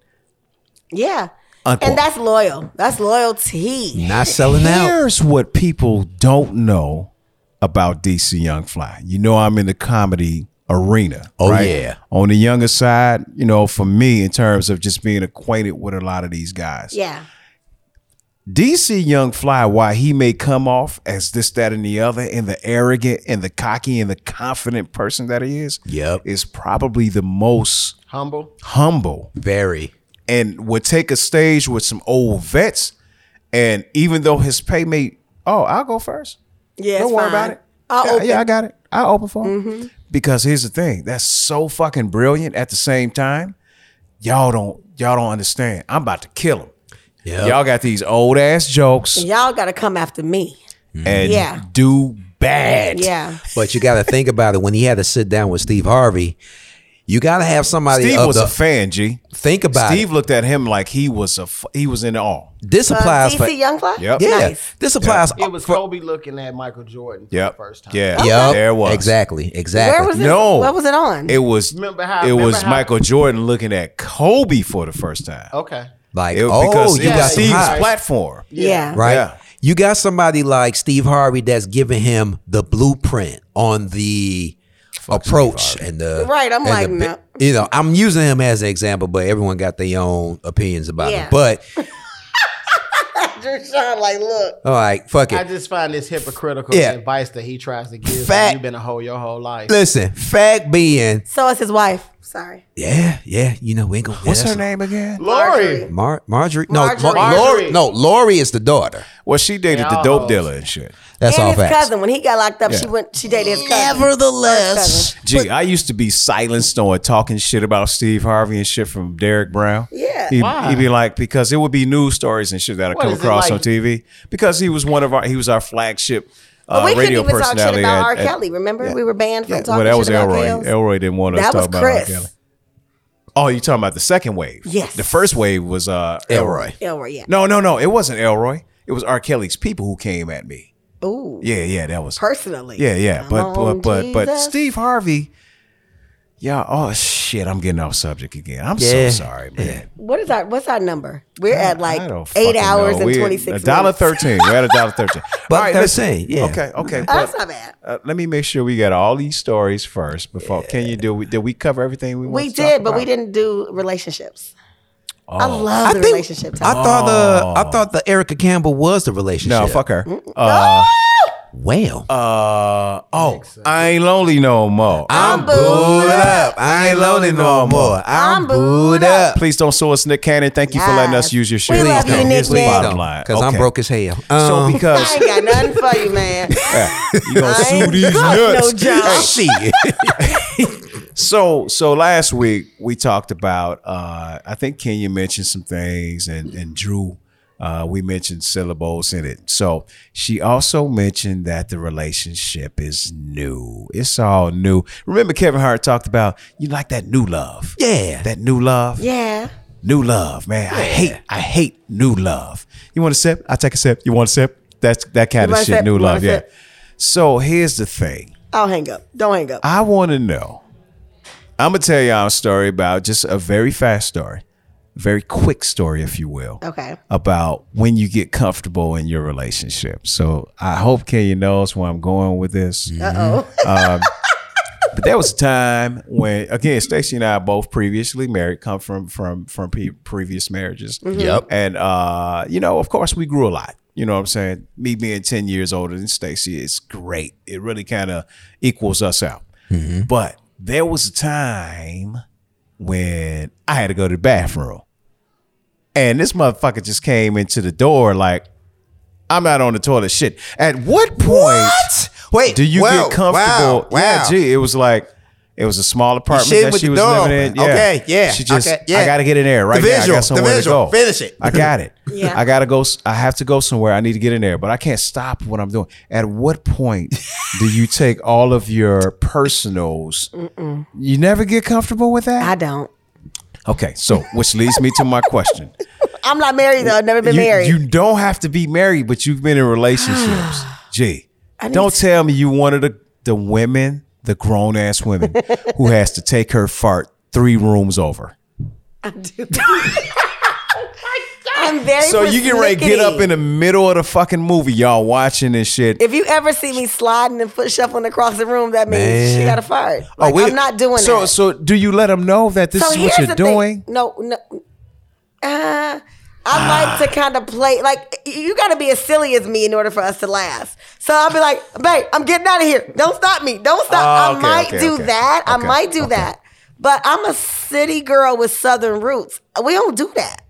S2: Yeah.
S8: Unquote.
S2: And that's loyal. That's loyalty.
S3: Not selling out.
S8: Here's what people don't know about DC Young Fly. You know, I'm in the comedy arena.
S3: Oh,
S8: right?
S3: yeah.
S8: On the younger side, you know, for me, in terms of just being acquainted with a lot of these guys.
S2: Yeah.
S8: DC Young Fly, why he may come off as this, that, and the other, and the arrogant and the cocky and the confident person that he is,
S3: Yep.
S8: is probably the most
S10: Humble.
S8: humble
S3: Very.
S8: and would take a stage with some old vets. And even though his pay may, oh, I'll go first.
S2: Yeah.
S8: Don't
S2: it's
S8: worry
S2: fine.
S8: about it.
S2: I'll
S8: yeah,
S2: open. Mm-hmm.
S8: yeah, I got it. I'll open for him. Because here's the thing. That's so fucking brilliant at the same time. Y'all don't y'all don't understand. I'm about to kill him.
S3: Yep.
S8: Y'all got these old ass jokes
S2: Y'all got to come after me.
S8: and
S2: Yeah.
S8: do bad.
S2: Yeah.
S3: But you got to think about it. When he had to sit down with Steve Harvey, you got to have somebody.
S8: Steve
S3: of
S8: was
S3: the-
S8: a fan, G.
S3: Think about
S8: Steve
S3: it.
S8: looked at him like he was a f- he was in awe.
S3: This
S2: Uh,
S3: applies
S2: DC
S3: for
S2: Young Fly?
S8: Yep.
S3: yeah.
S2: Nice.
S3: This applies.
S10: It was Kobe looking at Michael Jordan for
S8: Yep.
S10: the first time.
S8: Yeah.
S3: Yep.
S8: There it was
S3: exactly. Exactly.
S2: Where was it?
S8: No.
S2: What was it on?
S8: It was
S10: Remember how-
S8: it
S10: remember
S8: was
S10: how-
S8: Michael Jordan looking at Kobe for the first time.
S10: Okay.
S3: like
S8: It-
S3: oh,
S8: because
S3: you
S8: it
S3: got
S8: was
S3: some
S8: Steve's
S3: hype,
S8: platform.
S2: yeah.
S3: right?
S8: Yeah.
S3: You got somebody like Steve Harvey that's giving him the blueprint on the approach and the
S2: Right, I'm
S3: and
S2: like,
S3: the bi-
S2: no.
S3: you know, I'm using him as an example, but everyone got their own opinions about
S2: Yeah.
S3: him. But
S2: *laughs* Drew Sean, like, look.
S3: all right, fuck
S10: I
S3: it.
S10: just find this hypocritical
S3: Yeah.
S10: advice that he tries to give.
S3: Fact.
S10: Fact. You've been a hoe your whole life.
S3: Listen, fact being,
S2: So is his wife. Sorry.
S3: yeah, yeah, you know, we ain't gonna.
S8: What's
S3: yeah,
S8: her
S3: that's-
S8: name again?
S10: Lori.
S3: Mar- Marjorie? No, Mar-
S2: Marjorie.
S3: Lori. No, Lori is the daughter.
S8: Well, she dated the
S10: Yeah,
S8: dope
S10: almost.
S8: dealer and shit.
S3: That's
S2: and
S3: all
S2: his
S3: facts.
S2: cousin, when he got locked up, she
S8: Yeah.
S2: went. She dated his cousin.
S3: Nevertheless,
S8: Gee, I used to be silenced on talking shit about Steve Harvey and shit from Derek Brown.
S2: Yeah.
S8: He,
S10: Why?
S8: would be like, because it would be news stories and shit that I
S10: What
S8: come
S10: is it
S8: across
S10: like-
S8: on TV. Because he was one of our, he was our flagship uh,
S2: But we couldn't
S8: radio
S2: even talk shit
S8: personality.
S2: about R.
S8: at- at-
S2: Kelly. Remember, we were banned from
S8: Yeah,
S2: talking
S8: well, that was
S2: shit about
S8: Elroy.
S2: Kells.
S8: Elroy didn't want us
S2: That
S8: to
S2: was
S8: talk about R.
S2: Chris.
S8: Kelly. Oh, you talking about the second wave?
S2: Yes.
S8: The first wave was uh,
S3: Elroy.
S2: Elroy, yeah.
S8: No, no, no. It wasn't Elroy. It was R. Kelly's people who came at me.
S2: Ooh,
S8: Yeah, yeah, that was
S2: personally.
S8: Yeah, yeah, but
S2: Come on,
S8: but but but
S2: Jesus.
S8: Steve Harvey, yeah. Oh shit, I'm getting off subject again. I'm
S3: Yeah.
S8: so sorry, man.
S2: What is our what's our number? We're at like
S8: I don't
S2: eight
S8: fucking
S2: hours
S8: know.
S2: and
S8: We're
S2: twenty six. *laughs*
S8: A dollar thirteen. We're at a dollar thirteen.
S3: Buck
S8: listen.
S3: 13, yeah.
S8: Okay, okay.
S2: That's
S8: but,
S2: not bad.
S8: uh, let me make sure we got all these stories first before. Can you do? We, did we cover everything we?
S2: We
S8: wanted to talk
S2: did, but we
S8: about?
S2: didn't do relationships. I love the relationship
S3: I
S2: topic.
S3: Oh. thought the I thought the Erica Campbell was the relationship.
S8: No, fuck her. Uh,
S3: Whale.
S8: Uh oh, I ain't lonely no more.
S3: I'm booed up. I ain't lonely no more. I'm booed up.
S8: Please don't sue us, Nick Cannon. Thank you for letting us use your show.
S3: Please love you, Nick
S8: Here's the
S3: Cannon.
S8: bottom line.
S3: Because I'm broke as hell.
S8: so
S3: Um,
S8: because
S2: I ain't got nothing for you,
S8: *laughs*
S2: man.
S8: Oh, you gonna
S2: I
S8: sue
S2: ain't
S8: these
S2: got
S8: nuts.
S2: no job. *laughs*
S8: Shit. so so last week we talked about uh I think Kenya mentioned some things and and Drew uh we mentioned syllables in it. So she also mentioned that the relationship is new. It's all new. Remember Kevin Hart talked about you like that new love.
S3: Yeah.
S8: That new love.
S2: Yeah.
S8: New love, man. I hate I hate new love. You want a sip? I take a sip. You want a sip? That's that kind
S2: You
S8: of
S2: want a
S8: shit.
S2: sip?
S8: New
S2: You want
S8: love,
S2: a
S8: yeah.
S2: sip?
S8: So here's the thing.
S2: I'll hang up. Don't hang up.
S8: I want to know. I'm gonna tell y'all a story about just a very fast story, very quick story, if you will,
S2: Okay.
S8: about when you get comfortable in your relationship. So I hope Kenya knows where I'm going with this.
S2: Uh-oh.
S8: Um, but there was a time when, again, Stacy and I both previously married, come from from from pre- previous marriages.
S3: Mhm. Yep.
S8: And uh, you know, of course, we grew a lot. You know what I'm saying? Me being 10 years older than Stacy is great. It really kind of equals us out. But there was a time when I had to go to the bathroom. And this motherfucker just came into the door like, I'm not on the toilet. Shit. At what point
S3: Wait,
S8: do you
S3: wow,
S8: get
S3: wow,
S8: comfortable? Yeah,
S3: wow.
S8: gee, it was like it was a small apartment
S3: shit
S8: that
S3: with
S8: she
S3: the
S8: was
S3: door
S8: living in.
S3: open. Okay, yeah,
S8: She just
S3: okay, yeah.
S8: I gotta get in there
S3: The
S8: right now. I
S3: visual,
S8: got
S3: the
S8: somewhere
S3: visual.
S8: to go.
S3: Finish it.
S8: I got it.
S2: *laughs* Yeah.
S8: I gotta go. s- I have to go somewhere. I need to get in there, but I can't stop what I'm doing. At
S3: *laughs*
S8: what point do you take all of your personals?
S2: Mm-mm.
S8: You never get comfortable with that?
S2: I don't.
S8: Okay, so which leads me to my question.
S2: I'm not married though. I've never been
S8: you,
S2: married.
S8: you don't have to be married, but you've been in relationships.
S2: *sighs*
S8: Gee,
S2: I need
S8: don't
S2: to-
S8: tell me you one of the, the women, the grown ass women,
S2: *laughs*
S8: who has to take her fart three rooms over.
S2: I do. *laughs* Oh I'm very
S8: so you get ready, to get up
S2: persnickety.
S8: in the middle of the fucking movie, y'all watching this shit.
S2: If you ever see me sliding and foot shuffling across the room, that means
S8: Man. Oh,
S2: she got a fart. Like,
S8: we-
S2: I'm not doing
S8: so,
S2: that.
S8: So do you let them know that this
S2: So
S8: is what
S2: here's
S8: you're
S2: the thing.
S8: doing?
S2: No, no. Uh, I like to kind of play. Like you got to be as silly as me in order for us to laugh. So I'll be like, "Babe, I'm getting out of here. Don't stop me. Don't
S8: Oh,
S11: Ah,
S2: stop."
S11: okay,
S2: I might
S11: okay,
S2: do
S11: okay.
S2: that. I
S11: Okay,
S2: might do
S11: okay.
S2: that. But I'm a city girl with southern roots. We don't do that.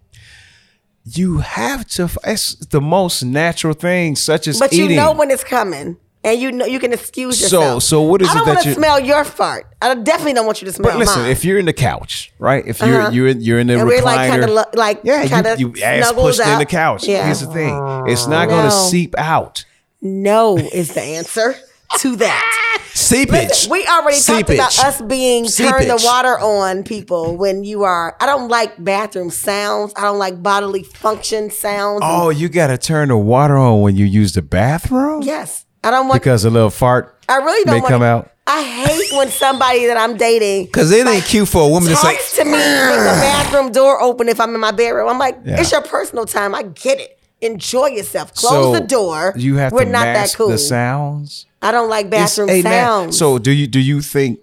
S8: You have to. f- It's the most natural thing, such as
S2: but
S8: eating.
S2: you know when it's coming, and you know you can excuse
S8: So-
S2: yourself.
S8: so what is
S2: I
S8: it
S2: don't
S8: that
S2: want to
S8: you-
S2: smell Oh, your fart. I definitely don't want you to smell
S8: But listen,
S2: mine.
S8: if you're in the couch, right? If you're
S2: Uh-huh.
S8: you're in, you're in the
S2: and
S8: recliner,
S2: we're like kind of lo- like kind
S8: yeah,
S2: of
S8: you, you ass pushed in the couch. Here's the thing: it's not going to
S2: No.
S8: seep out.
S2: No is the answer to that.
S3: Seepage.
S2: We already talked about
S3: Seepage.
S2: us being turn the
S3: Seepage.
S2: water on people when you are. I don't like bathroom sounds. I don't like bodily function sounds.
S8: Oh, you got to turn the water on when you use the bathroom
S2: yes, I don't want.
S8: because a little fart
S2: I really don't
S8: may
S2: want.
S8: come out.
S2: I hate when somebody that I'm dating
S3: Because it ain't cute for a woman to say,
S2: talks to me with the bathroom door open if I'm in my bedroom. I'm like,
S3: Yeah.
S2: it's your personal time. I get it. Enjoy yourself. Close
S8: So,
S2: the door.
S8: You have
S2: We're
S8: to
S2: not
S8: mask
S2: that cool.
S8: the sounds.
S2: I don't like
S8: It's
S2: bathroom
S8: a na-
S2: sounds.
S8: so do you do you think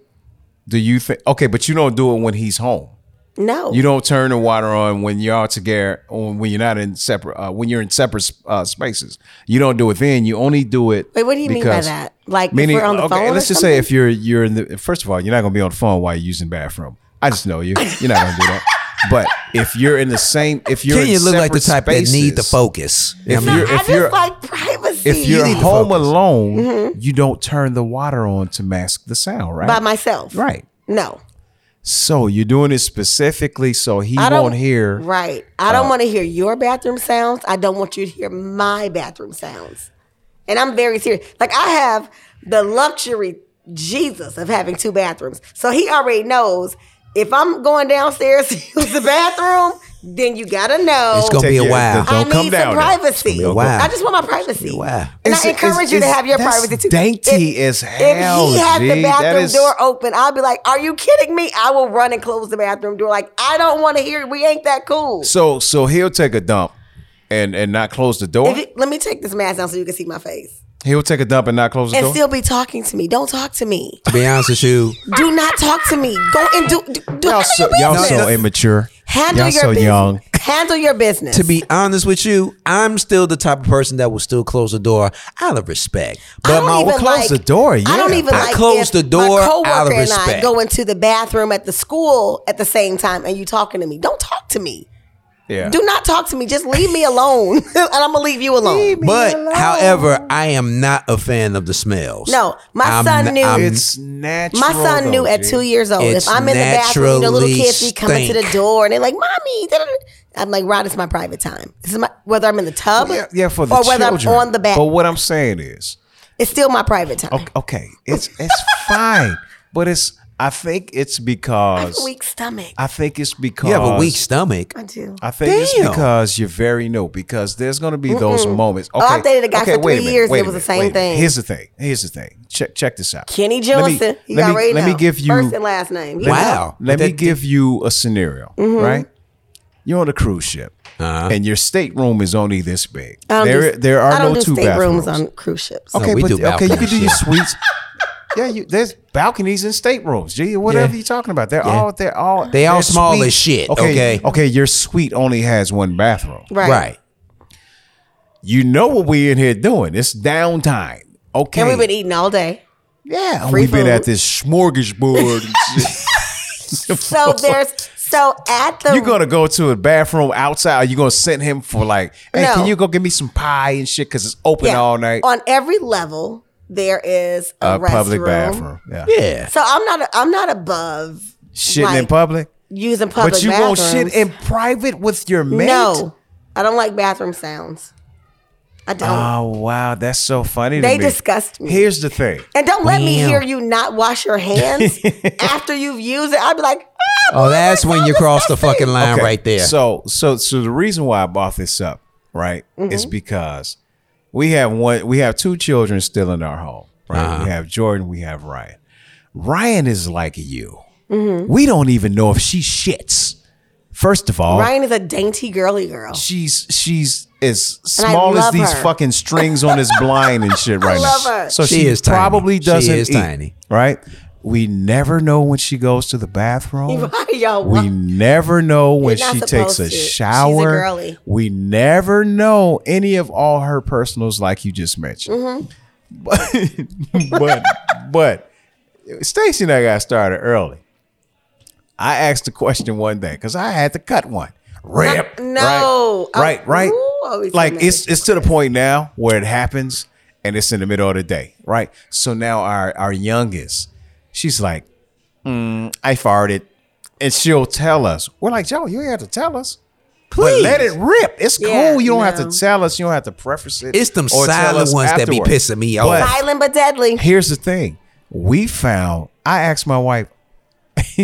S8: do you think okay? But you don't do it when he's home.
S2: no.
S8: You don't turn the water on when you're all together, or when you're not in separate, uh, when you're in separate uh, spaces. You don't do it then. You only do it.
S2: Wait, what do you mean by
S8: because-
S2: that? Like if we're on the
S8: okay,
S2: phone or
S8: Let's just say if you're you're in the first of all, you're not gonna be on the phone while you're using the bathroom. I just know you. You're not gonna
S2: *laughs*
S8: do that. But if you're in the same, if you're
S3: Kenya
S8: in
S3: look like the
S8: separate
S3: type that need to
S8: spaces,
S3: focus.
S8: If you're
S2: I
S8: if
S2: just
S8: you're
S2: like privacy.
S8: if you're home alone,
S2: Mhm.
S8: you don't turn the water on to mask the sound, right?
S2: by myself,
S8: Right.
S2: No,
S8: So you're doing it specifically so he
S2: I don't-
S8: won't hear.
S2: right. I don't
S8: Uh,
S2: want to hear your bathroom sounds. I don't want you to hear my bathroom sounds. And I'm very serious. Like I have the luxury, Jesus, of having two bathrooms. So he already knows if I'm going downstairs to use the bathroom, then you gotta know
S3: It's gonna be a Take your- while.
S2: I
S3: don't
S2: need
S3: come down
S2: some
S3: there.
S2: privacy.
S3: It's gonna be a while.
S2: I just want my privacy.
S3: wow.
S2: And
S8: Ah. It's-
S2: I encourage
S8: it's-
S2: you to
S8: it's-
S2: have your
S8: that's
S2: privacy too.
S8: Dainty as hell.
S2: if he has
S8: G.
S2: the
S8: That
S2: bathroom
S8: is-
S2: door open, I'll be like, "Are you kidding me?" I will run and close the bathroom door. Like, I don't want to hear. it. We ain't that cool.
S8: So so he'll take a dump and and not close the door.
S2: If you- let me take this mask down so you can see my face
S8: he'll take a dump and not close the
S2: and
S8: door.
S2: still be talking to me. Don't talk to me.
S3: to be honest with you,
S2: Do not talk to me. Go and do. do, do
S8: y'all
S2: handle
S8: so,
S2: your
S8: y'all
S2: business.
S8: so immature.
S2: Handle
S8: y'all
S2: your
S8: so
S2: business.
S8: young.
S2: handle your business.
S3: To be honest with you, I'm still the type of person that will still close the door out of respect. But
S2: don't
S3: my
S2: even like- I don't even
S3: I
S2: like
S3: close
S2: if
S3: the door
S2: my
S3: out
S2: coworker
S3: of
S2: and I
S3: respect.
S2: go into the bathroom at the school at the same *laughs* time, and you talking to me. Don't talk to me.
S3: yeah.
S2: Do not talk to me. Just leave me alone, and I'm gonna leave you alone.
S3: But however, I am not a fan of the smells.
S2: No, my son knew.
S8: It's natural.
S2: My son knew at two years old. if I'm in the bathroom, the little kids be coming to the door and they're like, "Mommy," da-da-da." I'm like, "Rod, it's my private time. This is my whether I'm in the tub,
S8: Yeah, yeah, for the
S2: or whether
S8: children.
S2: I'm on the back.
S8: But what I'm saying is,
S2: It's still my private time.
S8: okay, okay it's it's fine, but it's I think it's
S2: I have
S8: because
S2: a weak stomach.
S8: I think it's because
S3: You have a weak stomach.
S2: I do.
S8: I think it's
S3: Damn.
S8: because you're very new. Because there's going to be those
S2: Mm-mm.
S8: moments.
S2: Oh,
S8: Okay,
S2: I dated a guy
S8: okay,
S2: for
S8: wait
S2: three
S8: minute,
S2: years and
S8: wait
S2: it
S8: a
S2: was the
S8: minute,
S2: same
S8: wait a minute.
S2: thing.
S8: Here's the thing. Here's the thing. Check check this out.
S2: Kenny
S8: Let me-
S2: Johnson. You
S8: let me-
S2: already
S8: let me
S2: know.
S8: give you
S2: first and last name. You
S8: Let me-
S2: know.
S8: Let me give you a scenario,
S2: Mhm.
S8: right? You're on a cruise ship,
S3: Uh-huh.
S8: and your stateroom is only this big.
S2: I don't
S8: There,
S2: do-
S8: there are
S2: I don't do
S8: no two
S2: state
S8: bathrooms
S2: rooms on cruise ships.
S8: Okay, but okay, you
S3: *laughs*
S8: can do your suites. yeah, you, there's balconies and staterooms. Gee, whatever
S3: Yeah.
S8: you're talking about, they're
S3: Yeah.
S8: all they're all
S3: They all
S8: they're
S3: small
S8: suites.
S3: as shit, okay?
S8: Okay, your suite only has one bathroom.
S2: Right. Right.
S8: You know what we in here doing? It's downtime. Okay.
S2: And we've been eating all day.
S8: Yeah,
S2: free
S8: we've been at
S2: food.
S8: this smorgasbord. *laughs* and shit.
S2: *laughs* So there's so at the
S8: You're gonna go to a bathroom outside. You're gonna send him for like, hey,
S2: No.
S8: can you go get me some pie and shit? Cause it's open
S2: Yeah.
S8: all night.
S2: on every level there is a,
S8: A public
S2: restroom.
S8: bathroom, yeah. Yeah.
S2: So I'm not I'm not above
S8: Shitting in
S2: like,
S8: public.
S2: using public.
S8: but you
S2: bathrooms.
S8: won't shit in private with your mate.
S2: No, I don't like bathroom sounds. I don't.
S8: Oh wow, that's so funny.
S2: They
S8: to me.
S2: disgust me.
S8: Here's the thing.
S2: and don't let me
S8: Damn.
S2: hear you not wash your
S8: *laughs*
S2: hands after you've used it. I'd be like,
S3: Oh, that's when you cross the fucking line
S8: Okay,
S3: right there.
S8: So, so, so the reason why I brought this up, right, is
S2: Mhm.
S8: because we have one, we have two children still in our home, right?
S3: Uh-huh.
S8: We have Jordan, we have Ryan. Ryan is like you.
S2: Mhm.
S8: We don't even know if she shits. First of all,
S2: Ryan is a dainty girly girl.
S8: she's she's as
S2: And I
S8: small as
S2: love
S8: these
S2: her.
S8: fucking
S2: *laughs*
S8: strings on this blind and shit right
S2: love
S8: now.
S2: her.
S8: So she,
S3: She is tiny.
S8: probably
S3: She
S8: doesn't
S3: is
S8: eat,
S3: tiny.
S8: right? We never know when she goes to
S2: *laughs*
S8: the bathroom.
S2: Yo,
S8: We never know when
S2: You're not
S8: she takes
S2: supposed
S8: a
S2: to. She's a
S8: shower.
S2: girly.
S8: We never know any of all her personals, like you just mentioned.
S2: Mhm. Mm-hmm.
S8: *laughs* but but Stacy and I got started early. I asked the question one day because I had to cut one. Rip.
S2: No. I-
S8: Right. Right.
S2: Ooh, I always
S8: like
S2: remember.
S8: it's it's to the point now where it happens and it's in the middle of the day. Right. So now our our youngest, she's like, "Mm, I farted, and she'll tell us. We're like, Joe, you ain't have to tell us. But
S3: Please.
S8: let it rip. It's
S2: Yeah,
S8: cool. You don't have
S2: no.
S8: to tell us. You don't have to preface it.
S3: It's them
S8: or tell
S3: silent
S8: us
S3: ones that be
S8: afterwards.
S3: pissing me
S8: But-
S3: off.
S2: Silent but deadly.
S8: Here's the thing. We found, I asked my wife, *laughs*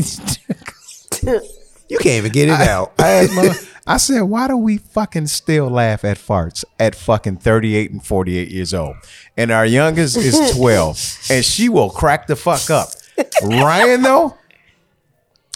S3: You can't even get it out.
S8: I, asked my- *laughs* I said, why do we fucking still laugh at farts at fucking 38 and 48 years old? And our
S2: *laughs*
S8: youngest is 12, and she will crack the fuck up. Ryan, though,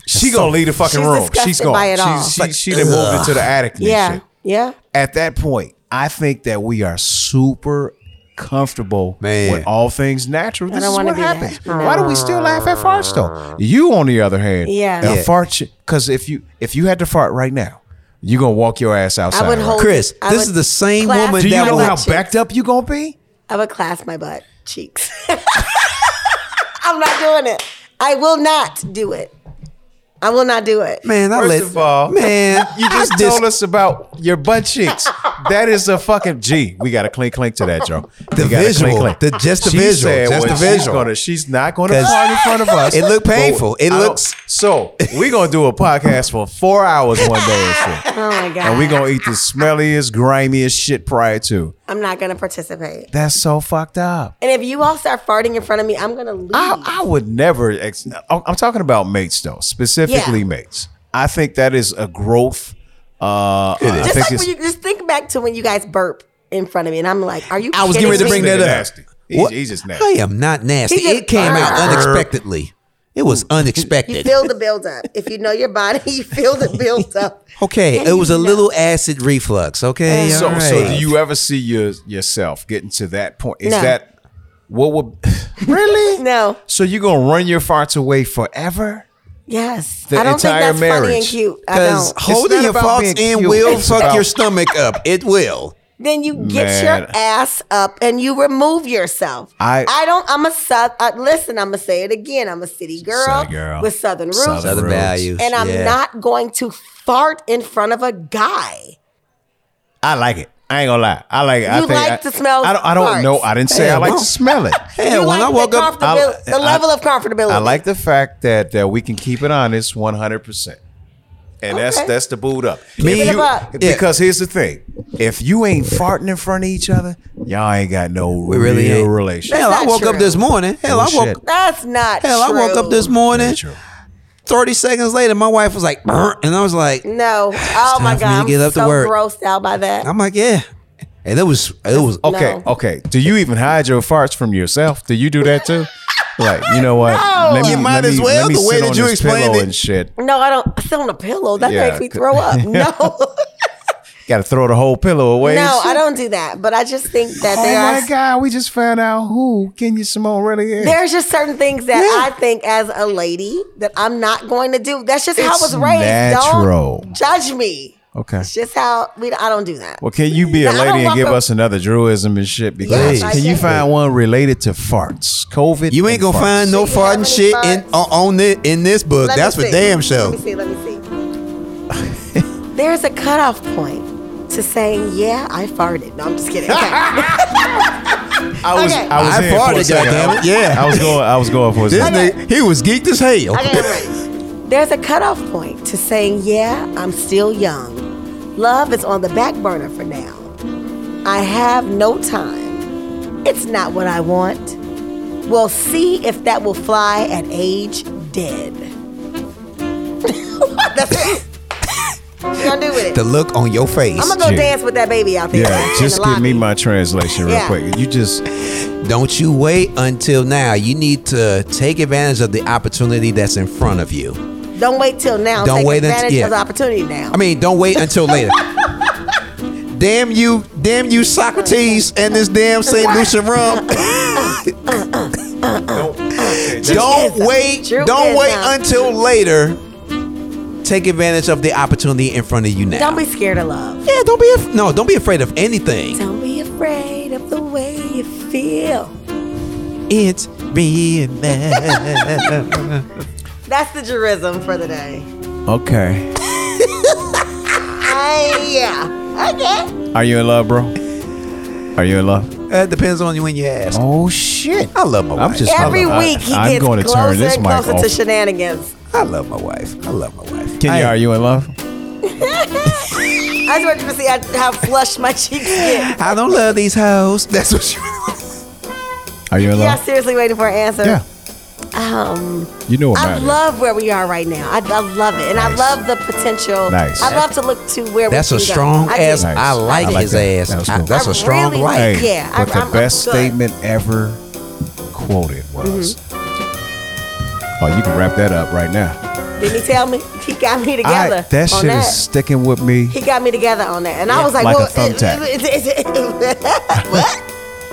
S8: she gonna leave the fucking
S2: She's
S8: room. She's
S2: disgusted
S8: gone.
S2: by it all.
S8: She's- She, she done moved into the attic and
S2: Yeah.
S8: shit.
S2: Yeah.
S8: At that point, I think that we are super comfortable with all things natural.
S2: I
S8: This
S2: don't
S8: is
S2: wanna
S8: what
S2: do that.
S8: happens. Why do we still laugh at farts though? You, on the other hand,
S2: Yeah.
S8: now
S2: Yeah.
S8: fart because if you if you had to fart right now, you gonna walk your ass outside.
S2: would hold-
S3: Chris,
S2: I
S3: this
S2: would
S3: is the same
S2: clap
S3: woman
S8: do you
S3: that
S8: know
S3: will
S8: how backed up you gonna be?
S2: I would clasp my butt cheeks. *laughs* I'm not doing it. I will not do it. I will not do it.
S3: Man, I
S8: First
S3: let
S8: of all,
S3: man.
S8: you *laughs* just
S3: I
S8: told us about your butt
S3: *laughs*
S8: cheeks. That is a fucking G. We got to clink clink to that, Joe.
S3: The
S8: We gotta
S3: visual. The- just the
S8: She
S3: visual.
S8: said
S3: Just
S8: when
S3: the
S8: she's
S3: visual.
S8: gonna- she's not going to
S3: 'Cause
S8: fart in front of us.
S3: it looked
S8: But
S3: painful. It
S8: I don't-
S3: looks-
S8: so. We're gonna do a podcast for four hours one day, and,
S2: *laughs*
S8: shit.
S2: Oh my god.
S8: and we're gonna eat the smelliest, grimiest shit prior to.
S2: I'm not gonna participate.
S8: That's so fucked up.
S2: And if you all start farting in front of me, I'm gonna leave.
S8: I, I would never. Ex- I'm I'm talking about mates though, specifically
S2: Yeah.
S8: mates. I think that is a growth. Uh, I
S2: just
S8: think
S2: like
S8: it's-
S2: when you just think back to when you guys burp in front of me, and I'm like, are you?
S3: I was getting ready to bring
S2: kidding me?
S3: that up.
S8: Nasty. He's-
S3: What?
S8: he's just nasty.
S3: I am not nasty.
S2: He just-
S3: It came out
S2: Grr.
S3: unexpectedly. It was
S2: You
S3: unexpected.
S2: feel the buildup. If you know your body, *laughs* you feel the buildup.
S3: Okay, it was a little acid reflux. Okay,
S8: so,
S3: all
S8: so do
S3: right.
S8: you ever see your yourself getting to that point? Is
S2: No.
S8: that what would *laughs* really?
S2: No,
S8: So you gonna run your farts away forever?
S2: Yes.
S3: The
S2: I don't think
S3: entire
S2: that's funny and
S3: marriage.
S2: cute. I
S3: Because
S2: don't.
S3: holding your thoughts in will
S2: It's
S3: fuck
S2: about-
S3: your stomach up. It will.
S2: Then you get
S3: Man.
S2: your ass up and you remove yourself.
S3: I-
S2: I don't. I'm a sub. Uh, listen, I'm gonna say it again. I'm a city girl,
S3: girl.
S2: with southern roots,
S3: Southern Southern roots. values,
S2: and I'm
S8: yeah.
S2: not going to fart in front of a guy.
S8: I like it. I ain't gonna lie. I like it. I
S2: You like
S8: I-
S2: to smell
S8: I don't, I don't
S2: farts.
S8: know. I didn't say I
S2: Hell
S8: like
S2: no.
S8: to smell it.
S2: Hell, *laughs* You when like I the woke up- comfortabil- the level of comfortability.
S8: I like the fact that uh, we can keep it honest 100%. And that's
S2: Okay.
S8: that's the boot up.
S3: Me-
S8: If
S3: Keep it
S8: you-
S3: up. Yeah.
S8: because here's the thing: if you ain't farting in front of each other, y'all ain't got no
S3: We really
S8: real
S3: ain't.
S8: relationship.
S3: Hell, I woke up this morning. Hell, I woke.
S2: That's not.
S3: Hell, I woke
S2: true.
S3: up this morning. Thirty seconds later, my wife was like, "Brr," and I was like,
S2: No. Oh
S3: time for me
S2: my
S3: to
S2: god.
S3: get
S2: I'm
S3: up to
S2: so
S3: work.
S2: grossed out by that.
S3: I'm like, yeah. And it was it was oh,
S8: okay. Okay. Do you even hide your farts from yourself? Do you do that too? Like you know what?
S2: *laughs* No. You might
S8: let
S2: as
S8: me-
S2: well,
S8: Let me
S2: the way
S8: sit
S2: that
S8: on
S2: you
S8: this
S2: explained
S8: pillow
S2: it.
S8: and shit.
S2: No, I don't. I sit on a pillow. That
S8: Yeah,
S2: makes me
S8: c-
S2: throw
S8: *laughs*
S2: up. No,
S8: Got to throw the whole pillow away.
S2: no, I don't do that. But I just think that
S8: Oh
S2: there are.
S8: my God! We just found out who Kenya Simone really is.
S2: There's just certain things that I think as a lady that I'm not going to do. That's just how I was
S8: It's
S2: raised.
S8: natural.
S2: Don't judge me.
S8: Okay.
S2: It's just how we. I don't do that.
S8: Well, can you be a
S2: Now, *laughs* I don't
S8: lady and
S2: want
S8: give
S2: the-
S8: us another druism and shit? Because
S3: Please. I
S8: can you
S3: can.
S8: find one related to farts? COVID.
S3: You ain't
S8: and
S3: gonna
S8: farts.
S3: find no farting shit in on, on it in this book.
S2: Let me
S3: That's for
S2: see.
S3: damn sure.
S2: Let me see. Let me see. There's a cutoff point to saying, "Yeah, I farted." No, I'm just kidding. Okay.
S8: I was
S2: Okay.
S8: I was
S3: I
S8: in for a
S3: farted,
S8: second.
S3: goddammit. Yeah.
S8: I was going. I was going for a
S3: This
S8: second.
S3: nigga, he was geeked as hell.
S2: Okay, right. There's a cutoff point to saying, yeah, I'm still young. Love is on the back burner for now. I have no time. It's not what I want. We'll see if that will fly at age dead. That's it. What you gonna do with it?
S3: The look on your face.
S2: I'm gonna go dance with that baby out there.
S8: Yeah,
S2: in
S8: just
S2: the
S8: give me
S2: lobby.
S8: my translation real
S2: Yeah.
S8: quick. You just
S3: Don't you wait until now. You need to take advantage of the opportunity that's in front of you.
S2: Don't wait till now.
S3: Don't
S2: Take
S3: wait until-
S2: advantage
S3: yeah.
S2: of the opportunity now.
S3: I mean, don't wait until later. damn you, damn you, Socrates and this damn St. Lucia rum. don't wait,
S2: True
S3: don't wait
S2: wisdom.
S3: until later. Take advantage of the opportunity in front of you now.
S2: Don't be scared of love.
S3: yeah, don't be af- no, don't be afraid of anything.
S2: Don't be afraid of the way you feel.
S3: It's being there.
S2: That's the jurism for the day.
S8: okay.
S2: I, yeah. Okay.
S8: Are you in love, bro? Are you in love?
S3: It depends on you when you ask.
S8: Oh shit!
S3: I love my wife.
S8: I'm just
S2: Every
S8: I-
S2: week he
S8: I'm
S2: gets
S8: going to turn
S2: closer
S8: this
S2: and
S8: mic
S2: closer
S8: off.
S2: to shenanigans.
S3: I love my wife. I love my wife.
S8: Kenya, are you in love?
S2: I just want you to see how- how flushed my *laughs* cheeks get.
S3: I don't love these hoes. *laughs* That's what you.
S8: Are you in
S2: Yeah,
S8: love?
S2: seriously waiting for an answer.
S8: Yeah.
S2: Um,
S8: You know what
S2: I
S8: matters.
S2: love where we are right now. I, I love it, and I love the potential.
S8: Nice.
S2: I love to look to where
S3: That's
S2: we
S3: a
S2: can go.
S3: strong
S2: I do.
S3: ass. I like,
S8: I like
S3: his
S8: that.
S3: ass.
S8: That was
S3: I-
S8: cool.
S3: that's a
S2: I
S3: strong
S2: really
S3: like.
S2: Hey, yeah, I-
S8: but the
S2: I'm- I'm
S8: best
S2: good.
S8: statement ever quoted was,
S2: Mm-hmm.
S8: "Oh, you can wrap that up right now."
S2: Didn't he tell me? *laughs* He got me
S8: I-
S2: together
S8: that
S2: on
S8: shit
S2: that.
S8: is sticking with me.
S2: he got me together on that, and I
S8: Yeah,
S2: was like,
S8: like a
S2: well,
S8: thumbtack.
S2: what?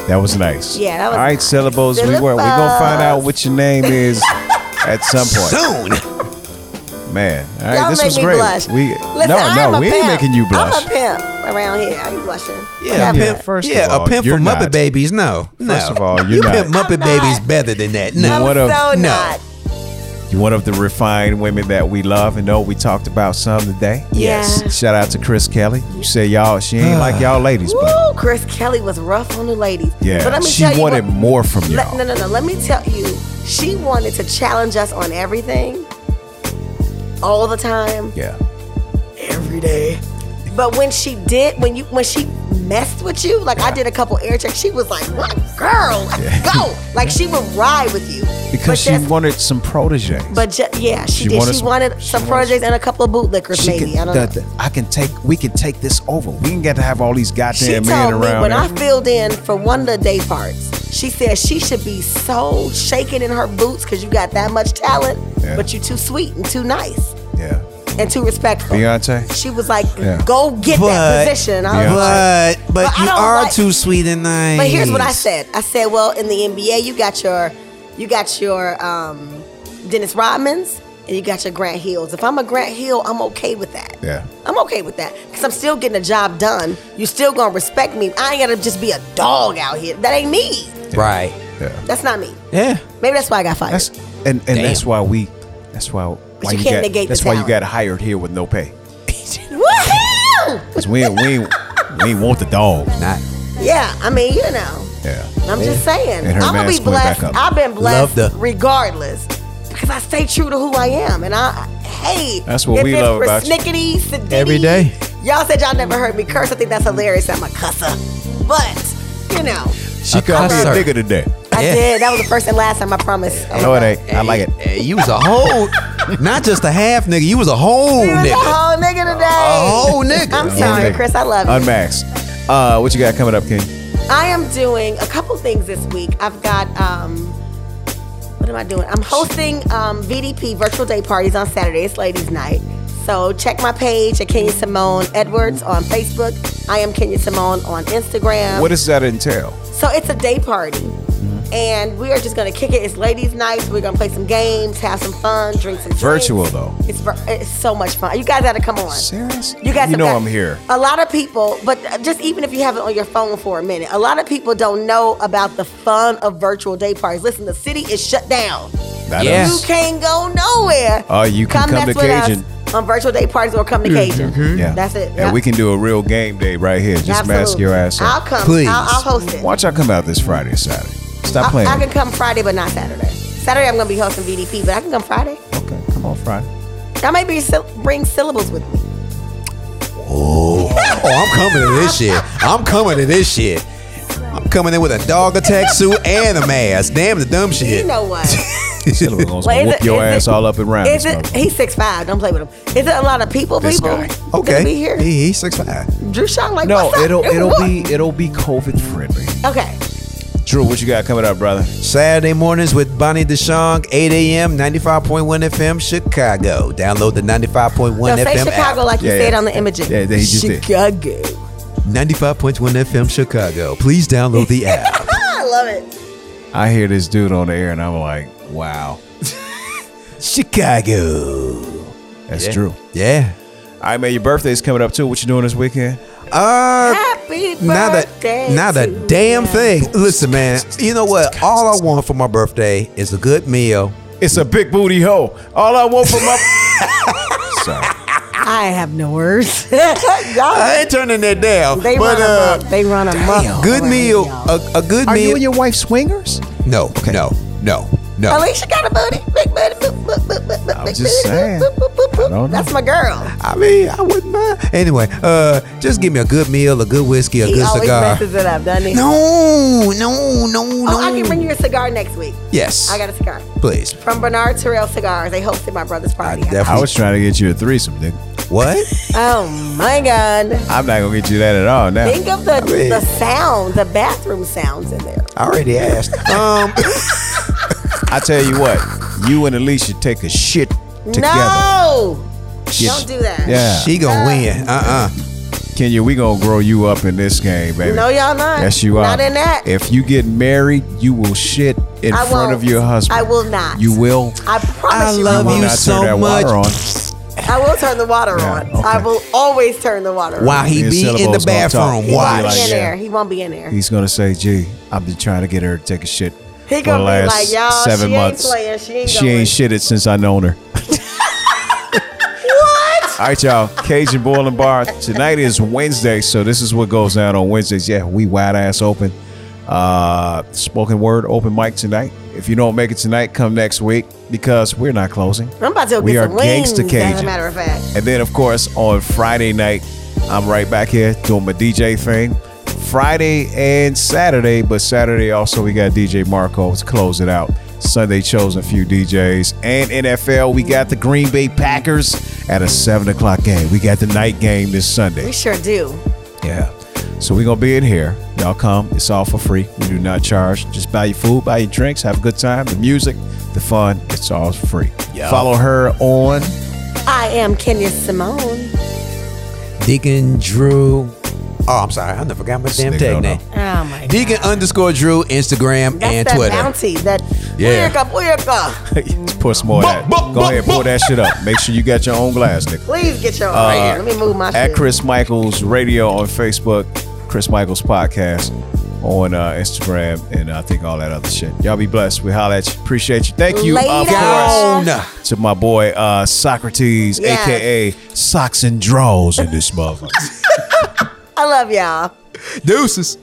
S8: That was nice.
S2: Yeah, that was
S8: All right,
S2: nice.
S8: syllables. We were. We're gonna find out
S2: Syllables.
S8: what your
S2: *laughs*
S8: name is at some point.
S3: Soon.
S8: Man, all right,
S2: Y'all
S8: this
S2: make
S8: was
S2: me
S8: great.
S2: blush.
S8: We
S2: Listen,
S8: no,
S2: I'm
S8: no,
S2: a
S8: we ain't
S2: pimp.
S8: making you
S2: I'm a
S8: blush.
S2: pimp around here. Are you blushing?
S3: Yeah,
S2: I'm
S3: a pimp.
S2: not.
S8: first of
S3: yeah,
S8: all,
S3: a pimp
S8: you're
S3: for
S8: not.
S3: Muppet Babies. No, no.
S8: First of all, you're
S3: you
S8: not.
S3: pimp Muppet
S2: I'm
S3: Babies
S2: not.
S3: better than that.
S2: I'm
S3: No,
S8: what up?
S2: so
S3: No.
S2: not.
S8: You one of the refined women that we love and know. We talked about some today.
S2: Yes. Yeah.
S8: Shout out to Chris Kelly. You say y'all, she ain't
S2: *sighs*
S8: like y'all ladies, but
S2: Woo, Chris Kelly was rough on the ladies.
S8: yeah,
S2: but let me
S8: she
S2: tell you
S8: wanted
S2: what-
S8: more from
S2: Let-
S8: y'all.
S2: no, no, no. Let me tell you, she wanted to challenge us on everything, all the time,
S8: Yeah,
S2: every day. *laughs* But when she did, when you, when she messed with you, like I did a couple air checks, she was like, "What, girl? Let's go!" Like she would ride with you. But
S8: because she
S2: just-
S8: wanted some proteges.
S2: But ju- yeah, she,
S8: She
S2: did.
S8: wanted
S2: she
S8: some-
S2: wanted
S8: she
S2: some
S8: wanted
S2: projects and a couple of bootlickers,
S8: She
S2: maybe.
S8: can,
S2: I don't
S8: the-
S2: know.
S8: the- I can take. We can take this over. We can get to have all these
S2: she
S8: goddamn men
S2: told me
S8: around.
S2: when I
S8: here.
S2: filled in for one of the day parts, she said she should be so shaking in her boots because you got that much talent,
S8: Yeah.
S2: but you're too sweet and too nice
S8: yeah,
S2: and too respectful.
S8: Beyonce.
S2: She was like,
S8: Yeah.
S2: "Go get
S3: But-
S2: that position." And I was like,
S3: But but,
S2: But I
S3: you
S2: don't
S3: are
S2: like-
S3: too sweet and nice.
S2: But here's what I said. I said, well, in the NBA, you got your, you got your um, Dennis Rodmans and you got your Grant Hills. If I'm a Grant Hill, I'm okay with that.
S8: Yeah.
S2: I'm okay with that because I'm still getting a job done. You still gonna respect me. I ain't gotta just be a dog out here. That ain't me.
S3: Right.
S8: Yeah.
S2: That's not me.
S8: Yeah.
S2: Maybe that's why I got fired.
S8: That's and and that's why we. That's why. Why
S2: you
S8: you,
S2: can't
S8: got,
S2: negate the
S8: That's why you
S2: talent.
S8: got hired here with no pay.
S2: *laughs* Woohoo!
S8: Cause we ain't, we ain't, we ain't want the dog. Not.
S2: Yeah, I mean, you know.
S8: Yeah.
S2: I'm just saying.
S8: And her
S2: I'm gonna
S8: mask
S2: be
S8: went back
S2: blessed.
S8: up.
S2: I've been blessed
S8: Love the-
S2: regardless. Because I stay true to who I am. And I, I hate
S8: That's what
S2: if
S8: we
S2: it's
S8: love about you.
S2: persnickety, sediddy.
S9: Every day.
S2: Y'all said y'all never heard me curse. I think that's hilarious. I'm a cusser. But, you know.
S8: She called me a nigga today.
S2: I did. That was the first and last time I promise.
S8: No, it ain't. I like it.
S3: You was a whole, not just a half nigga. You was a whole
S2: You was a
S3: nigga.
S2: whole nigga today.
S3: A whole nigga.
S2: I'm
S8: Whole
S2: sorry,
S8: nigga.
S2: Chris. I love you.
S8: Unmaxed. Uh, what you got coming up, King?
S2: I am doing a couple things this week. I've got um what am I doing? I'm hosting um VDP virtual day parties on Saturday. It's ladies' night. So check my page at Kenya Simone Edwards on Facebook. I am Kenya Simone on Instagram.
S8: What does that entail?
S2: So it's a day party. And we are just gonna kick it. It's ladies' night. So we're gonna play some games, have some fun, drink some drinks.
S8: Virtual though.
S2: It's, vir- it's so much fun. You guys gotta come on.
S8: Serious?
S2: You guys have
S8: You know
S2: got-
S8: I'm here.
S2: A lot of people, but just even if you have it on your phone for a minute, a lot of people don't know about the fun of virtual day parties. Listen, the city is shut down.
S8: That
S2: You can't go nowhere.
S8: Oh, you can come
S2: mess
S8: to
S2: with
S8: Cajun.
S2: us on virtual day parties or come to Cajun.
S8: Yeah.
S2: That's it.
S8: And we can do a real game day right here. Just mask
S2: Absolutely.
S8: your ass up.
S2: I'll come.
S8: Please.
S2: I'll- I'll host it.
S8: Watch y'all come out this Friday and Saturday. Stop
S2: I,
S8: playing.
S2: I can come Friday, but not Saturday. Saturday I'm gonna be hosting VDP, but I can come Friday.
S8: come on Friday.
S2: I might be syl- bring syllables with me.
S3: Oh, oh, I'm coming to this shit. I'm coming to this shit. I'm coming in with a dog attack suit and a mask. Damn the dumb shit.
S2: You know what?
S8: Syllables
S2: Well,
S8: gonna
S2: is
S8: whoop
S2: it-
S8: your
S2: is
S8: ass
S2: it-
S8: all up and round.
S2: Is it? He's six five. Don't play with him. Is it a lot of people?
S8: This
S2: people
S8: guy.
S2: that
S3: Okay.
S2: Be here.
S3: He, he's six five.
S2: Drew Sean like
S8: no,
S2: what's up?
S8: it'll
S2: Drew,
S8: it'll
S2: what?
S8: be it'll be COVID friendly.
S2: okay.
S8: Drew, what you got coming up, brother?
S3: Saturday mornings with Bonnie DeShong, 8 a.m., 95.1 FM, Chicago. Download the 95.1
S2: No,
S3: FM
S2: say Chicago
S3: app.
S2: like you said on the imaging.
S3: Yeah, they just did.
S2: Chicago.
S3: 95.1 FM, Chicago. Please download the app.
S2: *laughs* I love it.
S8: I hear this dude on the air and I'm like, wow.
S3: Chicago.
S8: That's
S3: Yeah.
S8: true.
S3: Yeah.
S8: All right, man, your birthday's coming up too. What you doing this weekend?
S3: Uh,
S2: Happy
S3: not
S2: birthday
S3: a not a
S2: to
S3: damn thing. Listen, man. You know what? All I want for my birthday is a good meal.
S8: It's a big booty hoe. All I want for my Sorry.
S2: I have no words. I
S3: ain't turning that down.
S2: They
S3: but,
S2: run
S3: uh,
S2: them up. They run them up.
S3: Good
S2: All right,
S3: meal.
S2: y'all.
S3: A, a good meal.
S8: your wife swingers?
S3: no, no, no, no.
S2: Alicia got a booty. Big booty. Boop, boop, boop, boop, boop, big
S3: just
S2: booty.
S3: saying.
S2: Boop, boop, boop, boop, boop.
S3: don't know.
S2: That's my girl.
S3: I mean, I wouldn't mind. Anyway, uh, just give me a good meal, a good whiskey, a
S2: he
S3: good
S2: always
S3: cigar.
S2: messes it up, doesn't he?
S3: No, no, no,
S2: oh,
S3: no.
S2: I can bring you a cigar next week.
S3: Yes.
S2: I got a cigar.
S3: Please.
S2: From Bernard Terrell Cigars. They hosted my brother's party.
S8: I was trying to get you a threesome, nigga.
S3: What?
S2: oh my God.
S8: I'm not gonna get you that at all now.
S2: Think of the,
S8: mean-
S2: the sound, the bathroom sounds in there.
S3: I already
S2: *laughs*
S3: asked. Um,
S8: I tell you what, you and Alicia take a shit together.
S2: No!
S8: Get-
S2: Don't do that.
S8: Yeah.
S3: She gonna win. Uh uh
S8: Kenya, we gonna grow you up in this game, baby.
S2: No, y'all not.
S8: Yes, you are.
S2: Not in that.
S8: If you get married, you will shit in
S2: I
S8: front of
S2: won't.
S8: your husband.
S2: I will not.
S8: You will.
S2: I promise you.
S8: will
S2: I
S8: not
S2: won't.
S8: turn that Water on.
S2: I will turn the water on. I will always turn the water on.
S3: While he
S8: His
S3: be in the
S8: syllables gonna talk.
S3: bathroom,
S8: He gonna
S2: won't
S8: be
S3: watch.
S2: be in
S8: like,
S2: there. He won't be in there.
S8: He's gonna say, "Gee, I've been trying to get her to take a shit
S2: He
S8: for the
S2: gonna be
S8: last
S2: like, y'all, she
S8: seven
S2: ain't
S8: months.
S2: playing. She ain't
S8: she
S2: going."
S8: ain't shitted since I known her."
S2: What?
S8: All right, y'all. Cajun Boiling Bar. Tonight is Wednesday, so this is what goes down on Wednesdays. Yeah, we wide ass open. Uh, spoken word open mic tonight. If you don't make it tonight, come next week because we're not closing.
S2: I'm about to go
S8: we
S2: get
S8: are
S2: some wings. As
S8: gangsta
S2: a
S8: Cajun.
S2: matter of fact.
S8: And then, of course, on Friday night, I'm right back here doing my DJ thing. Friday and Saturday, but Saturday also we got DJ Marco to close it out. Sunday chosen a few DJs and NFL. We got the Green Bay Packers at a seven o'clock game. We got the night game this Sunday.
S2: We sure do.
S8: Yeah. So we're gonna be in here. Y'all come. It's all for free. We do not charge. Just buy your food, buy your drinks, have a good time. The music, the fun, it's all free. Follow her on *laughs*
S2: I am Kenya Simone.
S3: Deacon Drew. Oh, I'm sorry. I never got my damn
S8: nigga
S3: tag
S8: don't
S3: name.
S2: Oh my
S3: Deacon underscore Drew, Instagram
S2: That's
S3: and
S2: that
S3: Twitter.
S2: bounty. That
S8: Yeah.
S2: Puerca, puerca.
S8: Just pour some more of that. Go ahead, pour that shit up. Make sure you got your own glass, nigga.
S2: Please get your
S8: Uh,
S2: right here. Let me move my
S8: at
S2: shit.
S8: Chris Michaels Radio on Facebook, Chris Michaels Podcast on uh, Instagram, and I think all that other shit. Y'all be blessed. We holla at you. Appreciate you. Thank you, uh,
S2: Later.
S8: of course, to my boy uh, Socrates,
S2: Yes.
S8: aka Socks and Draws in this motherfucker.
S2: I love y'all.
S8: Deuces.